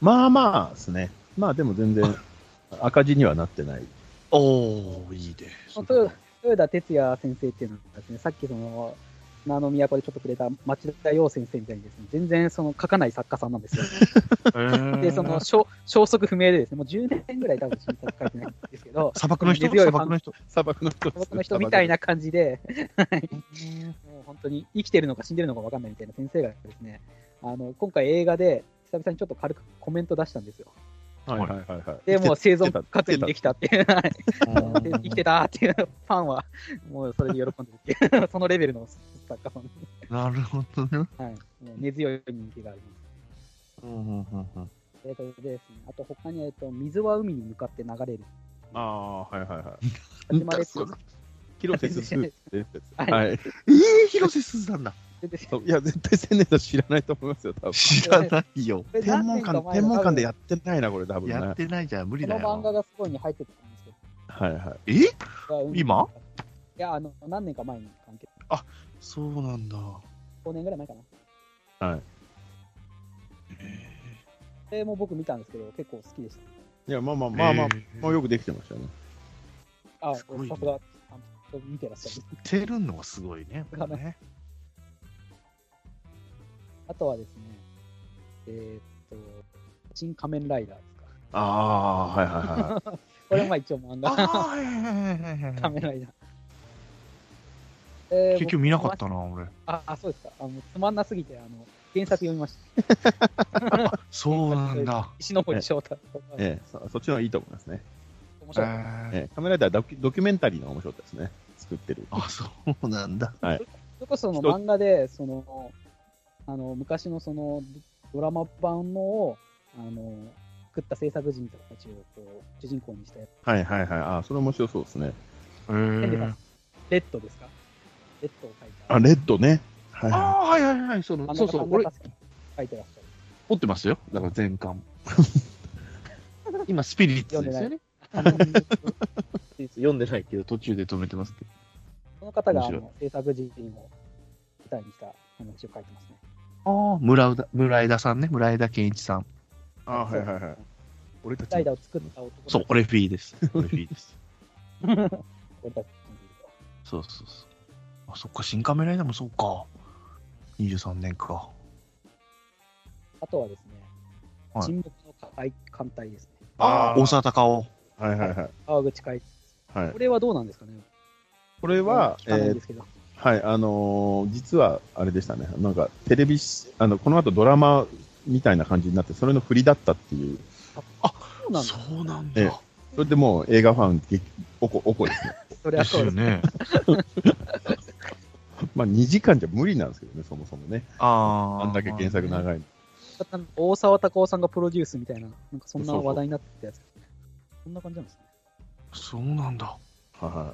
Speaker 4: まあまあですね。まあでも全 [laughs] 然赤字にはなってない。
Speaker 2: おー、いいですね。、
Speaker 3: 豊豊田哲也先生っていうのはですね、さっきその、名の都でちょっと触れた町田洋先生みたいにですね、全然その書かない作家さんなんですよ。で、その、消消息不明でですね、もう10年ぐらい多分新作書いてないんですけど
Speaker 2: [laughs] 砂漠の人
Speaker 3: 根強い
Speaker 2: 砂
Speaker 3: ファ
Speaker 2: 漠
Speaker 3: ン
Speaker 2: の人。
Speaker 4: 砂漠の人
Speaker 3: この人みたい。な感じで、
Speaker 2: へー
Speaker 3: [laughs] もう本当に生きてるのか死んでるのか分かんないみたいな先生がですね、あの今回映画で久々にちょっと軽くコメント出したんですよ。
Speaker 4: はいはいはいはい。
Speaker 3: で、もう生存
Speaker 4: 生
Speaker 3: 確認できたっていう、はい生きてたっていうファンは、もうそれで喜んでるって [laughs] いう、そのレベルの作家さんで
Speaker 2: なるほどね。
Speaker 3: はい、もう根強い人気があります。
Speaker 2: うんうんうんうん
Speaker 3: えーとですね、あと他に、えーと、水は海に向かって流れる。
Speaker 4: ああ、はいはいはい。
Speaker 3: 始まれ
Speaker 2: そうだ
Speaker 4: 広瀬すずです。
Speaker 3: はい
Speaker 4: [laughs] はい。
Speaker 2: ええ広瀬すずなんだ。
Speaker 4: そういや、絶対千年さん知らないと思いますよ、 [laughs] 多分。
Speaker 2: 知らないよ。
Speaker 4: 天文館、天文館でや
Speaker 3: っ
Speaker 4: ってないな、これ、多分
Speaker 2: [laughs]
Speaker 4: ね。
Speaker 2: やっ
Speaker 4: は
Speaker 2: てないじゃん、無理
Speaker 3: こ
Speaker 2: だ
Speaker 3: の漫画
Speaker 2: よ。
Speaker 3: がすごいに入ってたんですけど
Speaker 4: いはい。
Speaker 2: え
Speaker 3: 水は海に
Speaker 2: 今
Speaker 3: いや、あの、何年か前に関係、
Speaker 2: そうなんだ。
Speaker 3: 5年ぐらい前かな。
Speaker 4: はい。
Speaker 3: えも僕見たんですけど、結構好きでし
Speaker 4: いや、まあまあまあまあ、
Speaker 2: えー
Speaker 4: まあよくできてましたね。
Speaker 3: た。あ、
Speaker 2: すごいね
Speaker 3: さすが、あの見てらっしゃ
Speaker 2: 知
Speaker 3: る。
Speaker 2: ってるのがすごいね。これね
Speaker 3: あとはですね、えーっと、新仮面ライダーですか。
Speaker 4: [laughs] ああー、はいはいはい。
Speaker 3: これもまあ一応漫
Speaker 2: あ
Speaker 3: 画。
Speaker 2: あ、はいはいはいはいは
Speaker 3: 仮
Speaker 2: い。
Speaker 3: 面ライダー。えー
Speaker 2: 結局見なかっ。たな、俺。
Speaker 3: 僕あ、あそうですか。あのつまんなすぎて、あの原作読みました。
Speaker 2: そうなんだ。
Speaker 3: 石ノ森章太郎。
Speaker 4: [laughs] ええ、そそっちの方がいいと思いますね。
Speaker 3: 面
Speaker 2: え
Speaker 3: 白い。
Speaker 2: ー
Speaker 4: ええ、カメラではドキドキュメンタリーの方が面白かったですね。作ってる。
Speaker 2: あ、そうなんだ。
Speaker 3: それこそその漫画で、その、あの昔のそのドラマ版のを、あの、作った制作人たちをこう主人公にしたやつ。
Speaker 4: はいはいはい。ああ、それ面白そうですね。
Speaker 2: え
Speaker 3: ヘンリーさん
Speaker 2: ー、
Speaker 3: レッドですかレッドを描いた。
Speaker 4: あ、レッドね。はい
Speaker 2: あ
Speaker 4: は
Speaker 2: あ、はいはいはい。そ
Speaker 3: 真ん
Speaker 2: の
Speaker 3: 中
Speaker 2: そうそう、俺、
Speaker 3: 真ん中描いてらっしゃる。
Speaker 2: 持ってますよ。だから全 [laughs] 巻。今、スピリッツですよね。 [laughs] 読んでないけど、途中で止めてますけど。
Speaker 3: この方があ
Speaker 2: 面
Speaker 3: の制作人を舞台にした話を書いてますね。
Speaker 2: ああ、村枝村枝さんね。村枝健一さん。
Speaker 4: い。ああー、はいはいはい。俺た
Speaker 3: ライ
Speaker 4: ち
Speaker 3: ダ
Speaker 4: も。
Speaker 3: ーを作った男たち
Speaker 2: そう、。俺フィーです。俺フィーです。
Speaker 3: 俺たちの
Speaker 2: そうそうそう。あ、そっか、新仮面ライダーもそうか。23年か。
Speaker 3: あとはですね、
Speaker 2: はい
Speaker 3: 沈黙の艦艦隊ですね。
Speaker 4: あー
Speaker 2: 大沢たかお。
Speaker 4: はいはいはい。
Speaker 3: 川口海。
Speaker 4: はい
Speaker 3: これはどうなんですかね
Speaker 4: これ
Speaker 3: こ
Speaker 4: は、
Speaker 3: 聞
Speaker 4: え
Speaker 3: かない
Speaker 4: ー
Speaker 3: んですけど。
Speaker 4: はい、あのー実はあれでしたね、なんかテレビし、あのこの後ドラマみたいな感じになって、それの振りだったっていう、
Speaker 3: そうなんだ。
Speaker 2: うなん
Speaker 4: ええそれでもう映画ファン激、おこ、おこですね。
Speaker 3: それ
Speaker 2: で
Speaker 3: は
Speaker 2: す
Speaker 3: そう
Speaker 2: よ [laughs]
Speaker 3: です。
Speaker 2: ね。
Speaker 4: [laughs] まあ2時間じゃ無理なんですけどね、そもそもね。
Speaker 2: ああ。
Speaker 4: あんだけ原作長いの。
Speaker 3: 大沢たかおさんがプロデュースみたいな、なんかそんな話題になってたやつ。そんな感じなんですね。
Speaker 2: そうなんだ。
Speaker 4: は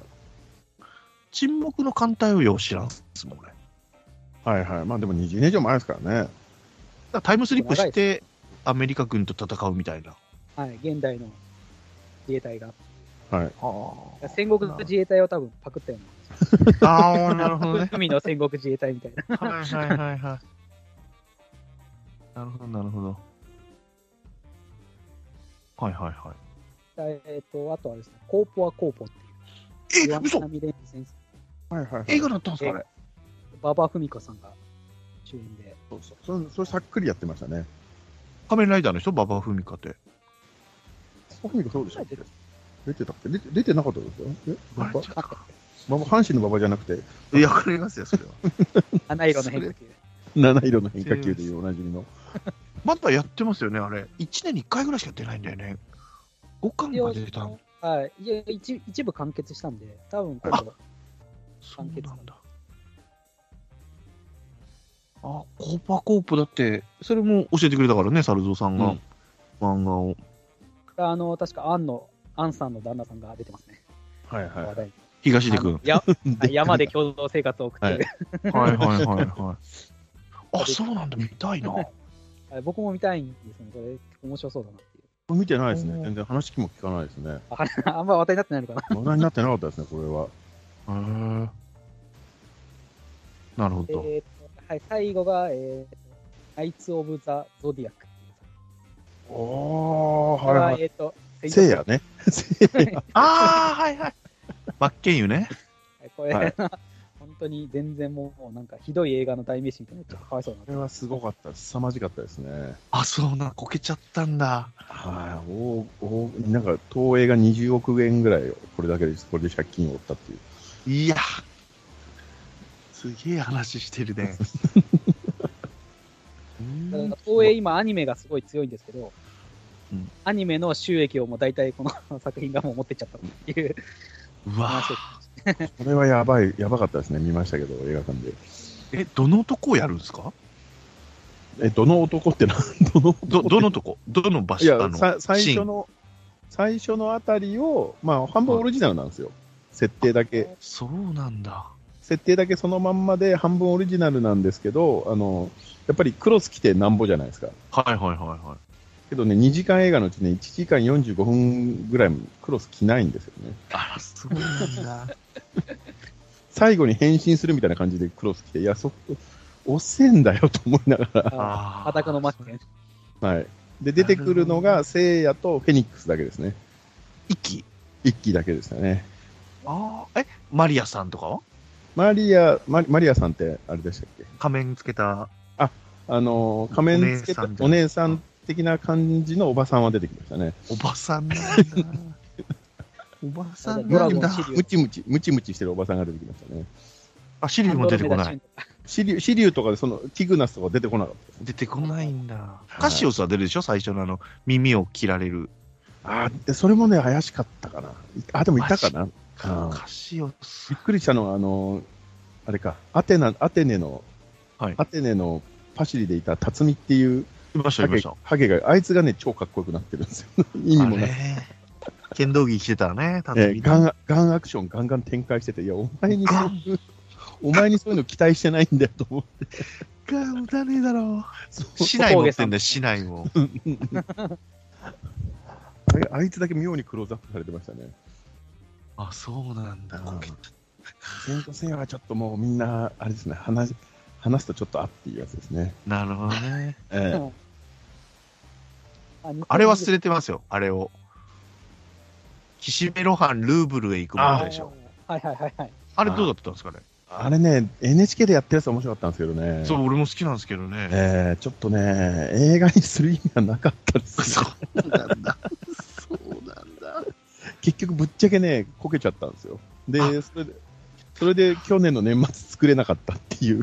Speaker 2: 沈黙の艦隊をよう知らんっすもん、俺。だか
Speaker 4: いはい、はいはい。まあでも20年以上前ですからね。
Speaker 2: らタイムスリップして、アメリカ軍と戦うみたいな。
Speaker 3: はい、現代の自衛隊が。
Speaker 4: はい。
Speaker 2: あ
Speaker 3: 戦国自衛隊を多分パクったよう
Speaker 2: あ。ああ、なるほど
Speaker 3: な。
Speaker 2: [laughs] ね。
Speaker 3: 海の戦国自衛隊みたいな。 [laughs]
Speaker 2: はいはいはいはい。なるほど、なるほど。はいはいはい。
Speaker 3: えっと、あとはですね、コーポはコーポっていう。
Speaker 2: え、嘘
Speaker 3: 波蓮司先生、
Speaker 4: はいはい、はい
Speaker 2: 映画だったんですかあれ。
Speaker 3: 馬場文子さんが主演で。
Speaker 4: そうそうそれ。それさっくりやってましたね。
Speaker 2: 仮面ライダーの人、馬場フミカって。
Speaker 4: あふみかそうでしょ出てたっけ出て出てなかったですよ。え
Speaker 2: あ
Speaker 4: バ
Speaker 2: れ
Speaker 4: バ
Speaker 2: 違うか
Speaker 4: ババ阪神の馬場じゃなくて、
Speaker 2: いや、わかりますよ、それは。
Speaker 3: 七色の変化球。
Speaker 4: 七色の変化球でいうおなじみの。
Speaker 2: まだやってますよね、あれ。1年に1回ぐらいしか出ないんだよね。5巻が出た。
Speaker 3: はい、いや一一部完結したんで、多分今度、
Speaker 2: そう
Speaker 3: 完結
Speaker 2: なんだ。あ、コーパコープだって、それも教えてくれたからね、猿蔵さん
Speaker 4: う
Speaker 2: が
Speaker 4: ん
Speaker 2: 漫画を。
Speaker 3: あの確か庵の、庵さんの旦那さんが出てますね、
Speaker 4: はいはい
Speaker 3: 話題に
Speaker 2: 東出
Speaker 3: あ
Speaker 2: 君
Speaker 3: の。や山で共同生活を送ってる、
Speaker 2: はいはいはいはい。 [laughs] あ、そうなんだ、見た [laughs] いな。
Speaker 3: はい僕も見たいんですよね、これ、面白そうだなっていう
Speaker 4: 見てないです
Speaker 2: う
Speaker 4: ね。
Speaker 2: ん
Speaker 4: 全然話も聞かないですね。
Speaker 3: あはは。あんま話題に [laughs] なってないのかな。
Speaker 4: 話題になってなかったですね、これは。
Speaker 2: へーなるほ
Speaker 3: え
Speaker 2: ど。
Speaker 3: ーとはい、最後が、えーと、ナイツ・オブ・ザ・ゾディアックっていう作
Speaker 4: おー、
Speaker 3: 品。これは、
Speaker 4: い。
Speaker 3: えっ、と、
Speaker 4: せいや [laughs] ね。せいや。
Speaker 2: ああ、はいはい。真っ健優ね。
Speaker 3: はいこれ、
Speaker 4: はい
Speaker 3: [laughs] 本当に全然もう、なんかひどい映画の代名詞みたいな、ちょっとかわいそうだ
Speaker 4: これはすごかったです。凄まじかったですね。
Speaker 2: あ、そうなん、こけちゃったんだ。
Speaker 4: はい。おおなんか、東映が20億円ぐらいを、これだけです。これで借金を負ったっていう。
Speaker 2: いや、すげえ話してる [laughs] ね。
Speaker 3: だから東映今アニメがすごい強いんですけど、
Speaker 2: うん
Speaker 3: アニメの収益をもう大体この [laughs] 作品がもう持ってっちゃったっていう
Speaker 2: うわ
Speaker 3: 話を
Speaker 4: これはやばい、やばかったですね。見ましたけど、映画館で。
Speaker 2: え、どのとこをやるんですか
Speaker 4: え、どの男ってな、どの男
Speaker 2: ど、どのとこどの場
Speaker 4: い
Speaker 2: 所あ
Speaker 4: や
Speaker 2: の
Speaker 4: さ、最
Speaker 2: シ
Speaker 4: 初
Speaker 2: ーン
Speaker 4: の、最初のあたりを、まあ、半分オリジナルなんですよ。設定だけ。
Speaker 2: そうなんだ。
Speaker 4: 設定だけそのまんまで半分オリジナルなんですけど、あの、やっぱりクロス着てなんぼじゃないですか。
Speaker 2: はいはいはいは
Speaker 4: けどね、2時間映画のうちね、1時間45分ぐらいもクロス着ないんですよね。
Speaker 2: い。あら、そうなんだ。
Speaker 4: 最後に変身するみたいな感じでクロス着て、いや、そこ、遅えんだよと思いながら。
Speaker 2: あー
Speaker 3: 裸のマッチね。
Speaker 4: はい。で、出てくるの
Speaker 2: な
Speaker 4: が、聖夜とフェニックスだけですね。
Speaker 2: 息
Speaker 4: 一機だけでしたね。
Speaker 2: ああ、え、マリアさんとかは
Speaker 4: マリア、マリマリアさんってあれでしたっけ
Speaker 2: 仮面つけた。
Speaker 4: あの、仮面つけた
Speaker 2: お姉さんみたいな
Speaker 4: お姉さん的な感じのおばさんは出てきましたね。
Speaker 2: おばさんなんだ。 [laughs] おばさん
Speaker 3: ド
Speaker 2: な
Speaker 3: ラ
Speaker 2: ん
Speaker 3: ゴン
Speaker 2: だ。
Speaker 3: シリ
Speaker 4: ムチムチ、ムチムチしてるおばさんが出てきましたね。
Speaker 2: あ、シリウムも出てこない。
Speaker 4: シリュシリュウとかで、その、ティグナスとか出てこなかった。
Speaker 2: 出てこないんだ。カシオスは出るでしょ最初のあの、耳を切られる。
Speaker 4: あーで、それもね、怪しかったかな。いあ、でもいたかな。あー
Speaker 2: カシオス
Speaker 4: びっ。くりしたのは、あの、あれか、アテナ、アテネの、
Speaker 2: はい
Speaker 4: アテネのパシリでいた辰巳っていう
Speaker 2: いました、
Speaker 4: ハ
Speaker 2: いま
Speaker 4: ゲ
Speaker 2: した。
Speaker 4: ハゲが、あいつがね、超かっこよくなってるんですよ。意味も
Speaker 2: [laughs]
Speaker 4: な
Speaker 2: あ
Speaker 4: い。
Speaker 2: れ剣道着着てたね、た
Speaker 4: えーガンガンアクションガンガン展開してて、いや、お前にそう
Speaker 2: [laughs]
Speaker 4: いう、お前にそういうの期待してないんだよと思って。
Speaker 2: が打たねえだろ
Speaker 4: そう
Speaker 2: 市内持ってんだよ、市内を。
Speaker 4: あれあいつだけ妙にクローズアップされてましたね。
Speaker 2: あ、そうなんだ。
Speaker 4: セイントセイヤはちょっともうみんな、あれですね、話、話すとちょっとあっていうやつですね。
Speaker 2: なるほどね。
Speaker 4: え
Speaker 3: う
Speaker 4: ー
Speaker 3: ん
Speaker 2: あれは忘れてますよ、あれを。岸辺露伴ルーブルへ行くものでしょ。。
Speaker 3: あーはいはいはいはい。
Speaker 2: あれどうだったんですかね。
Speaker 4: あれね、NHK でやってるやつ面白かったんですけどね。
Speaker 2: そう、俺も好きなんですけどね。
Speaker 4: えーちょっとね、映画にする意味がなかったです、
Speaker 2: そうなんだ。そうなんだ。
Speaker 4: 結局ぶっちゃけね、こけちゃったんですよ。で、
Speaker 2: あ
Speaker 4: それで、それで去年の年末作れなかったっていう。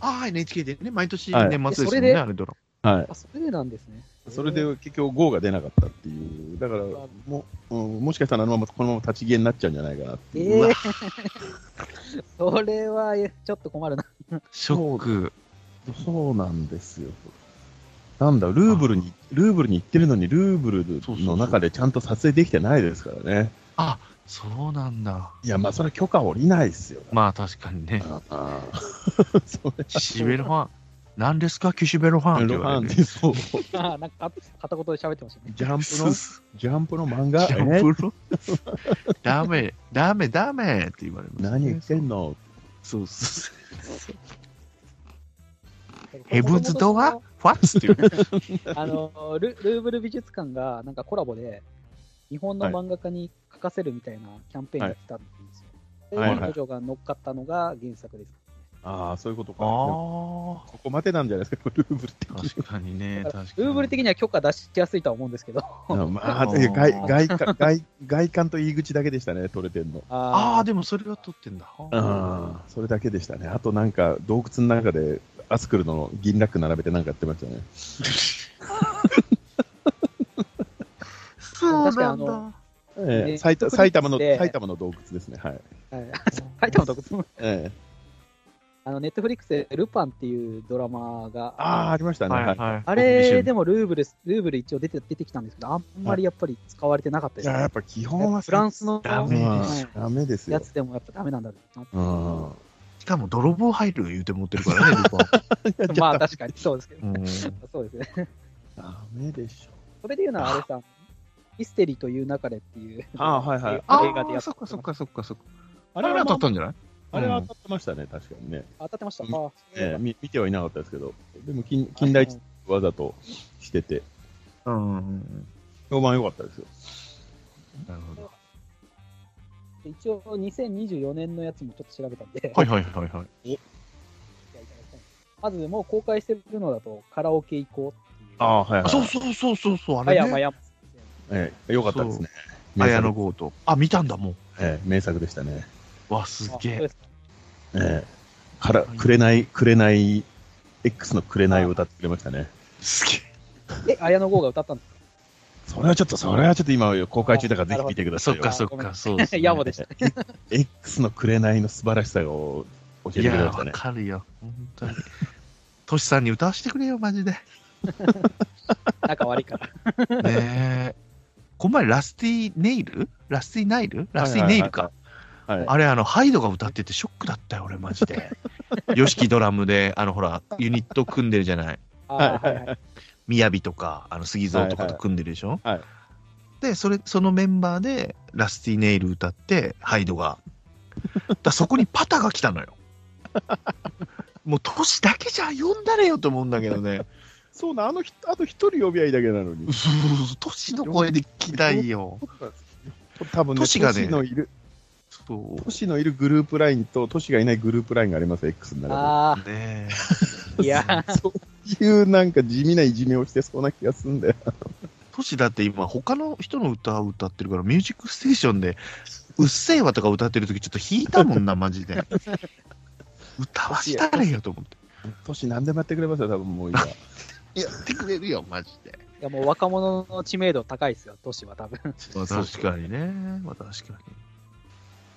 Speaker 2: ああ、NHK でね、毎年
Speaker 4: はい
Speaker 2: 年末です
Speaker 3: えそれ
Speaker 2: よ
Speaker 3: で
Speaker 2: ね、あれドラ
Speaker 4: はい。
Speaker 3: あ、それでなんですね。
Speaker 4: それで結局 GO が出なかったっていう。だから、もう、うん、もしかしたらあのままこのまま立ち消えになっちゃうんじゃないかなって
Speaker 3: え
Speaker 4: いう。
Speaker 3: ーそれはえちょっと困るな。 [laughs]
Speaker 2: マ。ショック。
Speaker 4: そうなんですよ。なんだ、ルーブルに、ルーブルに行ってるのに、ルーブ
Speaker 2: そう
Speaker 4: ル
Speaker 2: そうそ
Speaker 4: の
Speaker 2: う
Speaker 4: 中でちゃんと撮影できてないですからね。
Speaker 2: そうなんだ。
Speaker 4: いや、まあ、それは許可下りないですよ。
Speaker 2: まあ確かにね。
Speaker 4: ああー [laughs] それ
Speaker 2: 岸辺露伴。何ですか、岸辺露伴って言
Speaker 4: ロハ
Speaker 2: わ
Speaker 4: ン
Speaker 2: れ
Speaker 4: っ
Speaker 2: る。
Speaker 4: てそう。
Speaker 3: あーなんかあ片言で喋ってましたね。
Speaker 4: ジャンプの、
Speaker 2: す
Speaker 4: ジャンプの漫画、
Speaker 2: ジャンプのダメ、ダメ、ダメって言われます、
Speaker 4: え何言ってんの
Speaker 2: そうそう。ヘブンズ・ドア・ファッツっていう。
Speaker 3: あのルルーブル美術館がなんかコラボで日本の漫画家に書かせるみたいなキャンペーンやってたんですよ。
Speaker 4: はい
Speaker 3: で、
Speaker 4: はい
Speaker 3: 彼女が乗っかったのが原作です。
Speaker 4: ああ、そういうことか。でも
Speaker 2: あ
Speaker 4: ここまでなんじゃないですか、ル [laughs] ーブル的
Speaker 2: あ。
Speaker 4: に。
Speaker 2: 確かにね、確かに。
Speaker 3: ルーブル的には許可出しやすいとは思うんですけど。
Speaker 4: あまあ、
Speaker 2: あー
Speaker 4: 外外観外外観と入り口だけでしたね、取れてんの。
Speaker 2: ああ、
Speaker 3: で
Speaker 2: でもそれは撮ってんだ。
Speaker 4: あそれだけでしたね。あとなんか、洞窟の中でアスクルの銀ラック並べてなんかやってましたね。
Speaker 2: そう
Speaker 3: 確かに
Speaker 2: な
Speaker 3: あ
Speaker 2: ん
Speaker 3: の
Speaker 2: だ。
Speaker 4: ええ
Speaker 3: ね
Speaker 4: 埼玉埼玉
Speaker 3: 洞窟
Speaker 4: の
Speaker 3: で
Speaker 4: 埼玉の洞窟ですね。はい。
Speaker 3: 埼玉独自
Speaker 4: ええ
Speaker 3: [laughs] あのネットフリックスでルパンっていうドラマが
Speaker 4: ああ、ありましたね。
Speaker 2: はい
Speaker 4: はい
Speaker 2: はい。
Speaker 3: あれでもルーブル、ルーブル一応出て出てきたんですけど、あんまりやっぱり使われてなかったで
Speaker 4: い
Speaker 3: すね
Speaker 4: や、やっぱ基本は
Speaker 3: フランスの
Speaker 2: ダ
Speaker 4: ダ
Speaker 2: メ
Speaker 4: メ
Speaker 2: で
Speaker 4: ですす。ダメです
Speaker 3: や
Speaker 4: よ。
Speaker 3: つでもやっぱダメなんだろうなって
Speaker 4: うん。は
Speaker 2: しかも泥棒入る言うて持ってるからね、ルパン
Speaker 3: [laughs] まあ確かにそうですけど、
Speaker 2: うん
Speaker 3: そうですね。
Speaker 4: ダメでしょ。
Speaker 3: それで言うのはあれさ、ミステリーという流れっていう
Speaker 4: あーはいはい
Speaker 3: 映
Speaker 2: [laughs] あ
Speaker 3: 画で
Speaker 2: あ、
Speaker 3: やって
Speaker 2: そっかそっかそっかそっか。
Speaker 4: あ
Speaker 2: あれは
Speaker 4: ま
Speaker 2: 当たったんじゃない
Speaker 4: あれは当たってましたね、確かにね。
Speaker 3: 当たってました。あ
Speaker 4: うん
Speaker 3: ー
Speaker 4: ええみ見てはいなかったですけど、でも近近代地わざとしてて、
Speaker 2: うんうんうん。
Speaker 4: 評判良かったですよ。
Speaker 2: なるほど。
Speaker 3: 一応2024年のやつもちょっと調べたんで、
Speaker 2: はいはいはいはい。
Speaker 3: まずもう公開してるのだとカラオケ行こうっていう。
Speaker 4: ああ、はい、
Speaker 2: あそうそうそうそうそう、あ
Speaker 3: は
Speaker 2: れ
Speaker 3: や
Speaker 2: ね
Speaker 3: は。や。
Speaker 4: ええ、よかったですね。名
Speaker 2: 綾野
Speaker 4: 作
Speaker 2: 剛と。あ、見たんだ、も
Speaker 4: ええ、名作でしたね。
Speaker 2: う。わ、すげ
Speaker 3: あそうで
Speaker 2: え。
Speaker 3: すか
Speaker 4: ええ、から、くれない、くれない、X のくれないを歌ってくれましたね。
Speaker 2: [laughs] すげえ。
Speaker 3: え、綾野剛が歌ったんです
Speaker 4: それはちょっと、それはちょっと今公開中だからぜひ見てくださ
Speaker 2: そ
Speaker 4: い
Speaker 2: っ
Speaker 4: よ。
Speaker 2: かそっか、そう
Speaker 3: か
Speaker 2: です、 [laughs] ね。
Speaker 3: ヤモでした。
Speaker 4: X のくれないの素晴らしさを教えて
Speaker 2: い
Speaker 4: くれ
Speaker 2: やー、
Speaker 4: ました
Speaker 2: わ
Speaker 4: ね。
Speaker 2: かるよ。本当に。トシさんに歌わせてくれよ、マジで。
Speaker 3: 仲悪いから。
Speaker 2: ねえ。この前、ラスティネイルラスティナイルラスティネイルか。
Speaker 4: はい。
Speaker 2: あれ、あの、ハイドが歌っててショックだったよ、俺、マジ
Speaker 4: [laughs]
Speaker 2: で。ヨシキドラムで、あの、ほら、ユニット組んでるじゃない。
Speaker 3: あーはいはい。
Speaker 2: みやびとか、あの、杉蔵とかと組んでるでしょ、
Speaker 4: はいはい
Speaker 2: で、それ、そのメンバーで、ラスティネイル歌って、ハイドが。だからそこにパタが来た
Speaker 4: [laughs]
Speaker 2: のよ。もう、トシだけじゃ呼んだれよと思うんだけど
Speaker 4: [laughs]
Speaker 2: ね。
Speaker 4: そうな、あのひ、あと一人呼び合いだけなのに。
Speaker 2: トシの声で聞きたいよ。
Speaker 4: 多
Speaker 2: 都
Speaker 4: 分ね、都
Speaker 2: 市
Speaker 4: 市
Speaker 2: がね
Speaker 4: のいる、
Speaker 2: そう
Speaker 4: 都市のいるグループラインと都市がいないグループラインがあります、X の中
Speaker 3: あ
Speaker 2: ね
Speaker 3: あ、いやー、
Speaker 4: で。そういうなんか地味ないじめをしてそうな気がするんだよ。
Speaker 2: トシだって今、他の人の歌を歌ってるから、ミュージックステーションで、うっせぇわとか歌ってる時ちょっと弾いたもんな、マジで。歌わしたらいいよと思って。
Speaker 4: 都市何でもやってくれますよ、多分もう今。
Speaker 2: やってくれるよ、マジで。
Speaker 3: いやもう若者の知名度高いですよ、都市は多分。
Speaker 2: まあ、確かにね。まあ、確かに。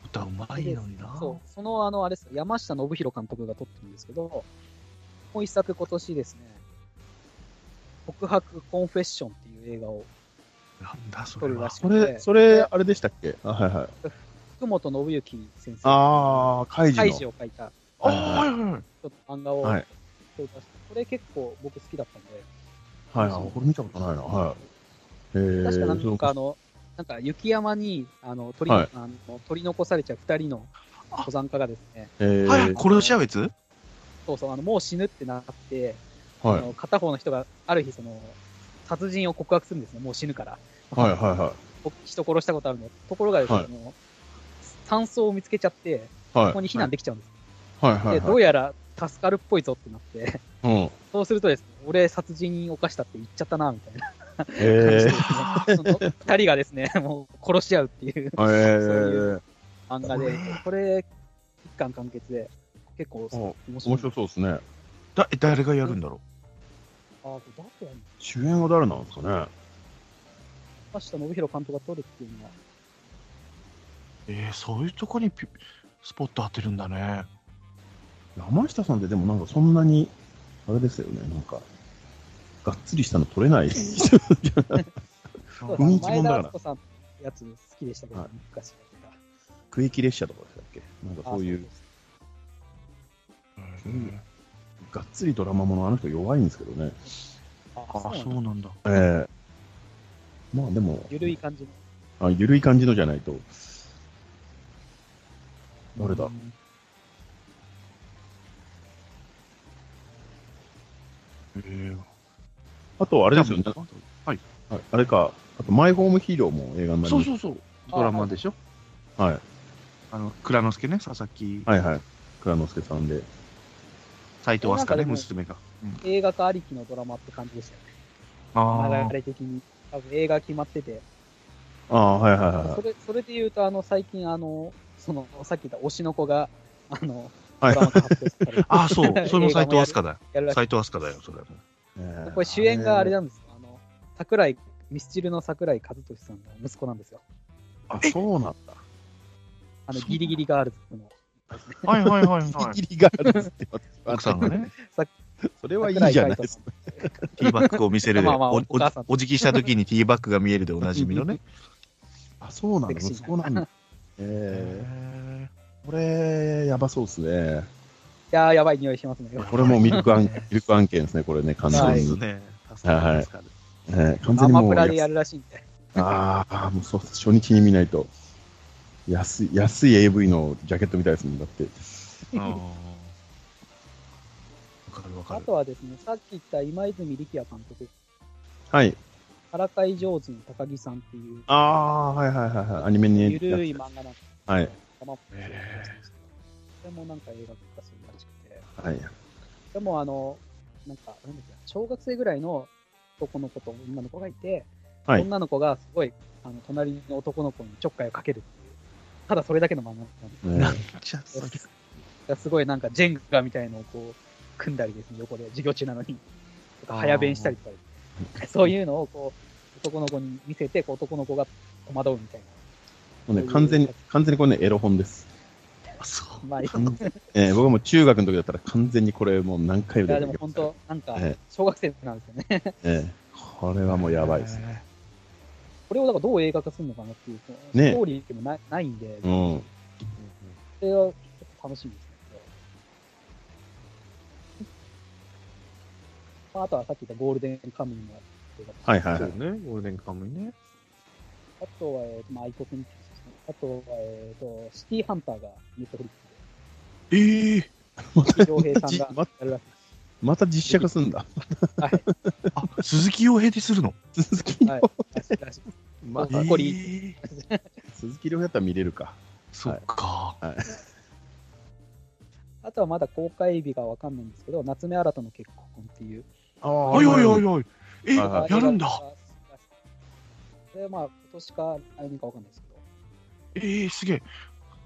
Speaker 2: 歌うまいのにな。
Speaker 3: そう、そのあの、あれですよ山下信弘監督が撮ってるんですけど、もう一作今年ですね、告白コンフェッションっていう映画を
Speaker 2: なんだ、そ
Speaker 3: 撮
Speaker 2: れ
Speaker 3: るら
Speaker 2: は。
Speaker 3: し
Speaker 4: そ
Speaker 3: く
Speaker 4: れ、
Speaker 3: て、
Speaker 4: それ、あれでしたっけあ、はいはい。
Speaker 3: 福本信之先生、
Speaker 4: あー、カイジの。
Speaker 3: 大使を書いた
Speaker 2: ああ、はいはいはい。
Speaker 3: ちょっと漫画を
Speaker 4: は
Speaker 3: 撮
Speaker 4: い
Speaker 3: りました。これ結構僕好きだったんで、
Speaker 4: はいはい、これ見たことないな。はい。えー、
Speaker 3: 確かな
Speaker 4: そうん
Speaker 3: かあの、なんか雪山にあの取り,、
Speaker 4: はい
Speaker 3: あの取り残されちゃう2人の登山家がですね、
Speaker 4: えー、
Speaker 2: はい
Speaker 4: は
Speaker 2: はいい、、コロシャベツ
Speaker 3: そうそうあのもう死ぬってなって、
Speaker 4: は
Speaker 3: あ
Speaker 4: い、
Speaker 3: の片方の人がある日その、殺人を告白するんですね、もう死ぬから。
Speaker 4: はい、は
Speaker 3: 僕人殺したことあるの。ところがですね、
Speaker 4: はい
Speaker 3: あの山荘を見つけちゃって、
Speaker 4: い。はい
Speaker 3: ここに避難できちゃうんです。
Speaker 4: はい、は
Speaker 3: で、
Speaker 4: い、
Speaker 3: ど
Speaker 4: は
Speaker 3: う
Speaker 4: い。
Speaker 3: やら助かるっぽいぞってなって、
Speaker 4: うん。
Speaker 3: そうするとですね、俺殺人犯したって言っちゃったな、みたいな感じで
Speaker 4: え
Speaker 3: ですね、その二人がですね、もう殺し合うっていうい
Speaker 4: ー、えー、
Speaker 3: 漫画で、これ、一巻完結で、結構面白
Speaker 4: 面
Speaker 3: い。
Speaker 4: 白そうですね。
Speaker 2: だ誰がやるんだろ
Speaker 3: あこれ誰やんの
Speaker 4: 主演は誰なんですかね
Speaker 3: 山下信弘監督が撮るっていうのは、
Speaker 2: うえー、そういうとこにピスポット当てるんだね。
Speaker 4: 山下さんってでもなんかそんなに、あれですよね、なんか、がっつりしたの取れ
Speaker 3: [laughs]
Speaker 4: ない。
Speaker 3: そう
Speaker 4: 雰囲気
Speaker 3: 前
Speaker 4: もん
Speaker 3: 田
Speaker 4: だから
Speaker 3: 敦子さんのやつ好きでしたけど、
Speaker 4: はい
Speaker 3: 昔やってた
Speaker 4: 区域列車とかでしたっけなんかそうい
Speaker 3: あ
Speaker 4: う、
Speaker 3: そ
Speaker 4: うんがっつりドラマものあの人弱いんですけどね。
Speaker 3: そ
Speaker 2: あ
Speaker 3: うあ、そう
Speaker 2: そ
Speaker 3: なんだ
Speaker 2: うなんだ。
Speaker 4: ええまあでも、
Speaker 3: ゆるい感じの。
Speaker 4: あゆるい感じのじゃないと。誰だ
Speaker 2: うんえー、
Speaker 4: あと、あれですよね。
Speaker 2: はい。
Speaker 4: はいあれか、あと、マイホームヒーローも映画になりました
Speaker 2: そうそうそう。ドラマでしょ
Speaker 4: はい。
Speaker 2: あの、蔵之介ね、佐々木、
Speaker 4: はいはい。蔵之介さんで。
Speaker 2: 斎藤飛鳥ね、
Speaker 3: なんかでも
Speaker 2: 娘が。
Speaker 3: 映画化ありきのドラマって感じでしたよね。
Speaker 2: あ
Speaker 3: 流れ的に。多分映画決まってて。
Speaker 4: ああ、はいはいはい
Speaker 3: それ、それで言うと、あの、最近、あの、その、さっき言った推しの子が、あの、ド
Speaker 4: はい
Speaker 3: ラマ化発表され
Speaker 4: [laughs]
Speaker 3: る
Speaker 2: あ。あ、そう。それも斎藤飛鳥だよ。
Speaker 3: やるらしい
Speaker 2: 斎藤飛鳥だよ、それも。
Speaker 4: ええ
Speaker 3: これ主演があれなんですよ。あの、桜井、ミスチルの桜井和寿さんの息子なんですよ。
Speaker 4: あ、そうなんだ。
Speaker 3: あの、ギリギリガールズの。
Speaker 2: はいはいはい
Speaker 4: ギ
Speaker 2: はい。
Speaker 4: リギリがあるっつって。
Speaker 2: 奥さんがね、
Speaker 4: それはいいじゃないですか。
Speaker 2: ティーバッグを見せるで、
Speaker 3: まあまあ
Speaker 2: おお
Speaker 3: お母さん
Speaker 2: お辞儀した時にティーバッグが見えるでおなじみのね。
Speaker 4: あ、そうなんだ。
Speaker 3: セクシー
Speaker 4: 息子なんだ。え
Speaker 2: へ
Speaker 4: ー、これ、やばそうっすね。
Speaker 3: いやー、やばい匂いしますね。
Speaker 4: これもミルク案ミルク案件ですね、これね、
Speaker 2: ー
Speaker 4: 完
Speaker 2: そうで
Speaker 4: 全に。
Speaker 2: すね。はいはい。
Speaker 4: えー完
Speaker 3: ア
Speaker 4: 全に
Speaker 3: マ
Speaker 4: も
Speaker 3: プ
Speaker 4: う、
Speaker 3: ラでや
Speaker 4: あ
Speaker 3: るらしいんで。
Speaker 4: あー、もうそう、初日に見ないと。安い、安い AV のジャケットみたいですもん、だって。
Speaker 2: うんわかるわか
Speaker 3: あ
Speaker 2: る
Speaker 3: と。はですね、さっき言った今泉力也監督、
Speaker 4: はい。
Speaker 3: からかい上手の高木さんっていう、
Speaker 4: ああ、はいはいはいはい。アニメに。
Speaker 3: ゆるい漫画なんです
Speaker 4: はい。
Speaker 3: アマプラでやって
Speaker 2: へ
Speaker 3: ましたそれもなんか映画化するらしくて。
Speaker 4: はい。
Speaker 3: でも、あの、なんか、なんだっけな、小学生ぐらいの男の子と女の子がいて、
Speaker 4: はい
Speaker 3: 女の子がすごい、あの、隣の男の子にちょっかいをかけるっていう、ただそれだけの漫画なんです
Speaker 4: ね
Speaker 2: じゃあ
Speaker 3: よ。がすごいなんかジェンガみたいのをこう、組んだりですね、横で、授業中なのに。とか早弁したりとかですね、そういうのをこう、男の子に見せて、こう男の子が戸惑うみたい
Speaker 4: もうね、完全に、完全にこれね、エロ
Speaker 3: [laughs]
Speaker 4: 本です。
Speaker 3: な。まあ、い
Speaker 4: 完全えー僕はもう中学の時だったら完全にこれもう何回も出
Speaker 3: や
Speaker 4: て
Speaker 3: で
Speaker 4: き
Speaker 3: も本
Speaker 4: ました
Speaker 3: 当、なんか
Speaker 4: ええ、
Speaker 3: 小学生なんですよね。
Speaker 4: えーこれはもうやばいですね。
Speaker 3: これをだからどう映画化するのかなっていう、その
Speaker 4: ね
Speaker 3: ストーリーでもないないんで、
Speaker 4: うん。
Speaker 3: それはちょっと楽しみですね。まあ、あとはさっき言ったゴールデンカムイも映画化
Speaker 4: はいはい
Speaker 5: そ
Speaker 4: は
Speaker 5: う
Speaker 4: い。
Speaker 5: ね、ゴールデンカムイね。
Speaker 3: あとは、えーとまあ、アイコスミックスですね。あとは、えーと、シティハンターがネットフリッ
Speaker 2: ええ
Speaker 3: クスで、洋平さんが
Speaker 4: ま
Speaker 3: やるらしいで
Speaker 4: また実写化すんだ。
Speaker 2: あ、鈴木洋平でするの。
Speaker 4: 鈴木
Speaker 3: す。
Speaker 4: [laughs]
Speaker 3: はい。らしいらしいです
Speaker 4: まあ
Speaker 3: え、ー残り
Speaker 2: り。
Speaker 4: 鈴木亮平だったら見れるか。
Speaker 2: そっか。
Speaker 3: あとはまだ公開日がわかんないんですけど、夏目新たの結婚っていう。
Speaker 4: あ
Speaker 2: おいおいおいおい。え、
Speaker 4: はいは
Speaker 2: やるんだ。
Speaker 3: それはまあ、今年か来年かわかんないですけど。
Speaker 2: ええすげえ。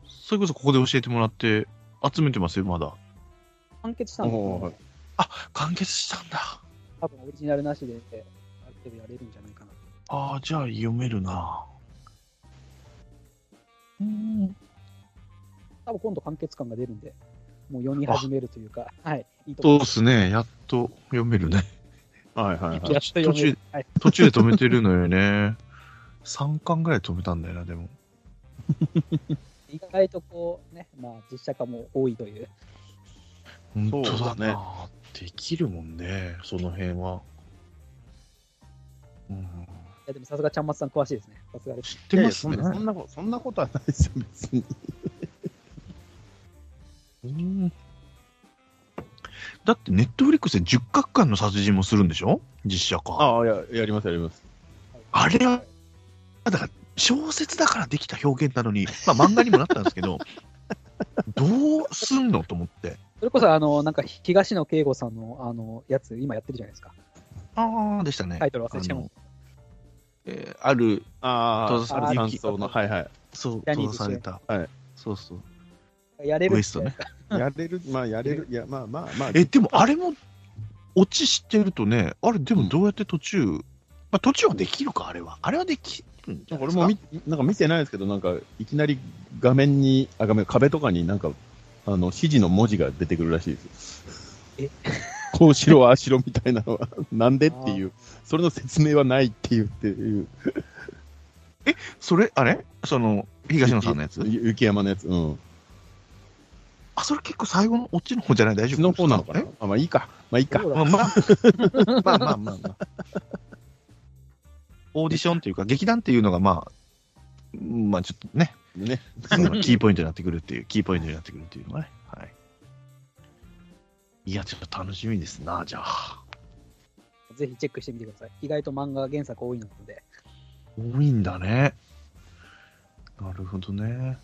Speaker 2: それこそここで教えてもらって、集めてますよ、まだ。
Speaker 3: 完結したんです
Speaker 4: お
Speaker 3: よ
Speaker 4: ー。
Speaker 2: あ、完結したんだ。
Speaker 3: 多分オリジナルなしで、ある程度やれるんじゃないかな。
Speaker 2: ああ、じゃあ読めるな。うん。
Speaker 3: 多分今度完結感が出るんで、もう読み始めるというか、はい。いいと
Speaker 2: そう
Speaker 3: 思
Speaker 2: っすね。やっと読めるね。
Speaker 4: はいはいい
Speaker 3: ま
Speaker 4: は
Speaker 3: す。
Speaker 4: い
Speaker 3: や。っと読める。はい。
Speaker 2: [laughs] 途中で止めてるのよ [laughs] ね。3巻ぐらい止めたんだよな、でも。
Speaker 3: 意外とこうね、まあ実写化も多いという。
Speaker 2: 本当だ
Speaker 4: そうだね
Speaker 2: な。できるもんね、その辺は。うん、
Speaker 3: いやでもさすがちゃんまつさん詳しいですね。さすがです。
Speaker 2: 知ってますね
Speaker 4: い。やいやそんなそんなこと、そんなことはないですよ、別に。
Speaker 2: うんだって、ネットフリックスで10巻間の殺人もするんでしょ実写化。
Speaker 4: ああ、や、やります、やります。
Speaker 2: あれは小説だからできた表現なのに、まあ漫画にもなったんですけ
Speaker 4: [laughs]
Speaker 2: ど、どうすんのと思って。
Speaker 3: それこそあの、なんか東野圭吾さんのあの、やつ今やってるじゃないですか。
Speaker 2: ああ、でしたね。
Speaker 3: タイトル忘れちゃいま
Speaker 2: あ
Speaker 3: し
Speaker 2: のえーある、
Speaker 4: あ
Speaker 2: 閉ざ
Speaker 4: あ、
Speaker 2: され
Speaker 4: あ
Speaker 2: た
Speaker 4: 感想の、はいはい。
Speaker 2: そう、
Speaker 3: ジャニ
Speaker 2: 閉
Speaker 3: ーズ
Speaker 2: ざされた。
Speaker 4: はい
Speaker 2: そうそう。
Speaker 3: た。やれる
Speaker 2: ウエストね。
Speaker 4: やれる、まあ、やれる、いや、まあまあまあ。
Speaker 2: え、でもあれも、オチ知ってるとね、あれ、でもどうやって途中、まあ途中はできるか、あれは。あれはできるんじゃない
Speaker 4: 俺
Speaker 2: ですか
Speaker 4: もみなんか見てないですけど、なんかいきなり画面に、あ、画面、壁とかになんか、あの、指示の文字が出てくるらしいです。
Speaker 3: え
Speaker 4: [laughs] こうしろ、ああしろみたいなのは、 [laughs] なんでっていう、それの説明はないっていう、っていう。
Speaker 2: それ、あれその、東野さんのやつ
Speaker 4: ゆ雪山のやつ。うん。う
Speaker 2: あ、それ結構最後のオチの方じゃない大丈
Speaker 4: ち
Speaker 2: 夫
Speaker 4: の方なのかなあまあいいか。まあいいか。
Speaker 3: そうだ
Speaker 2: まあま
Speaker 3: [laughs]
Speaker 2: あ、まあまあまあまあ。オーディションというか、劇団っていうのが、まあ、まあちょっと
Speaker 3: [laughs]
Speaker 2: ね、
Speaker 4: ね。
Speaker 2: そのキーポイントになってくるっていう、キーポイントになってくるっていうのがね。はい。いや、ちょっと楽しみですな、じゃあ。
Speaker 3: ぜひチェックしてみてください。意外と漫画原作多いので。
Speaker 2: 多いんだね。なるほどね。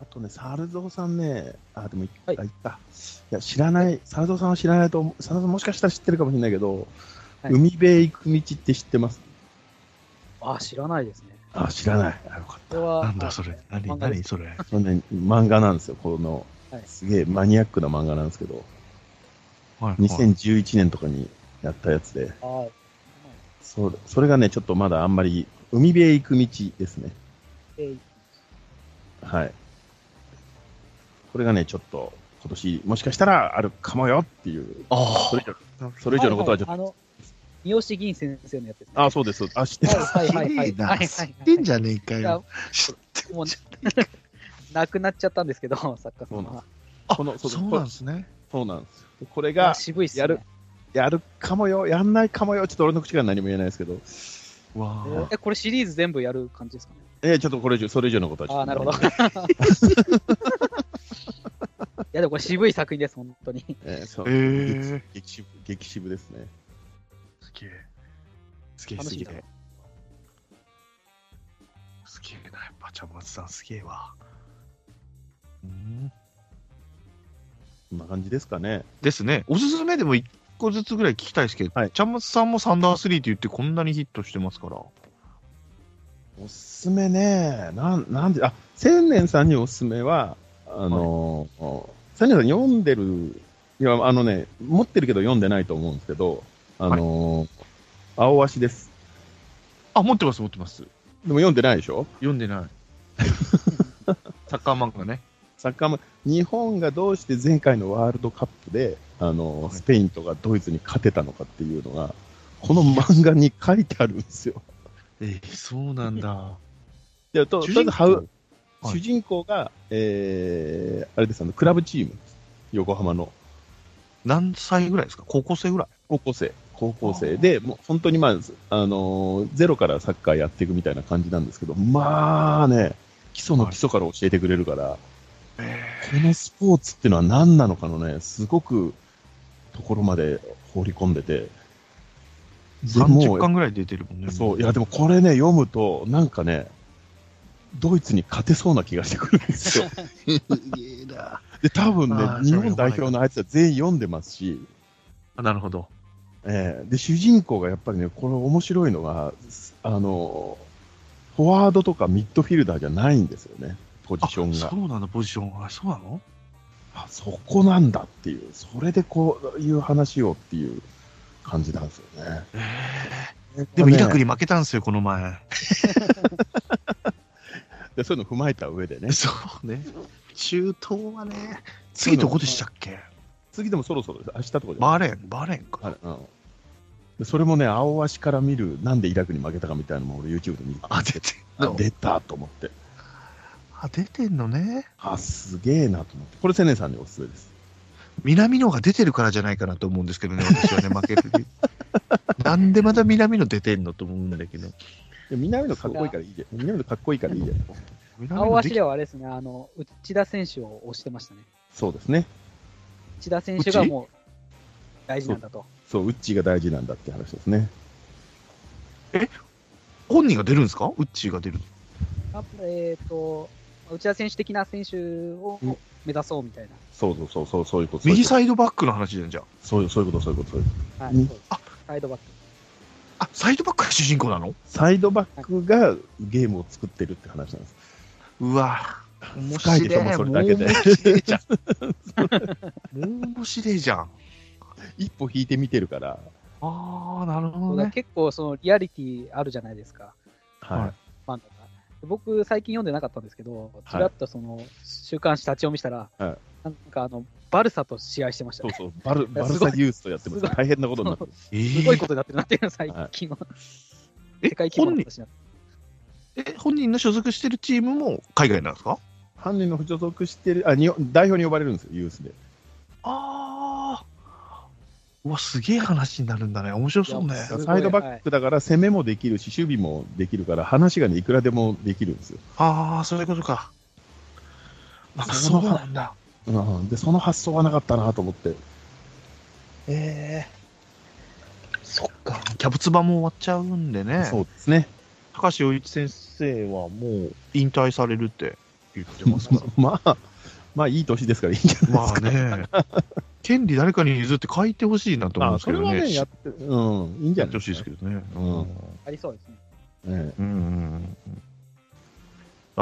Speaker 4: あとね、サルゾウさんね、あ、でもい、
Speaker 3: はい
Speaker 4: あ、いった。いや、知らない、サルゾウさんは知らないと思う、サルゾウさんもしかしたら知ってるかもしれないけど、
Speaker 3: はい
Speaker 4: 海辺行く道って知ってます
Speaker 3: ああ、知らないですね。
Speaker 4: あ、知らない。あよかっ
Speaker 3: これは。
Speaker 2: なんだ
Speaker 3: あ
Speaker 2: それ。何
Speaker 3: 漫画で
Speaker 2: 何
Speaker 3: す
Speaker 2: それ。
Speaker 4: た。それね、漫画なんですよ、この、
Speaker 3: はい
Speaker 4: すげえマニアックな漫画なんですけど、
Speaker 2: はいはい
Speaker 4: 2011年とかにやったやつで、
Speaker 3: あー
Speaker 4: それそれがね、ちょっとまだあんまり、海辺へ行く道ですね。
Speaker 3: えー
Speaker 4: はい。これがね、ちょっと、今年、もしかしたらあるかもよっていう、
Speaker 2: あ
Speaker 4: それ以上それ以上のことはちょっと、
Speaker 3: いいあの、三好議員先生のやつですね。
Speaker 4: あ、そうです、そうですあ、知ってた。
Speaker 3: はいはいはいはい。
Speaker 2: すげえな
Speaker 3: はいはい
Speaker 2: 知
Speaker 3: は
Speaker 2: っ
Speaker 3: い
Speaker 2: てんじゃねえか
Speaker 3: いや
Speaker 2: よ。知って
Speaker 3: もう、なくなっちゃったんですけど、 [laughs] 作家さんは。
Speaker 2: あ
Speaker 4: この
Speaker 2: そ
Speaker 4: そう
Speaker 2: うなんですね。
Speaker 4: そうなんですよ。でこれ
Speaker 3: いや
Speaker 4: が、
Speaker 3: 渋いっすね。
Speaker 4: やるやるかもよ、やんないかもよ、ちょっと俺の口から何も言えないですけど、
Speaker 2: わあ。
Speaker 3: え、これシリーズ全部やる感じですかね。
Speaker 4: えーちょっとこれ以上、それ以上のことはちょ
Speaker 3: あ
Speaker 4: っ
Speaker 3: あ、
Speaker 4: と
Speaker 3: なるほど。 [laughs] いや、でもこれ渋い作品です、本当に。
Speaker 4: えーそう
Speaker 2: えー
Speaker 4: 激激渋激渋ですね。
Speaker 2: すげえ。すげえ
Speaker 3: 楽
Speaker 2: す
Speaker 3: しみ
Speaker 2: げ
Speaker 3: だ
Speaker 2: え。すげえな、やっぱちゃんまつさんすげえわ。うん。
Speaker 4: こんな感じですかね。
Speaker 2: ですね。おすすめでも1個ずつぐらい聞きたいですけど、
Speaker 4: はい
Speaker 2: ちゃんまつさんもサンダースリーって言ってこんなにヒットしてますから。
Speaker 4: おすすめね、なんなんで、あ千年さんにおすすめは、あのーサニーさん読んでる、いや、あのね、持ってるけど読んでないと思うんですけど、あのー青足です。
Speaker 2: あ、持ってます、持ってます。
Speaker 4: でも読んでないでしょ
Speaker 2: 読んでない。 [laughs] サッカー漫画ね。
Speaker 4: サッカーも、日本がどうして前回のワールドカップで、あのースペインとかドイツに勝てたのかっていうのが、この漫画に書いてあるんですよ。
Speaker 2: えー、そうなんだ。
Speaker 4: いやとと
Speaker 2: 主人
Speaker 4: りあえずハウ
Speaker 2: 公はい
Speaker 4: 主人公が、えー、あれです、あの、クラブチーム、横浜の
Speaker 2: [laughs] 何歳ぐらいですか高校生ぐらい
Speaker 4: 高校生、高校生で、もう本当にまあ、あのーゼロからサッカーやっていくみたいな感じなんですけど、まあね、基礎の基礎から教えてくれるから、このスポーツっていうのは何なのかのね、すごくところまで放り込んでて、でも
Speaker 2: ?30 巻ぐらい出てるもんね。
Speaker 4: そう、いや、でもこれね、読むと、なんかね、ドイツに勝てそうな気がしてくるんです
Speaker 2: [laughs]
Speaker 4: よ。
Speaker 2: いいな
Speaker 4: で、多分ね
Speaker 2: あ、ー
Speaker 4: 日
Speaker 2: そう読まない
Speaker 4: 本代表のあいつは全員読んでますし、
Speaker 2: あなるほど。
Speaker 4: ええで、主人公がやっぱりね、これ面白いのが、すあの、フォワードとかミッドフィルダーじゃないんですよね、ポジ
Speaker 2: あ、
Speaker 4: ションが
Speaker 2: そ。うなんだ、ポジションが。そうなの
Speaker 4: あそこなんだっていう、それでこういう話をっていう感じなんですよね。
Speaker 2: えーでも、イラク
Speaker 4: に。
Speaker 2: に負けたんですよ、この前。
Speaker 4: でそういうの踏まえた上でね、
Speaker 2: [laughs] そうね。中東はね、次どこでしたっけ
Speaker 4: 次でもそろそろです、明日とかじゃない
Speaker 2: バーレーン、バーレーンか。
Speaker 4: あうんでそれもね、青足から見る、なんでイラクに負けたかみたいなのも俺 YouTube で見
Speaker 2: あ、出て
Speaker 4: あ出たと思って。
Speaker 2: あ、出てんのね。
Speaker 4: あ、すげえなと思って。これ、千年さんにおすすめです。
Speaker 2: 南野が出てるからじゃないかなと思うんですけどね、私はね、負ける。
Speaker 3: [laughs]
Speaker 2: なんでまた南野出てんのと思うんだけど。
Speaker 4: で南野かっこいいからいいじゃん。南野かっこいいからいいじゃん。
Speaker 2: 南
Speaker 3: 青
Speaker 2: 野で
Speaker 3: 足
Speaker 2: き
Speaker 3: ではあれですね、あの、内田選手を推してましたね。
Speaker 4: そうですね。
Speaker 3: 内田選手がもう大事なんだと。
Speaker 4: そう、ウッチーが大事なんだって話ですね。
Speaker 2: 本人が出るんですかウッチーが出る。
Speaker 3: あえっ、と、内田選手的な選手を目指そうみたい
Speaker 4: そうそうそう、そうそういうこと。
Speaker 2: 右
Speaker 4: そう
Speaker 2: サイドバックの話じゃん、じゃあ。
Speaker 4: いうそういうこと、そういうこと、そういうこ
Speaker 3: な。
Speaker 4: と。
Speaker 3: はい、
Speaker 4: うん
Speaker 3: そうですサイドバック。
Speaker 2: あ、サイドバックが主人公なの
Speaker 4: サイドバックがゲームを作ってるって話なんです。
Speaker 2: うわ面
Speaker 4: 深
Speaker 2: 白
Speaker 4: い
Speaker 2: い
Speaker 4: でしょ、もうそれだけで
Speaker 2: も。う面白いじゃん。もう面白いじゃん。
Speaker 4: 一歩引いて見てるから。
Speaker 2: ああ、なるほ
Speaker 3: そう
Speaker 2: ど
Speaker 3: だ
Speaker 2: ね。
Speaker 3: 結構そのリアリティあるじゃないですか、
Speaker 4: は
Speaker 2: はいい。
Speaker 3: 漫画が。僕、最近読んでなかったんですけど、
Speaker 4: い
Speaker 3: ちらっとその週刊誌立ち読みしたら、
Speaker 4: はい
Speaker 3: なんかあのバルサと試合してました
Speaker 4: そう
Speaker 3: ね。
Speaker 4: そう、バル、バルサユースとやってます。
Speaker 3: すごい
Speaker 4: 大変なことになってる。
Speaker 2: え
Speaker 3: すごい
Speaker 2: ー
Speaker 3: ことになってるなっていうの、最近は。
Speaker 2: え
Speaker 3: 世界規模
Speaker 2: 本
Speaker 3: の
Speaker 2: 人
Speaker 3: 話になって
Speaker 2: え本人の所属してるチームも海外なんですか
Speaker 4: 犯人の所属してる、あ、日本代表に呼ばれるんですよ、ユースで。
Speaker 2: ああ。うわ、すげえ話になるんだね。面白そうね。
Speaker 3: いやすごい
Speaker 4: サイドバックだから攻めもできるし、守備もできるから、話がね、いくらでもできるんですよ。
Speaker 2: ああ、そういうことか。あ、
Speaker 4: そ
Speaker 2: そううなんだ。
Speaker 4: うん、で、その発想はなかったなと思って。
Speaker 2: ええそっか。キャブツバも終わっちゃうんでね。
Speaker 4: そうですね。
Speaker 2: 高橋洋一先生はもう引退されるって言って [laughs] ますから。
Speaker 4: まあ、まあいい年ですからいいんじゃないで
Speaker 2: ますあ
Speaker 4: か。
Speaker 2: ね、権利誰かに譲って書いてほしいなと思うん
Speaker 4: あ
Speaker 2: です
Speaker 4: そ
Speaker 2: け
Speaker 4: れ
Speaker 2: ど
Speaker 4: は
Speaker 2: ね。
Speaker 4: ね、やって、うん、いいんじゃ
Speaker 2: やっ
Speaker 4: ない
Speaker 2: てほしいですけどね。う
Speaker 4: うん
Speaker 2: ん。
Speaker 3: ありそうですね。
Speaker 4: ええ
Speaker 2: うんうんうん。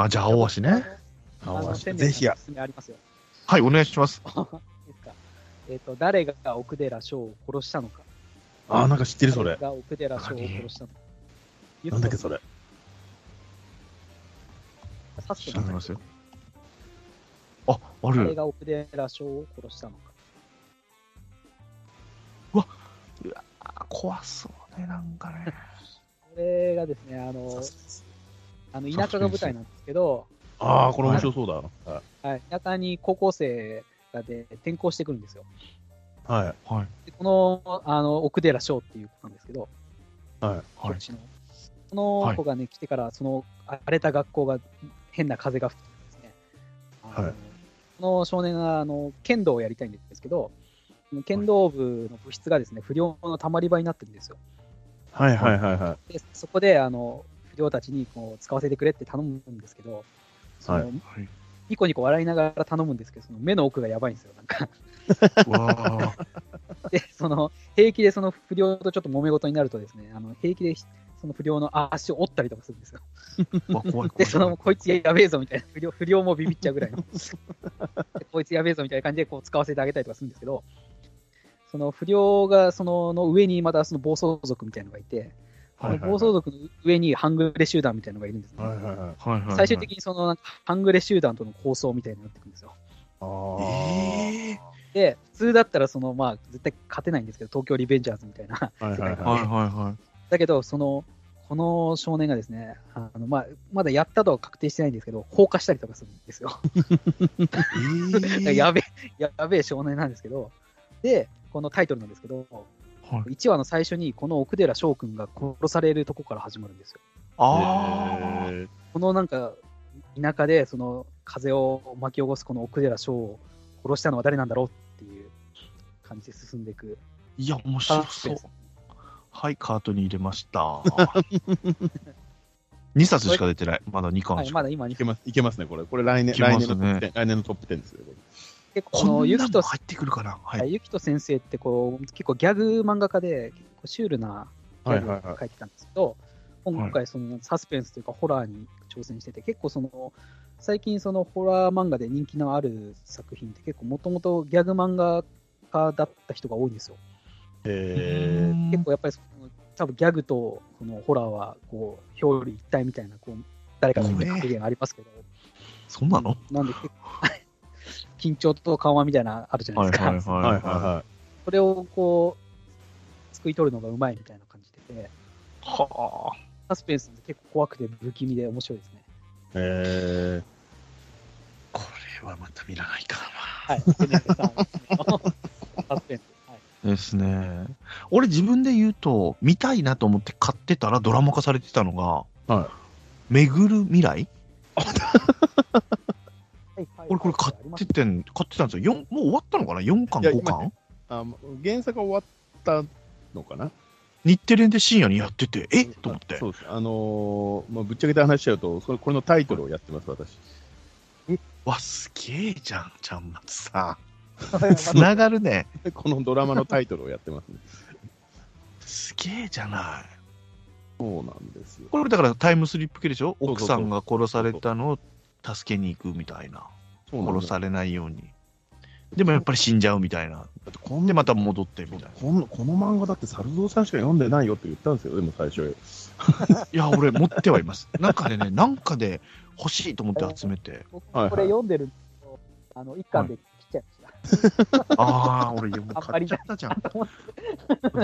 Speaker 2: あ、じゃあ、青足ね。
Speaker 3: あの。あ
Speaker 4: 青
Speaker 3: の
Speaker 4: 足
Speaker 3: 千年
Speaker 4: ぜひや
Speaker 3: おすすめありますよ。
Speaker 2: はい、お願いします。
Speaker 3: いいですかえっ、と、誰が奥寺翔を殺したのか。
Speaker 4: あ、なんか知ってる、それ
Speaker 3: 誰。が奥寺翔を殺したのか。
Speaker 4: なんだっけ、それ。
Speaker 3: 刺す
Speaker 2: 知
Speaker 3: と
Speaker 2: ら
Speaker 3: 思
Speaker 2: ないい
Speaker 3: ま
Speaker 2: ですす
Speaker 3: よ
Speaker 2: よ。あ、あ
Speaker 3: 誰
Speaker 2: る。
Speaker 3: が奥寺翔を殺したのか。
Speaker 2: あ怖そうね、なんかね。
Speaker 3: これがですね、あの、あの田舎が舞台なんですけど、
Speaker 4: ああ、これ面白そうだ。は
Speaker 3: はい、田舎に高校生がで転校してくるんですよ。
Speaker 4: い。はい。
Speaker 2: はい。
Speaker 3: でこのあの奥寺翔っていう子なんですけど、
Speaker 2: はい
Speaker 3: 教。師のこの子がね、来てから、その荒れた学校が変な風が吹くんですね。あの
Speaker 4: はい
Speaker 3: この少年があの剣道をやりたいんですけど、剣道部の部室がですね、不良のたまり場になってるんですよ。
Speaker 4: はいはいはいは
Speaker 3: でそこであの不良たちにこう使わせてくれって頼むんですけど、その
Speaker 4: は
Speaker 3: ニコニコ笑いながら頼むんですけど、その目の奥がやばいんですよ、なんか。 [laughs]
Speaker 2: わあ。
Speaker 3: で、その平気でその不良とちょっと揉め事になるとですね、あの平気でひそその不良の足を折ったりとかするんですよ。
Speaker 2: わ怖い怖い。
Speaker 3: [laughs] で、その、こいつやべえぞみたいな、不良不良もビビっちゃうぐらいの、でこいつやべえぞみたいな感じでこう使わせてあげたりとかするんですけど、その不良が、そのの上にまたその暴走族みたいなのがいて、その暴走族の上に半グレ集団みたいなのがいるんですね。
Speaker 6: はいはいはい。
Speaker 2: はいはいはい
Speaker 3: 最終的にそのなんか半グレ集団との構想みたいになってくるんですよ。
Speaker 6: あ
Speaker 2: え
Speaker 3: で、普通だったらその、まあ、絶対勝てないんですけど、東京リベンジャーズみたいな。
Speaker 6: あ。はいはい
Speaker 2: ーはい
Speaker 6: は
Speaker 2: は
Speaker 3: だけど、その、この少年がですね、あのまあ、まだやったとは確定してないんですけど、放火したりとかするんですよ。
Speaker 2: いはい。えー
Speaker 3: やべえ、 [laughs] やべえ少年なんですけど、で、このタイトルなんですけど、
Speaker 2: はい
Speaker 3: 1話の最初に、この奥寺翔くんが殺されるとこから始まるんですよ。
Speaker 2: あー
Speaker 3: このなんか、田舎で、その、風を巻き起こすこの奥寺翔を殺したのは誰なんだろうっていう感じで進んでいく。
Speaker 2: いや、面白そう。はい、カートに入れました。2冊しか出てない。まだ2
Speaker 3: は
Speaker 2: 巻
Speaker 3: い、
Speaker 2: しか。
Speaker 3: まだ今に
Speaker 4: いけ。ます、いけますね、これ。これ来年、
Speaker 2: いけま
Speaker 4: 来
Speaker 2: す
Speaker 4: 年のトップ
Speaker 2: ね
Speaker 4: 10、来年のトップ10ですよ、これ。
Speaker 3: で、こ
Speaker 2: こ
Speaker 3: の
Speaker 2: ん
Speaker 3: ゆ
Speaker 2: な
Speaker 3: き
Speaker 2: の
Speaker 3: と
Speaker 2: 入ってくるかな。はい。
Speaker 3: ゆきと先生ってこう、結構ギャグ漫画家で、結構シュールなギャグ
Speaker 4: はいはいは
Speaker 3: を書いてたんですけど、今回そのサスペンスというかホラーに挑戦してて、結構その、最近そのホラー漫画で人気のある作品って結構もともとギャグ漫画家だった人が多いんですよ。
Speaker 4: えー、
Speaker 3: 結構やっぱりその、多分ギャグとこのホラーはこう表裏一体みたいなこう誰かの格言ありますけど、
Speaker 2: そんなの
Speaker 3: なんで結構 [laughs] 緊張と緩和みたいなのあるじゃないですか。
Speaker 4: はいはいは
Speaker 3: それをこう、すくい取るのがうまいみたいな感じで、
Speaker 2: い。はあ。
Speaker 3: サスペンスって結構怖くて不気味で面白いですね。
Speaker 4: い。え
Speaker 2: これはまた見らないか
Speaker 3: はい。テネットさんのサスペンス。はい、
Speaker 2: な。ですね。俺自分で言うと、見たいなと思って買ってたらドラマ化されてたのが、
Speaker 4: は
Speaker 2: 巡る未来
Speaker 3: はいはい
Speaker 2: 俺これ買っててん、買ってたんですよ。四もう終わったのかな ?4 巻、
Speaker 4: いや
Speaker 2: 5巻
Speaker 4: ー、あもう原作が終わったのかな
Speaker 2: 日テレで深夜にやってて、えっと思って。
Speaker 4: そうです。あのーまあ、ぶっちゃけた話しちゃうと、それこれのタイトルをやってます、私。
Speaker 2: わ、すげえじゃん、ちゃんまつさ
Speaker 4: [laughs]
Speaker 2: ん。つ
Speaker 3: ま
Speaker 2: ながるね。
Speaker 4: このドラマのタイトルをやってますね。 [laughs]
Speaker 2: すげえじゃない。
Speaker 4: そうなんですよ。
Speaker 2: これだからタイムスリップ系でしょ
Speaker 4: そうそう
Speaker 2: 奥
Speaker 4: そう
Speaker 2: さんが殺されたのを助けに行くみたいな。
Speaker 4: そうなん
Speaker 2: 殺
Speaker 4: です
Speaker 2: されないように。でもやっぱり死んじゃうみたいな。
Speaker 4: だってこん
Speaker 2: で、
Speaker 4: な
Speaker 2: また戻ってみたいな。
Speaker 4: このこの漫画だって、猿蔵さんしか読んでないよって言ったんですよ、でも最初。
Speaker 2: いや、俺持ってはいます。 [laughs] なんかでね、なんかで欲しいと思って集めて。
Speaker 3: 僕
Speaker 4: はいは
Speaker 3: も
Speaker 4: い
Speaker 3: これ読んでるんですけど、あの、一巻で来ちゃいまし
Speaker 2: ああ、俺もう買っちゃったじゃん。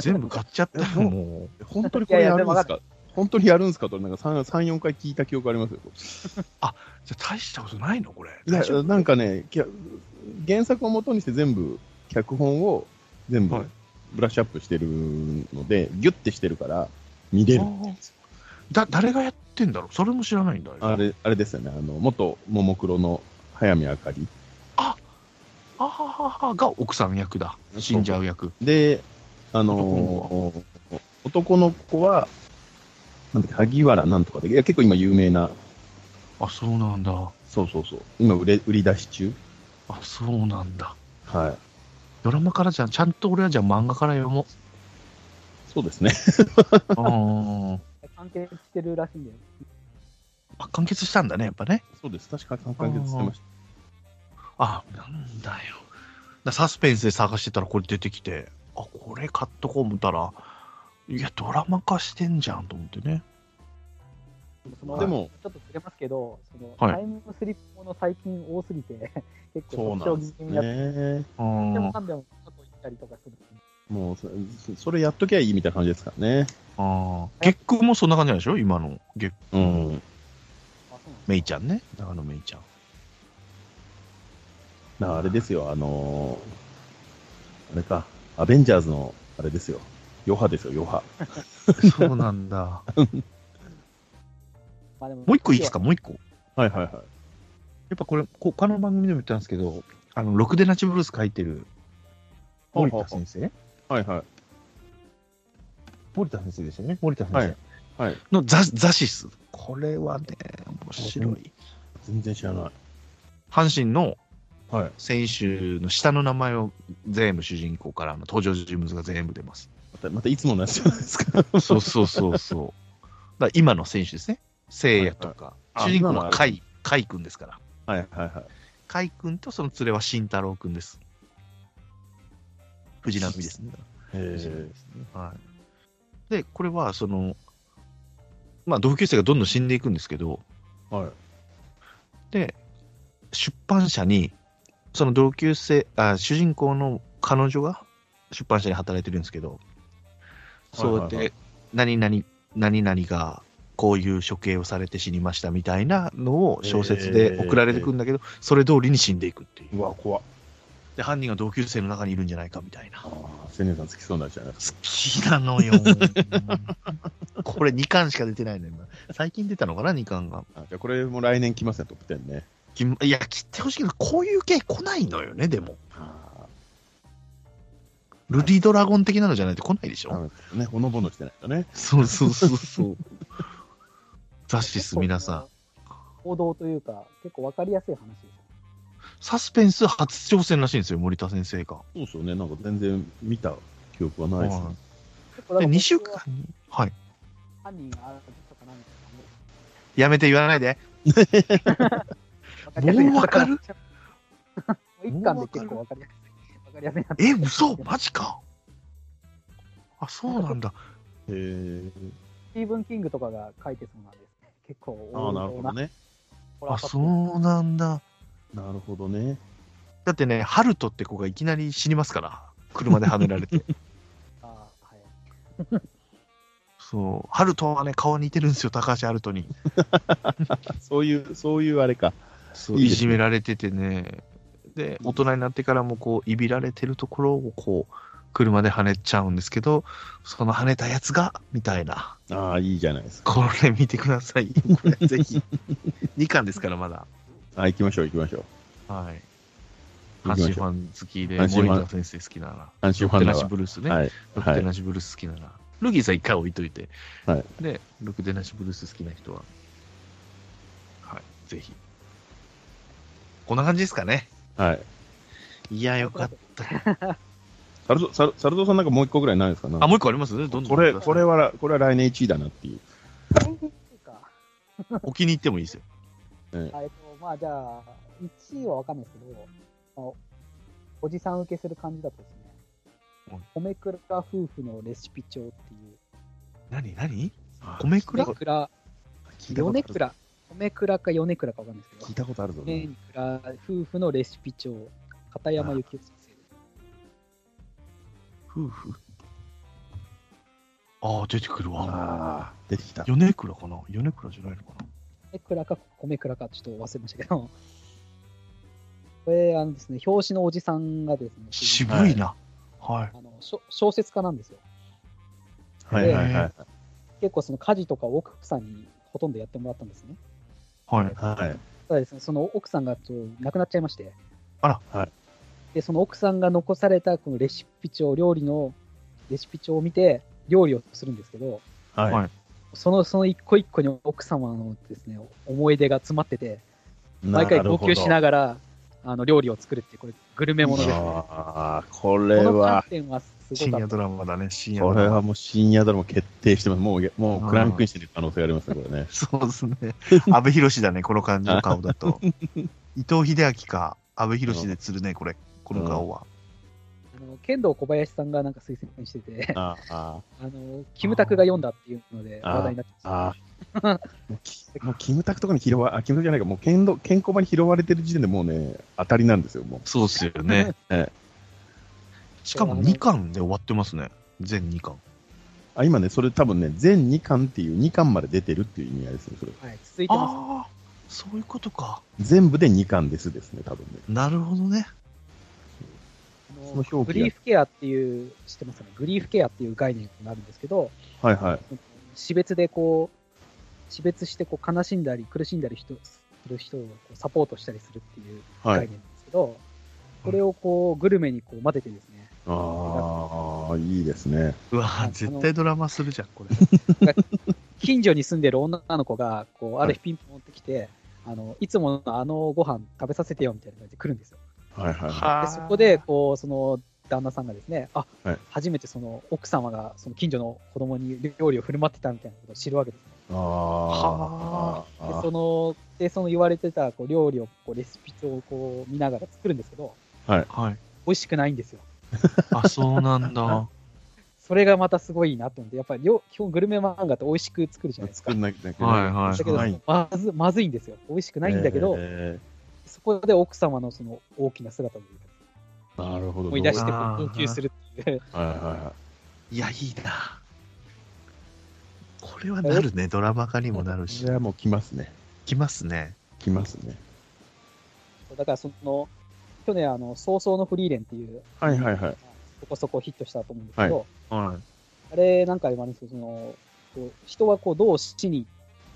Speaker 2: 全部買っちゃったよ、もう。
Speaker 4: 本当にこれ
Speaker 3: いやいや
Speaker 4: や
Speaker 3: で
Speaker 4: るん
Speaker 3: も
Speaker 4: ですか本当にやるんですかと、なんか3、3 4回聞いた記憶ありますよ。
Speaker 2: じゃあ大したことないのこれ。
Speaker 4: いや
Speaker 2: 大丈夫
Speaker 4: なんかね、きゃ原作を元にして全部、脚本を全部
Speaker 2: はい
Speaker 4: ブラッシュアップしてるので、ギュッてしてるから、見れる。
Speaker 2: だ誰がやってんだろうそれも知らないんだよ。
Speaker 4: あれ、あれですよね、あの、元ももクロの早見あかり。
Speaker 2: あはははが奥さん役だ。死んじゃう役。
Speaker 4: で、あのー男の子は、なんだっけ、萩原なんとかで、いや、結構今有名な、
Speaker 2: あ、そうなんだ。
Speaker 4: そうそうそう、今売れ、売り出し中。
Speaker 2: あ、そうなんだ。
Speaker 4: はい。
Speaker 2: ドラマからじゃん、ちゃんと俺はじゃあ漫画から読も
Speaker 4: そうですね。 [laughs]
Speaker 2: [laughs] う。あ
Speaker 3: た。完結してるらしいんで、
Speaker 2: あ。完結したんだね、やっぱね。
Speaker 4: そうです。確か完結してました。
Speaker 2: あ、なんだよ。だサスペンスで探してたらこれ出てきて、あ、これ買っとこう思ったら、いや、ドラマ化してんじゃんと思ってね。
Speaker 3: その
Speaker 4: でも、
Speaker 3: ちょっとずれますけど、その
Speaker 2: はい
Speaker 3: タイムスリップもの最近多すぎて、結
Speaker 4: そう
Speaker 3: 構
Speaker 4: な
Speaker 3: 特
Speaker 4: ん
Speaker 3: 徴気
Speaker 4: です
Speaker 3: 味にやって、
Speaker 4: ね。
Speaker 2: う
Speaker 3: で
Speaker 2: ん。
Speaker 3: も
Speaker 2: あ
Speaker 3: かんでも過去行ったりとかするんで。
Speaker 4: もうそ、それやっときゃいいみたいな感じですからね。
Speaker 2: あ。月空もそんな感じなんでしょ今の月
Speaker 4: う
Speaker 3: あそう
Speaker 4: ん。
Speaker 3: なんです
Speaker 2: メイちゃんね。長野メイちゃん。
Speaker 4: だからあれですよ、あのーあれか、アベンジャーズの、あれですよ、余波ですよ、余波。
Speaker 2: [laughs] そうなんだ。
Speaker 3: まあでも
Speaker 2: もう一個いいですかもう一個。
Speaker 4: はいはいはい。
Speaker 2: やっぱこれ、こ他の番組でも言ったんですけど、あの、ろくでなちブルース書いてる、森田先生
Speaker 4: はいはい。
Speaker 2: 森田先生でしたよね。森田先
Speaker 4: はい
Speaker 2: 生。
Speaker 4: はい
Speaker 2: のザ、ザシス。これはね、面白い。
Speaker 4: 全然知らない。
Speaker 2: 阪神の
Speaker 4: はい。
Speaker 2: 選手の下の名前を全部主人公からあの登場人物が全部出ます。
Speaker 4: また、またいつものやつじゃないですか。
Speaker 2: そうそうそうそう。 [laughs] だから今の選手ですね。聖夜とか。
Speaker 4: はいはい
Speaker 2: 主人公
Speaker 4: あ今のあ
Speaker 2: は
Speaker 4: れ
Speaker 2: 海、海君ですから。
Speaker 4: はいはいはい。
Speaker 2: 海君とその連れは慎太郎君です。藤波ですね。
Speaker 4: え
Speaker 2: はい、で、これは、その、まあ、同級生がどんどん死んでいくんですけど、
Speaker 4: ー、はい。
Speaker 2: で、出版社に、その同級生、あ主人公の彼女が出版社に働いてるんですけど、そうやっ
Speaker 4: はい
Speaker 2: て、何々、何々が、こういう処刑をされて死にましたみたいなのを小説で送られてくんだけど、それ通りに死んでいくっていう。
Speaker 4: うわ、怖っ。
Speaker 2: で、犯人が同級生の中にいるんじゃないかみたいな。
Speaker 4: あ
Speaker 2: 好
Speaker 4: あ、千年さん好きそうになっちゃいます。
Speaker 2: きなのよ。 [laughs] これ2巻しか出てないの、今。最近出たのかな、2巻が。
Speaker 4: あじゃあこれも来年来ますね、トップ10ね。
Speaker 2: きいや、切ってほしいけど、こういう系来ないのよね、でも。
Speaker 4: あ
Speaker 2: ルリードラゴン的なのじゃないと来ないでし
Speaker 4: あ、ダ
Speaker 2: ょ。
Speaker 4: メですね。ほのぼのしてないとね。
Speaker 2: そうそうそうそう。 [laughs] ザシス、皆さん。
Speaker 3: ん。報道というか、結構わかりやすい話ですよね。
Speaker 2: サスペンス初挑戦らしいんですよ、森田先生が。 [laughs]
Speaker 4: そうですよね。なんか全然見た記憶はないですね。
Speaker 2: はい
Speaker 3: 結構だか
Speaker 2: で、
Speaker 3: ら
Speaker 2: 2週間に。はい。
Speaker 3: 犯人があるとかなんかも
Speaker 2: やめて言わないで。
Speaker 3: うわかりやすい
Speaker 2: もうわかる
Speaker 3: もう [laughs] 一巻で結構わかりやすい。わかりやすいな
Speaker 2: え、嘘マジか。あ、そうなんだ。
Speaker 4: へー
Speaker 3: スティーブン・キングとかが書いてそうなんですね。結構
Speaker 4: ああ、なるほどね。
Speaker 2: あ、そうなんだ。
Speaker 4: なるほどね。 [laughs]
Speaker 2: だってね、ハルトって子がいきなり死にますから、車ではねられ [laughs] て。
Speaker 3: あはい。
Speaker 2: そう、ハルトはね、顔似てるんですよ、高橋ハルトに。
Speaker 4: あそういう、そういうあれか。
Speaker 2: そう
Speaker 4: いい
Speaker 2: い
Speaker 4: ですね
Speaker 2: じめられててね。で、大人になってからもこう、いびられてるところをこう、車で跳ねちゃうんですけど、その跳ねたやつが、みたいな。
Speaker 4: ああ、いいじゃないですか。
Speaker 2: これ見てくだ
Speaker 4: [laughs]
Speaker 2: さい。これぜひ。2巻ですから、まだ。
Speaker 4: あ行きましょう、行きましょう。
Speaker 2: はい。
Speaker 4: 行
Speaker 2: 阪神
Speaker 4: きまし
Speaker 2: フ
Speaker 4: ょう
Speaker 2: ァン好きで、
Speaker 4: 阪神
Speaker 2: 森
Speaker 4: ファン
Speaker 2: 田先生好きなら、
Speaker 4: 阪神フ
Speaker 2: ロッ
Speaker 4: ァン
Speaker 2: テナ
Speaker 4: なら
Speaker 2: シブルースね。
Speaker 4: はい。
Speaker 2: ロッ
Speaker 4: は
Speaker 2: テ
Speaker 4: い。
Speaker 2: ナシブルース好きなら。ルギーさん一回置いといて。
Speaker 4: はい
Speaker 2: で、ロッテナシブルース好きな人は。はい、ぜひ。こんな感じですかね。
Speaker 4: はい。
Speaker 2: いや、よかった。
Speaker 4: サルゾサルサルゾさんなんかもう一個ぐらいないですかなん
Speaker 2: [laughs] あ、
Speaker 4: か
Speaker 2: もう一個ありますどんどん
Speaker 4: これ、これは、これは来年1位だなっていう。
Speaker 3: 来年っていうか
Speaker 2: お気に入ってもいいですよ。
Speaker 3: あえっと、まあじゃあ、1位はわかんないですけど、あのおじさん受けする感じだとで
Speaker 2: う
Speaker 3: すね、米倉夫婦のレシピ帳っていう、
Speaker 2: 何何
Speaker 4: あ
Speaker 2: 米倉
Speaker 3: 米倉、
Speaker 4: 聞いたこと
Speaker 3: 米
Speaker 4: ある
Speaker 3: 倉、米倉か米倉かわかんないですけど
Speaker 4: 聞い、たことあるぞ、ね
Speaker 3: 米。倉夫婦のレシピ帳、片山幸夫先生です。
Speaker 2: 夫婦ああ、出てくるわ。
Speaker 4: ああ、出てきた。
Speaker 2: 米倉かな米倉じゃないのかな
Speaker 3: 米倉か米倉かちょっと忘れましたけど、 [laughs] これ、あのですね、表紙のおじさんがですね、
Speaker 2: 渋いな。はい。
Speaker 3: あの小小説家なんですよ。
Speaker 4: はいはいはい。
Speaker 3: 結構その家事とかを奥さんにほとんどやってもらったんですね。
Speaker 2: はい。
Speaker 4: はい。
Speaker 3: ただですね、その奥さんがちょっと亡くなっちゃいまして。
Speaker 2: あら
Speaker 4: はい
Speaker 3: で、その奥さんが残されたこのレシピ帳、料理のレシピ帳を見て、料理をするんですけど、
Speaker 4: はい。
Speaker 2: はい
Speaker 3: その、その一個一個に奥様のですね、思い出が詰まってて、毎回号泣しな
Speaker 4: が
Speaker 3: がら、あの、料理を作るっていう、これ、グルメものですね。こ
Speaker 4: ああ、これ
Speaker 3: の観
Speaker 4: は、
Speaker 3: 点はす
Speaker 2: 深
Speaker 3: ごか
Speaker 2: 夜
Speaker 3: った。
Speaker 2: ドラマだね、深夜
Speaker 4: こ
Speaker 2: ド
Speaker 4: れ
Speaker 2: ラマ。
Speaker 4: はもう深夜ドラマ決定してます。もう、もうクランクインしてる可能性がありますね、これね。
Speaker 2: そうです [laughs] ね。安倍博だね、この感じの顔だ [laughs] と。伊藤英明か、安倍博で釣るね、これ、この顔は。
Speaker 3: あの剣道小林さんがなんか推薦してて、 [laughs]
Speaker 4: ああ、
Speaker 3: あの、キムタクが読んだっていうので
Speaker 4: あー
Speaker 3: 話題になってました
Speaker 4: ああ。もうきもうキムタクとかに拾わ、あ、キムタクじゃないか、もう剣道、健康場に拾われてる時点でもうね、当たりなんですよ、もう。
Speaker 2: そうっすよね
Speaker 4: え
Speaker 2: しかも2巻で終わってますね、全2巻。
Speaker 4: あ、今ね、それ多分ね、全2巻っていう、2巻まで出てるっていう意味合いですね、それ。
Speaker 3: はい、続いてます。
Speaker 2: ああ、そういうことか。
Speaker 4: 全部で2巻ですですね、多分ね。
Speaker 2: なるほどね。
Speaker 3: あの
Speaker 4: その表記が
Speaker 3: グリーフケアっていう、知ってますかね、グリーフケアっていう概念があるんですけど、
Speaker 4: はいはい。
Speaker 3: 死別でこう、死別してこう悲しんだり苦しんだり人する人をこうサポートしたりするっていう
Speaker 4: は
Speaker 3: 概
Speaker 4: い
Speaker 3: 念。なんですけど、これをこうグルメにこう混ぜてですね、
Speaker 4: ああ、いいですね。
Speaker 2: うわ
Speaker 3: あの
Speaker 2: 絶対ドラマするじゃん、これ。
Speaker 3: 近所に住んでる女の子が、こうある日ピンポン持ってきて、あのいつものあのご飯食べさせてよみたいな感じで来るんですよ。
Speaker 4: はいはいは
Speaker 2: [laughs] は
Speaker 3: でそこでこうその旦那さんがですね、あ、
Speaker 4: はい
Speaker 3: 初めてその奥様がその近所の子供に料理を振る舞ってたみたいなことを知るわけですね。
Speaker 4: い。あー
Speaker 3: でそのでその言われてたこう料理をこうレシピ帳をこう見ながら作るんですけど、
Speaker 2: はい。
Speaker 3: 美味しくないんですよ。
Speaker 2: あ、そうなんだ。
Speaker 3: それがまたすごいなと思って、やっぱり料基本グルメ漫画って美味しく作るじゃないです
Speaker 4: 作
Speaker 3: か。
Speaker 4: んなきゃいけない。
Speaker 2: はいは
Speaker 3: だ
Speaker 2: い
Speaker 3: けど、
Speaker 2: はい。
Speaker 3: まずまずいんですよ。美味しくないんだけど、
Speaker 4: え
Speaker 3: そこで奥様のその大きな姿を
Speaker 4: ーなるほど。
Speaker 3: 思い出してこ
Speaker 2: あー
Speaker 3: う号泣するっていう。
Speaker 4: はいはいはい
Speaker 2: や、いいな。これはなるね。ドラマ化にもなる
Speaker 4: い。
Speaker 2: し
Speaker 4: じ。ゃあもう来ますね。
Speaker 2: きますね。
Speaker 4: 来ますね。
Speaker 3: だからその、去年、あの、早々のフリーレンっていう、
Speaker 4: はいはいはい。
Speaker 3: そこそこヒットしたと思うんですけど、
Speaker 2: は
Speaker 3: あれなんか言われるんですけど、その、こう人はこう、どう死に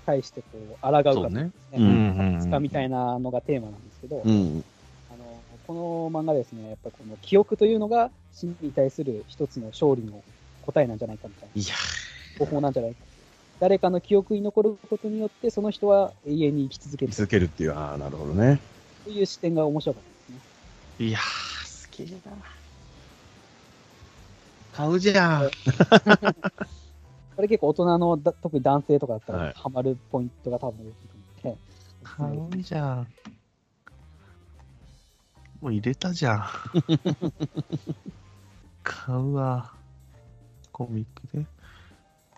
Speaker 3: 対してこう、抗うかと
Speaker 2: そ
Speaker 3: か
Speaker 2: うね。
Speaker 4: う
Speaker 2: い。
Speaker 4: ん
Speaker 3: ね、つかみた
Speaker 2: い
Speaker 3: いなのがテーマなんですけど、
Speaker 4: うん。
Speaker 3: あのこの漫画ですね、やっぱりこの記憶というのが死に対する一つの勝利の答えなんじゃないかみたいな、
Speaker 2: いや、
Speaker 3: 方法なんじゃないか。誰かの記憶に残ることによって、その人は永遠に生き続け
Speaker 4: 見
Speaker 3: る
Speaker 4: 続けるっていう、ああ、なるほどね。
Speaker 3: という視点が面白かったですね。
Speaker 2: いやー、好きだな。買うじゃん。 [laughs]
Speaker 3: これ結構大人のだ、特に男性とかだった
Speaker 4: はい
Speaker 3: ら、ハマるポイントが多分大きいと思
Speaker 2: 買
Speaker 3: って、
Speaker 2: うじゃん。もう入れたじゃん。買うわ。コミックで。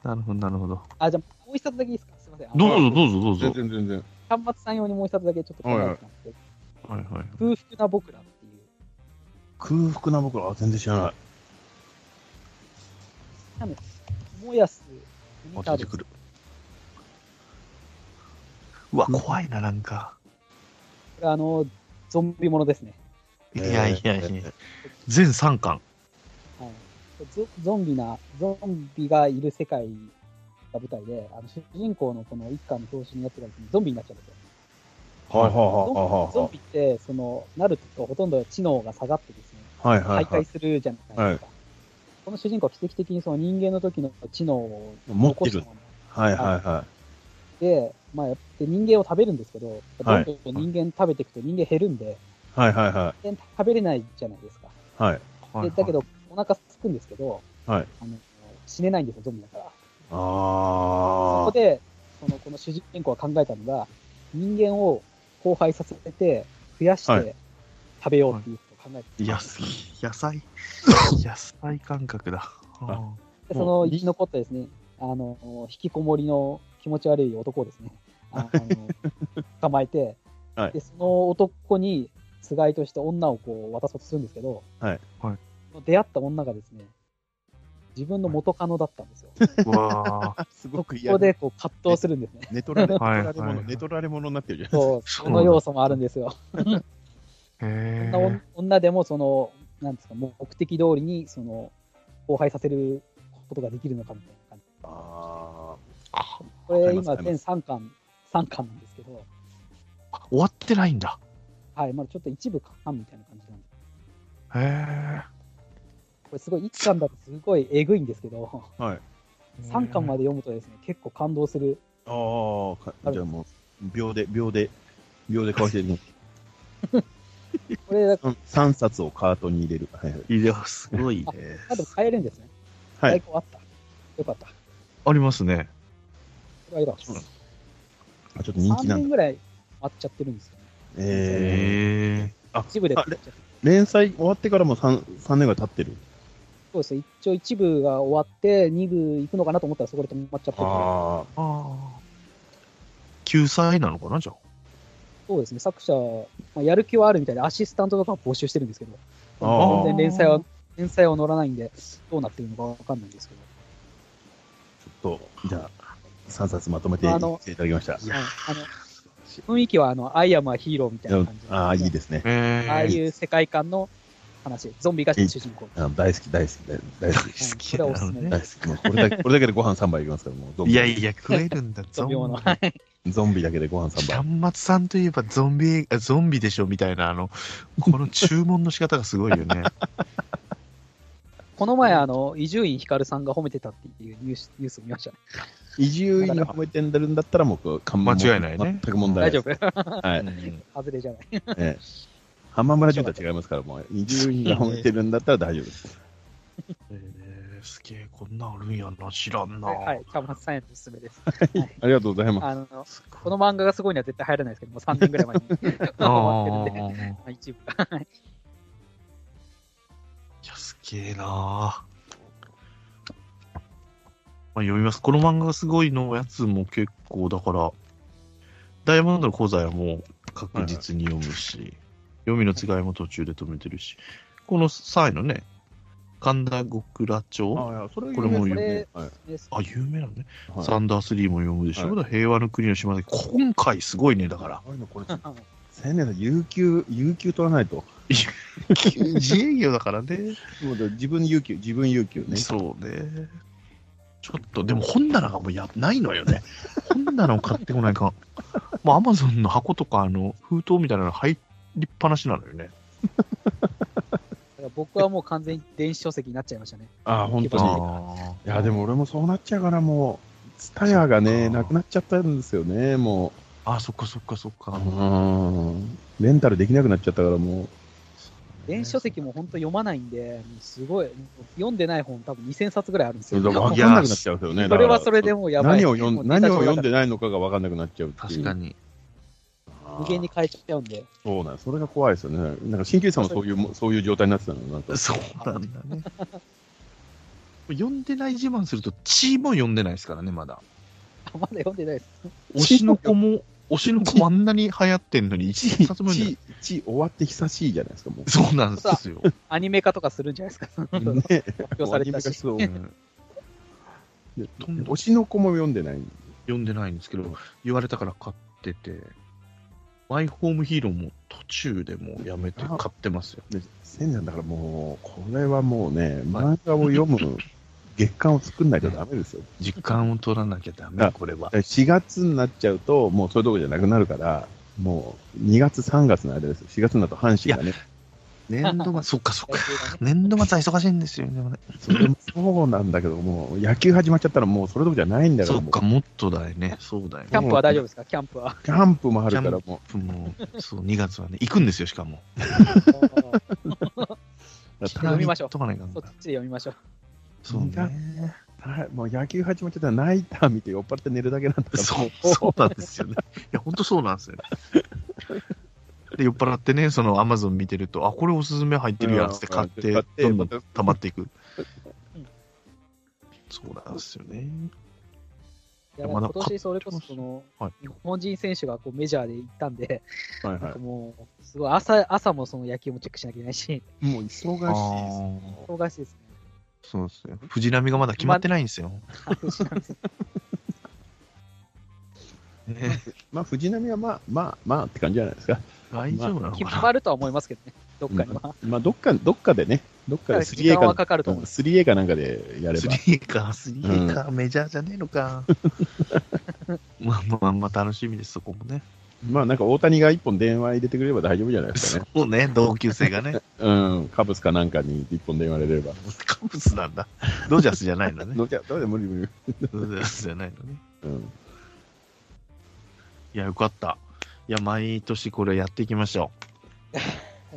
Speaker 2: なるほど、なるほど。
Speaker 3: あ、じゃあもう一冊だけいいですかすいません。あの
Speaker 2: どうぞ、どうぞ、どうぞ。
Speaker 4: 全然全然。
Speaker 3: 端末さん用にもう一冊だけちょっと考えてたんですけど、
Speaker 2: はいはい。
Speaker 3: 空腹な僕らっていう、
Speaker 4: 空腹な僕ら、あ全然知らない。
Speaker 3: なんでもやす、文太郎
Speaker 2: あ出てくるうわ、怖いな、なんか。
Speaker 3: これあの、ゾンビものですね。
Speaker 2: いやいやいや
Speaker 4: えー。
Speaker 2: 全3巻。
Speaker 3: はい、ゾゾンビな、ゾンビがいる世界が舞台で、あの主人公のこの一家の表紙になってるやつにゾンビになっちゃうんですよ。
Speaker 4: はい
Speaker 3: ゾン
Speaker 4: は
Speaker 3: ビって、その、なるとほとんど知能が下がってですね、
Speaker 4: いはいはいはい。はいはい
Speaker 3: 徘
Speaker 4: は
Speaker 3: 徊
Speaker 4: い。
Speaker 3: するじゃないですか。
Speaker 4: はい
Speaker 3: この主人公は奇跡的にその人間の時の知能を
Speaker 4: 持って
Speaker 3: 残した
Speaker 4: る
Speaker 3: ま。ま
Speaker 4: はいはいは
Speaker 3: で、まあ、やって人間を食べるんですけど、どんどん人間食べていくと人間減るんで、
Speaker 4: い。はいはいは
Speaker 3: 人間食べれないじゃないですか。
Speaker 4: い。はい。
Speaker 2: はい
Speaker 3: でだけど、お腹すくんですけど、
Speaker 4: はい
Speaker 3: あの死ねないんですよ、ゾンビだから。そ
Speaker 4: あ
Speaker 3: こで、そのこの主人公が考えたのが、人間を荒廃させて、増やし
Speaker 4: は
Speaker 3: て食べようっていうことを考えて、
Speaker 2: いや、す野
Speaker 4: [laughs]
Speaker 2: 菜。野菜感覚だ。
Speaker 4: あ
Speaker 3: でそ
Speaker 4: も
Speaker 3: の
Speaker 4: う
Speaker 3: 生き残ったですね、あの、引きこもりの気持ち悪い男をですね、
Speaker 4: [laughs]
Speaker 3: あの、捕まえて、
Speaker 4: はい
Speaker 3: で、その男に、つがいとして女をこう渡そうとするんですけど、
Speaker 4: はい
Speaker 2: はい
Speaker 3: 出会った女がですね、自分の元カノだったんですよ。
Speaker 2: うわー
Speaker 4: あ。すごく
Speaker 3: そ
Speaker 4: 嫌
Speaker 3: こ
Speaker 4: な
Speaker 3: でこう葛藤するんですね。
Speaker 4: [laughs] 寝取られ、寝取
Speaker 2: はい
Speaker 4: られ
Speaker 2: はいは
Speaker 4: 者、
Speaker 2: い
Speaker 4: 寝取られ者になってるじゃん。
Speaker 3: そう、
Speaker 2: そう
Speaker 3: その要素もあるんですよ。
Speaker 2: へ
Speaker 3: そん
Speaker 2: ー
Speaker 3: な女でもその、なんですか、目的通りにその荒廃させることができるのかみたいな感じ。
Speaker 4: あ
Speaker 3: こ
Speaker 4: わか
Speaker 3: れ
Speaker 4: ります
Speaker 3: 今全3巻、三巻なんですけど、
Speaker 2: 終わってないんだ。
Speaker 3: はい、まだちょっと一部巻みたいな感じなんです。
Speaker 2: へえ。
Speaker 3: これすごい1巻だとすごいえぐいんですけど、
Speaker 4: あ。はい。
Speaker 3: 3巻まで読むとですね、結構感動する。
Speaker 4: ああ、じゃあもう、秒で、秒で、秒で買わせてる。
Speaker 3: これ、あ
Speaker 4: 3冊をカートに入れる。はいはい。
Speaker 2: いや、すごいね。
Speaker 3: と買えるんですね。
Speaker 4: はい
Speaker 3: 最高あった。よかった。こ
Speaker 2: ありますね。
Speaker 3: れはよかったで
Speaker 4: そう
Speaker 3: す。
Speaker 4: あちょっと人気な
Speaker 3: 3年
Speaker 4: んだ。
Speaker 3: ぐらい待っちゃってるんですよね。
Speaker 4: ええ。
Speaker 2: へえ。
Speaker 3: 一部で
Speaker 4: あ
Speaker 3: 買っちゃってる。
Speaker 4: 連載終わってからも 3, 3年ぐらい経ってる。
Speaker 3: そうですね一応一部が終わって、二部行くのかなと思ったらそこで止まっちゃってるから。
Speaker 4: あ
Speaker 2: ああ。救済なのかな、じゃあ。
Speaker 3: そうですね、作者、まあ、やる気はあるみたいで、アシスタントとかは募集してるんですけど、
Speaker 4: あー
Speaker 3: 全然連載は、連載は乗らないんで、どうなってるのかわかんないんですけど、
Speaker 4: ちょっと、じゃあ、3冊まとめていていただきました。
Speaker 3: はいあの雰囲気はあの、アイアムはヒーローみたいな感じ
Speaker 4: ああ、いい
Speaker 3: で
Speaker 4: ですね。
Speaker 2: へ
Speaker 3: ああいう世界観の話、ゾンビが主人公。
Speaker 4: あの大好き、大好き、大大好き。
Speaker 3: 好
Speaker 2: きなのね
Speaker 4: 大好き。もうこれだ
Speaker 3: [laughs]
Speaker 4: け、これだけでご飯3杯いきますから、もうゾンビ。
Speaker 2: いやいや、食えるんだ、ゾ
Speaker 3: ゾ
Speaker 2: ン
Speaker 3: ンビもの。
Speaker 4: [laughs]
Speaker 3: は
Speaker 2: ビ。
Speaker 3: い
Speaker 4: ゾンビだけでご飯3杯。
Speaker 2: 端末さんといえばゾンビ、あゾンビでしょ、みたいな、あの、この注文の仕方がすごいよね。
Speaker 3: [laughs] この前、あの、伊集院光さんが褒めてたっていうニュースニュースを見ましたね。
Speaker 4: 移住院が褒めてんだるんだったら、もうこう、看板も
Speaker 2: 間違いないね
Speaker 4: 全く問題
Speaker 3: 大
Speaker 4: な
Speaker 3: 丈
Speaker 4: い。
Speaker 3: 夫。 [laughs]
Speaker 4: はい。
Speaker 3: 外れじゃない。
Speaker 4: ええ浜村淳とは違いますから、もう、移住院が褒めてるんだったら大丈夫です。
Speaker 2: へーえーすげえ、こんなんあるんやな、知らんな。
Speaker 3: はい、たまさんへのおすすめです。
Speaker 4: ありがとうご [laughs] ざいます。
Speaker 3: あの、
Speaker 2: すごい
Speaker 3: この漫画がすごいには絶対入らないですけど、もう3年ぐらい
Speaker 4: [laughs]
Speaker 3: 前に終わってるんで、
Speaker 2: あー
Speaker 3: まあ一部が。はい
Speaker 2: いや、すげえなあまあ、読みます。この漫画がすごいのやつも結構、だから、ダイヤモンドの講座はもう確実に読むし、読みの違いも途中で止めてるし、この3位のね、神田極楽町、
Speaker 4: ああ、それ
Speaker 2: これも
Speaker 4: 有
Speaker 2: 有
Speaker 4: 名
Speaker 3: 名
Speaker 4: はい
Speaker 3: です
Speaker 2: あ、有名なのね、
Speaker 4: はい
Speaker 2: サンダースリーも読むでしょ、
Speaker 4: は
Speaker 2: 平和の国の島崎、今回すごいね、だ
Speaker 4: [laughs]
Speaker 2: から。
Speaker 4: あれのこれ
Speaker 3: あの
Speaker 4: 千年さん、有給、有給取らないと。
Speaker 2: 自営業だからね。
Speaker 4: もうだ自分有給、自分有給ね。
Speaker 2: そうね。ちょっと、でも本棚がもうやないのよね。本棚を買ってこない [laughs] か。もうアマゾンの箱とか、あの、封筒みたいなの入りっぱなしなのよね。
Speaker 3: だから僕はもう完全に電子書籍になっちゃいましたね。
Speaker 4: ああ、本当に。
Speaker 3: あ
Speaker 4: いや、でも俺もそうなっちゃうから、もう、ツタヤが
Speaker 2: そ
Speaker 4: ね、
Speaker 2: っか
Speaker 4: なくなっちゃったんですよね、も
Speaker 2: ああ、そっかそっかそっ
Speaker 4: う。
Speaker 2: か。
Speaker 4: うんレンタルできなくなっちゃったから、も
Speaker 3: 電子書籍も本当読まないんで、もうすごい、読んでない本多分2000冊ぐらいあるんです
Speaker 4: う、
Speaker 3: よ。
Speaker 4: だから
Speaker 2: わ
Speaker 4: 分
Speaker 2: いや
Speaker 4: かんなくなっちゃうんですよね。だ
Speaker 3: そ
Speaker 4: か
Speaker 3: れ
Speaker 4: ら
Speaker 3: はそれでもうやばい。
Speaker 4: 何を読ん何を読んで
Speaker 3: る
Speaker 4: ないのかが分かんなくなっちゃうってい
Speaker 2: 確
Speaker 4: う。
Speaker 2: かに。
Speaker 4: あー。
Speaker 3: 無限に変えちゃうんで。 [laughs]
Speaker 4: そうなんですそれが怖いですよね。なんか、新旧さんもそういうも、そういう状態になってたのよなんか。
Speaker 2: そうなんだね。読んでない自慢すると、チーも読んでないですからね、まだ。
Speaker 3: あまだ読んでないです。
Speaker 2: 推しの子も、推しの子もあんなに流行ってんのに、一冊も読んでない。
Speaker 4: 地、地終わって久しいじゃないですか、もう。
Speaker 2: そうなんですよ。
Speaker 3: アニメ化とかするんじゃない
Speaker 4: [laughs]
Speaker 3: ですか。
Speaker 4: ね、
Speaker 3: 発表されてたし。 [laughs]
Speaker 4: そ
Speaker 2: う
Speaker 4: う
Speaker 2: ん
Speaker 4: で推しの子も読んでない。
Speaker 2: 読んでないんですけど、言われたから買ってて、マイホームヒーローも途中でもうやめて買ってますよ。
Speaker 4: で、せんちゃんだからもう、これはもうね、漫画を読む月間を作んないとダメですよ。
Speaker 2: 時間を取らなきゃダメ、
Speaker 4: あ
Speaker 2: これは。
Speaker 4: 4月になっちゃうと、もうそういうとこじゃなくなるから、もう2月、3月の間ですよ。4月になると阪神がね。
Speaker 2: 年
Speaker 4: [laughs]
Speaker 2: 度末、そっかそっか。年度末は忙しいんですよね。でもね
Speaker 4: それもそうなんだけど、もう野球始まっちゃったらもうそれどころじゃないんだか
Speaker 2: そ
Speaker 4: ら、
Speaker 2: っ
Speaker 4: もう
Speaker 2: か、もっとだよね。そうだよ
Speaker 3: キ
Speaker 2: ね。
Speaker 3: ャンプは大丈夫ですかキャンプは。
Speaker 4: [laughs] キャンプもあるからもう。
Speaker 2: もう、そう、2月はね、行くんですよ、しかも。
Speaker 4: だから
Speaker 3: 読みましょう
Speaker 2: とかないかん
Speaker 3: そっ
Speaker 2: から
Speaker 3: ちで読みましょう。
Speaker 2: そうね。
Speaker 4: はいもう野球始まっちゃったらナイター見て酔っ払って寝るだけなんだから。
Speaker 2: そう、そうなんですよね。いや、ほんとそうなんですよね。で、酔っ払ってね、そのアマゾン見てると、あ、これおすすめ入ってるやんつって買っ
Speaker 4: うん買
Speaker 2: て
Speaker 4: っ、て
Speaker 2: どんどん溜まっていく。そうなんですよね。
Speaker 3: いや
Speaker 2: まだ
Speaker 3: 今年それこそその、
Speaker 2: はい
Speaker 3: 日本人選手がこうメジャーで行ったんで、
Speaker 4: はい
Speaker 3: なん
Speaker 4: は
Speaker 3: かもう、すごい朝朝もその野球もチェックしなきゃいけないし、
Speaker 4: い。もう忙しい
Speaker 2: あ
Speaker 4: です。
Speaker 2: ー
Speaker 3: 忙しいですね。
Speaker 2: そうですよ。藤波がまだ決まってないんですよ。 [laughs] ね、
Speaker 4: まあ藤波はまあまあまあって感じじゃないですか。
Speaker 2: 大丈夫なのか
Speaker 3: 決
Speaker 2: な、
Speaker 3: まるとは思いますけどね、どっかには。
Speaker 4: まあどっか、どっかでね、どっか
Speaker 3: だから
Speaker 4: で
Speaker 3: 時
Speaker 4: 3A
Speaker 3: 間は
Speaker 4: か
Speaker 3: かかると思います。
Speaker 4: 3A かなんかでやれ
Speaker 2: ス
Speaker 4: ば
Speaker 2: リ。ーか、スリーか、メジャーじゃねえのか。 [laughs] まあまあまあ、楽しみです、そこもね。
Speaker 4: まあなんか大谷が一本電話入れてくれれば大丈夫じゃないです
Speaker 2: そ
Speaker 4: かね。
Speaker 2: うね、同級生がね。
Speaker 4: うん、カブスかなんかに一本電話入れれば。
Speaker 2: カブスなんだ。ドジャースじゃないのね
Speaker 4: ど。うじゃ、どうじゃ無理無理。
Speaker 2: [laughs] ドジャースじゃないのね。
Speaker 4: うん。
Speaker 2: いや、よかった。いや、毎年これやっていきましょ
Speaker 3: え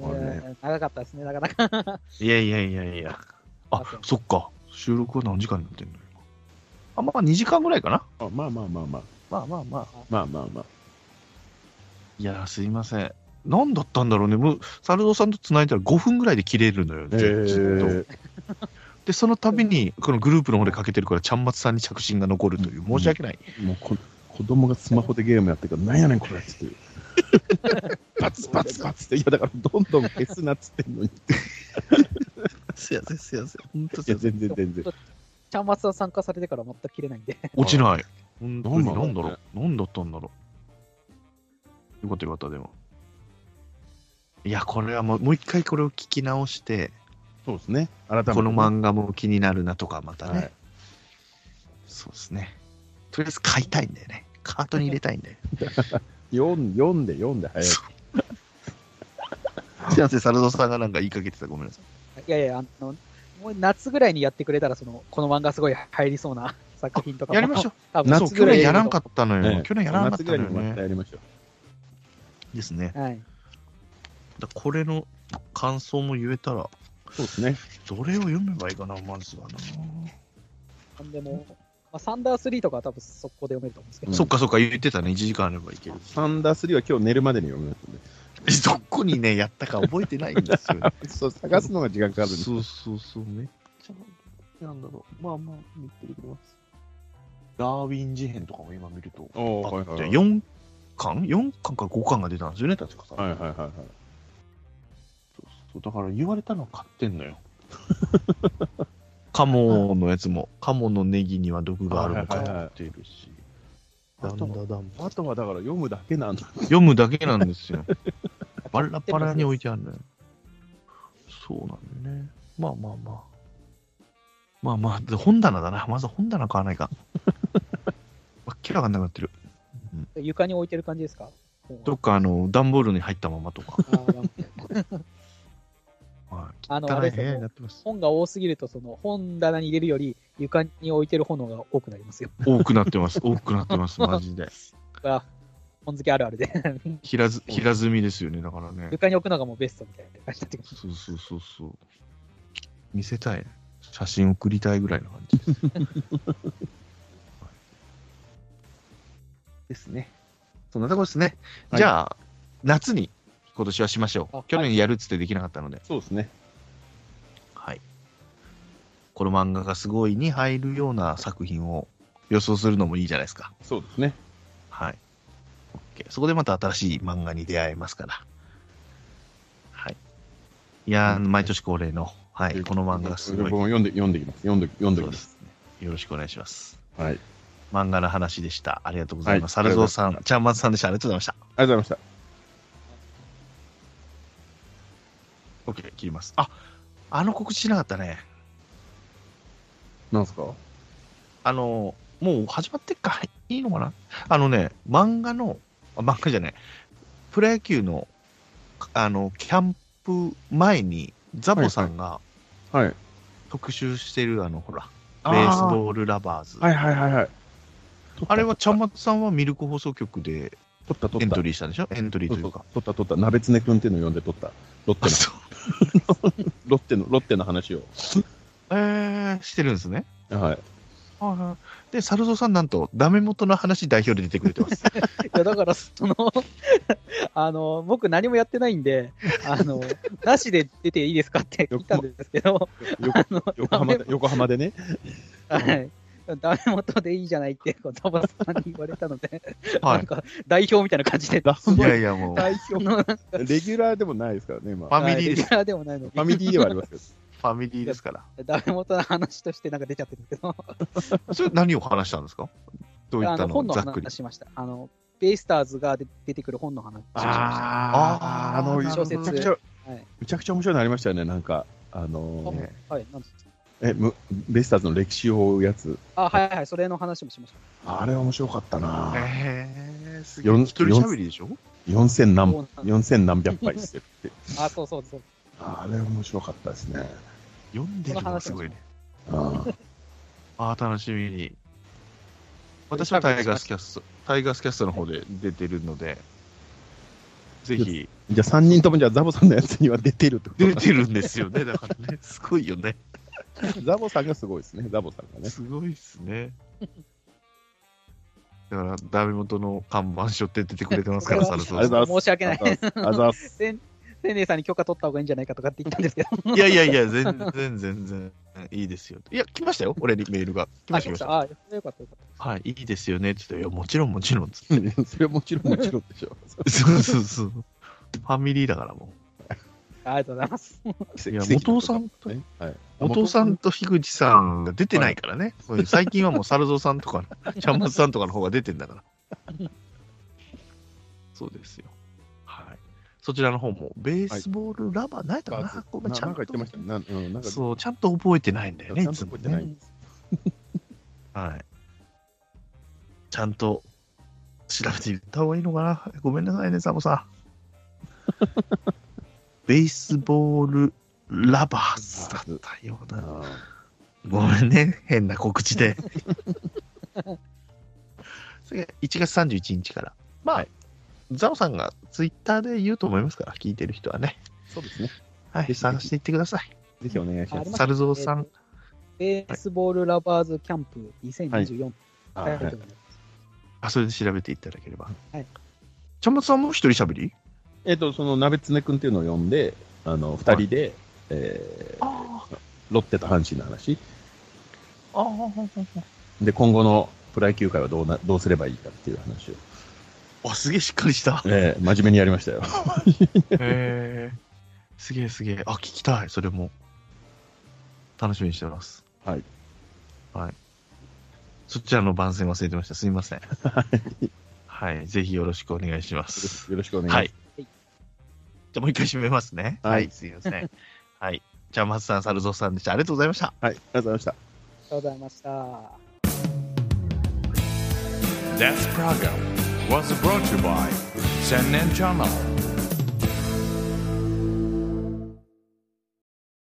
Speaker 4: まあね
Speaker 3: ー長かったですね、なかなか。
Speaker 2: う。いやいやいやいや。あ、そっか。収録は何時間になってんの今あ、まあ2時間ぐらいかな。
Speaker 4: あまあまあまあまあ。
Speaker 2: まあまあまあ。
Speaker 4: まあまあまあ。
Speaker 2: いや、すいません。何だったんだろうね。もう、サルドさんと繋いだら5分ぐらいで切れるのよ、
Speaker 4: え
Speaker 2: ずっと。で、その度に、このグループの方でかけてるから、ちゃんまつさんに着信が残るという、申し訳ない。
Speaker 4: ー、もうこ子供がスマホでゲームやってるから、なんやねんこれっつ [laughs] って。パツパツパツって。いやだからどんどん消すなっつってんのに。い
Speaker 2: すいません、すいません。本当すい
Speaker 4: や
Speaker 2: ません
Speaker 4: 全然全然。
Speaker 3: ちゃんまつは参加されてから全く切れないんで、
Speaker 2: 落ちない。本当に
Speaker 4: なん
Speaker 2: 何だ
Speaker 4: だろう
Speaker 2: ろう何だったんだろうよかったよかった、でも。いや、これはもうもう一回これを聞き直して、
Speaker 4: そうですね。改めて。
Speaker 2: この漫画も気になるなとか、またね、
Speaker 4: はい
Speaker 2: そうですね。とりあえず買いたいんだよね。カートに入れたいんだよ。 [laughs]
Speaker 4: 読ん読んで読んで早い。
Speaker 2: そうすいません、サルドさんがなんか言いかけてた、ごめんなさい。
Speaker 3: いやいや、あの、もう夏ぐらいにやってくれたら、その、この漫画すごい入りそうな [laughs] 作品とかも
Speaker 2: やりましょう。
Speaker 3: 多分
Speaker 4: 夏
Speaker 2: そう去
Speaker 4: ぐらい
Speaker 2: 年
Speaker 4: に
Speaker 2: やらんかったのよ。
Speaker 4: ね
Speaker 2: 去年やらんかった
Speaker 4: 夏ぐら
Speaker 2: の
Speaker 4: い
Speaker 2: よ
Speaker 4: にまた
Speaker 2: ね。
Speaker 4: やりましょう。
Speaker 2: ですね。
Speaker 3: はい。
Speaker 2: だこれの感想も言えたら、
Speaker 4: そうですね。
Speaker 2: どれを読めばいいかな、まずはな。
Speaker 3: なんでも、まあ、サンダー3とかは多分速攻で読めると思うんですけど、
Speaker 4: うん
Speaker 2: そっかそっか、言ってたね。1時間あればいける。
Speaker 4: サンダー3は今日寝るまでに読むや
Speaker 2: [laughs] どこにね、やったか覚えてないんですよ。 [laughs]
Speaker 4: つで。そう、探すのが時間かかるんで
Speaker 2: そうそうそう、めっちゃ、なんだろう。まあまあ、見ていきます。ダーウィン事変とかも今見ると。
Speaker 4: お
Speaker 2: あ
Speaker 4: ー
Speaker 2: って、4巻 ?4 巻から5巻が出たんですよね、確かさ。
Speaker 4: はいはいはいはい。
Speaker 2: そうだから言われたの買ってんのよ。カモのやつも、 [laughs] カモのネギには毒があるの買っているし。
Speaker 4: は
Speaker 2: ダ
Speaker 4: いはい
Speaker 2: ン
Speaker 4: はい
Speaker 2: ダダン
Speaker 4: あとはだから読むだけなんだ。
Speaker 2: 読むだけなんです [laughs] よ。バラバラに置いてあるのよ。そうなんだよね。まあまあまあ。まあまあ、で本棚だな。まず本棚買わない [laughs] か。わっきらわかんなくなってる。
Speaker 3: 床に置いてる感じですか
Speaker 2: どっかあの、段ボールに入ったままとか。
Speaker 3: あー
Speaker 2: は
Speaker 3: あ
Speaker 2: い、
Speaker 3: の、あ
Speaker 2: 汚い
Speaker 3: れ
Speaker 2: 部
Speaker 3: で
Speaker 2: 屋にな
Speaker 3: すね
Speaker 2: ってます。
Speaker 3: 本が多すぎると、その本棚に入れるより、床に置いてる炎が多くなりますよ。
Speaker 2: 多くなって [laughs] ます。多くなってます。マジで。
Speaker 3: あ本好きあるあるで。 [laughs]
Speaker 2: 平ず平積みですよね、だからね。
Speaker 3: 床に置くのがもうベストみたいな感じになってくる
Speaker 2: そうそうそうそう。見せたい。写真送りたいぐらいの感じです。
Speaker 5: ですね。
Speaker 2: [laughs] そんなとこですね。
Speaker 4: はい
Speaker 2: じゃあ、夏に今年はしましょう
Speaker 3: あは。い
Speaker 2: 去年やるっつってできなかったので。
Speaker 4: そうですね。
Speaker 2: はい。この漫画がすごいに入るような作品を予想するのもいいじゃないですか。
Speaker 4: そうですね。
Speaker 2: はい。OK そこでまた新しい漫画に出会えますから。はい。いやー、
Speaker 4: うん
Speaker 2: 毎年恒例の、はい、この漫画がすごい
Speaker 4: 僕。も読んで、読んできます。読んで、読んでき
Speaker 2: そう
Speaker 4: ま。
Speaker 2: ですすね。よろしくお願いします。
Speaker 4: はい。
Speaker 2: 漫画の話でした。ありがとうございます。
Speaker 4: はい
Speaker 2: 猿蔵さん、ちゃんまつさんでした。ありがとうございました。
Speaker 4: ありがとうござい
Speaker 2: OK、切ります。あ、あの告知しなかったね。
Speaker 4: ました。なん
Speaker 2: あの、もう始まってっか。いいのかなあのね、漫画の、あ漫画じゃない、プロ野球の、あの、キャンプ前に、ザボさんが
Speaker 4: すかはい。
Speaker 2: 特集してる、あの、ほら、
Speaker 4: あー
Speaker 2: ベースボールラバーズ。
Speaker 4: はいはいはいはい。
Speaker 2: あれは、ちゃんまつさんはミルク放送局で
Speaker 4: 取った取
Speaker 2: エ
Speaker 4: っ
Speaker 2: ン
Speaker 4: た
Speaker 2: ト。リーしたんでしょエントリー
Speaker 4: そ
Speaker 2: と
Speaker 4: う
Speaker 2: い
Speaker 4: そうう
Speaker 2: か。
Speaker 4: 取った取った。鍋つねくんっていうのを呼んで取った。ロッテ
Speaker 2: あ
Speaker 4: の、
Speaker 2: [laughs] そう
Speaker 4: ロッテの、ロッテの話を。
Speaker 2: えー、してるんですね。
Speaker 4: はい。
Speaker 2: はいはいで、猿蔵さん、なんと、ダメ元の話代表で出てくれてます。
Speaker 3: いや、だから、その、 [laughs] あの、僕何もやってないんで、あの、なしで出ていいですかって聞いたんですけど、
Speaker 4: よ
Speaker 3: あの、
Speaker 4: 横浜で、横浜でね。
Speaker 3: はい。ダメ元でいいじゃないって、こうザボさんに言われたので、
Speaker 2: は
Speaker 3: なんか代表みたいな感じで、
Speaker 4: ラ
Speaker 2: [laughs]
Speaker 4: ス
Speaker 2: い。い
Speaker 4: ボ
Speaker 2: や
Speaker 4: レ
Speaker 2: いや、もう、
Speaker 3: 代表のフ
Speaker 4: ギュラーでもないですからね、今。
Speaker 2: フ
Speaker 4: フ
Speaker 2: ァミリーです。
Speaker 3: す。レギュラーでもないのに、
Speaker 4: ァミリーではありますけど。
Speaker 2: ファミリーですから。
Speaker 3: ダメ元の話としてなんか出ちゃってるけど、
Speaker 2: それ、何を話したんですかどういっ
Speaker 3: あ
Speaker 2: た
Speaker 3: の
Speaker 2: のを
Speaker 3: 本の
Speaker 2: ざっくり
Speaker 3: 話。しました。あの、ベイスターズが出出てくる本の話をしました。
Speaker 4: ああ、あの、
Speaker 2: な
Speaker 4: め
Speaker 2: る
Speaker 4: ち
Speaker 2: ほ
Speaker 4: ゃ
Speaker 2: ど
Speaker 4: くちゃ、
Speaker 3: はい
Speaker 4: めちゃくちゃ面白いのありましたよね、なんか。あのー、
Speaker 3: あはい、なんですか
Speaker 4: え、むベイスターズの歴史を追うやつ。
Speaker 3: あ、はいはい、それの話もしました。
Speaker 4: あれは面白かったなぁ。
Speaker 2: えー、すげえ。
Speaker 4: 四
Speaker 2: 一人喋りでしょ
Speaker 4: 4000
Speaker 3: そう
Speaker 4: 何
Speaker 3: なんで
Speaker 4: 4000何百杯してるって。
Speaker 3: あ、そうそうそう。
Speaker 4: あれ面白かったですね。
Speaker 2: 読んでるのがすごいね。
Speaker 4: あ
Speaker 2: ああ、楽しみに。私はタイガースキャスト、タイガースキャストの方で出てるので、ぜ [laughs] ひ、
Speaker 4: じゃあ3人ともじゃあザボさんのやつには出てるってこと
Speaker 2: 出てるんですよね。だからね、すごいよね。
Speaker 4: ザボさんがすごいですね、ザボさんがね。
Speaker 2: すごいっす [laughs] ね。だから、ダメ元の看板書って出てくれてますから、
Speaker 3: こ
Speaker 2: サ
Speaker 3: れ
Speaker 2: ル
Speaker 3: は
Speaker 2: ソ
Speaker 4: ありがと
Speaker 2: ー
Speaker 4: うございま
Speaker 3: 申
Speaker 4: す。
Speaker 3: し訳ない
Speaker 4: ありがとうございます。
Speaker 3: [laughs] せん、せんねいさんに許可取った方がいいんじゃないかとかって言ったんです
Speaker 4: [laughs]
Speaker 3: けど。
Speaker 2: さん。いやいやいや、全然、全然、いいですよ。いや、来ましたよ、俺にメールが。来ま
Speaker 3: あ、
Speaker 2: した、来ました。
Speaker 3: [laughs] あ、よかったよかっ
Speaker 2: はい、いいですよねって言って、いや、もちろん、もちろんっつっ
Speaker 4: ありがとうございます。それはもちろんもちろんでしょ。
Speaker 2: て。そうそうそう。ファミリーだからも
Speaker 3: た。ありがとうございます。
Speaker 2: う。いや、元尾さんと、
Speaker 4: ね。はい。
Speaker 2: 元尾さんと樋口さんが出てないからね。そういう最近はもう、猿蔵さん
Speaker 4: [laughs]
Speaker 2: とか、ちゃんまつさんとかの方が出てんだから。そうですよ。はい。そちらの方も、ベースボールラバー、ない、やったか
Speaker 4: な
Speaker 2: なごめん、
Speaker 4: な
Speaker 2: ちゃ
Speaker 4: なんんか言ってましたね。なんうんなんか
Speaker 2: そう、ちゃんと覚えてないんだよね、い
Speaker 4: ちゃん
Speaker 2: つ
Speaker 4: と
Speaker 2: も
Speaker 4: 覚えてない
Speaker 2: ね。はい。ちゃんと調べて言った方がいいのかな。ごめんなさいね、サボさ [laughs] ん。ベースボールラバーズだったような。
Speaker 4: あ
Speaker 2: ごめんね、変な告知 [laughs] で。それが1月31日から。まあ、ザオさんがツイッターで言うと思いますから、聞いてる人はね。
Speaker 4: ーそうですね。
Speaker 2: はい、探していってください。
Speaker 4: ぜひお願いし
Speaker 3: あ
Speaker 4: ま
Speaker 3: あり
Speaker 4: す
Speaker 3: ま。
Speaker 2: 猿蔵さん、
Speaker 3: ベースボールラバーズキャンプ2024、
Speaker 4: あ
Speaker 3: タイト
Speaker 4: はい
Speaker 3: ルです
Speaker 2: あ、それで調べていただければ。
Speaker 3: はい。
Speaker 2: ちゃんまつさんも一人喋り
Speaker 4: えっと、その、なべつねくんっていうのを呼んで、あの、二人で、えーロッテと阪神の話。
Speaker 2: ああ、
Speaker 4: で、今後のプロ野球界はどうな、どうすればいいかっていう話を。
Speaker 2: あすげえしっかりした。
Speaker 4: えー真面目にやりま
Speaker 2: [laughs]
Speaker 4: したよ。
Speaker 2: へえ。すげえすげえ。あ、聞きたい、それも。楽しみにしてます。
Speaker 4: はい。
Speaker 2: はい。そちらの番宣忘れてました。すみません。はい。ぜひよろしくお願いします。
Speaker 4: よろしくお願いします。
Speaker 2: はい。
Speaker 3: はい
Speaker 2: じゃあもう一回締めますね。
Speaker 4: はい
Speaker 2: はい、すいません。はい。じゃあ、松さん、猿蔵さんでした。ありがとうございました。
Speaker 4: はい、ありがとうございました。
Speaker 3: ありがとうございました。
Speaker 1: This program was brought to you by Sennen Channel.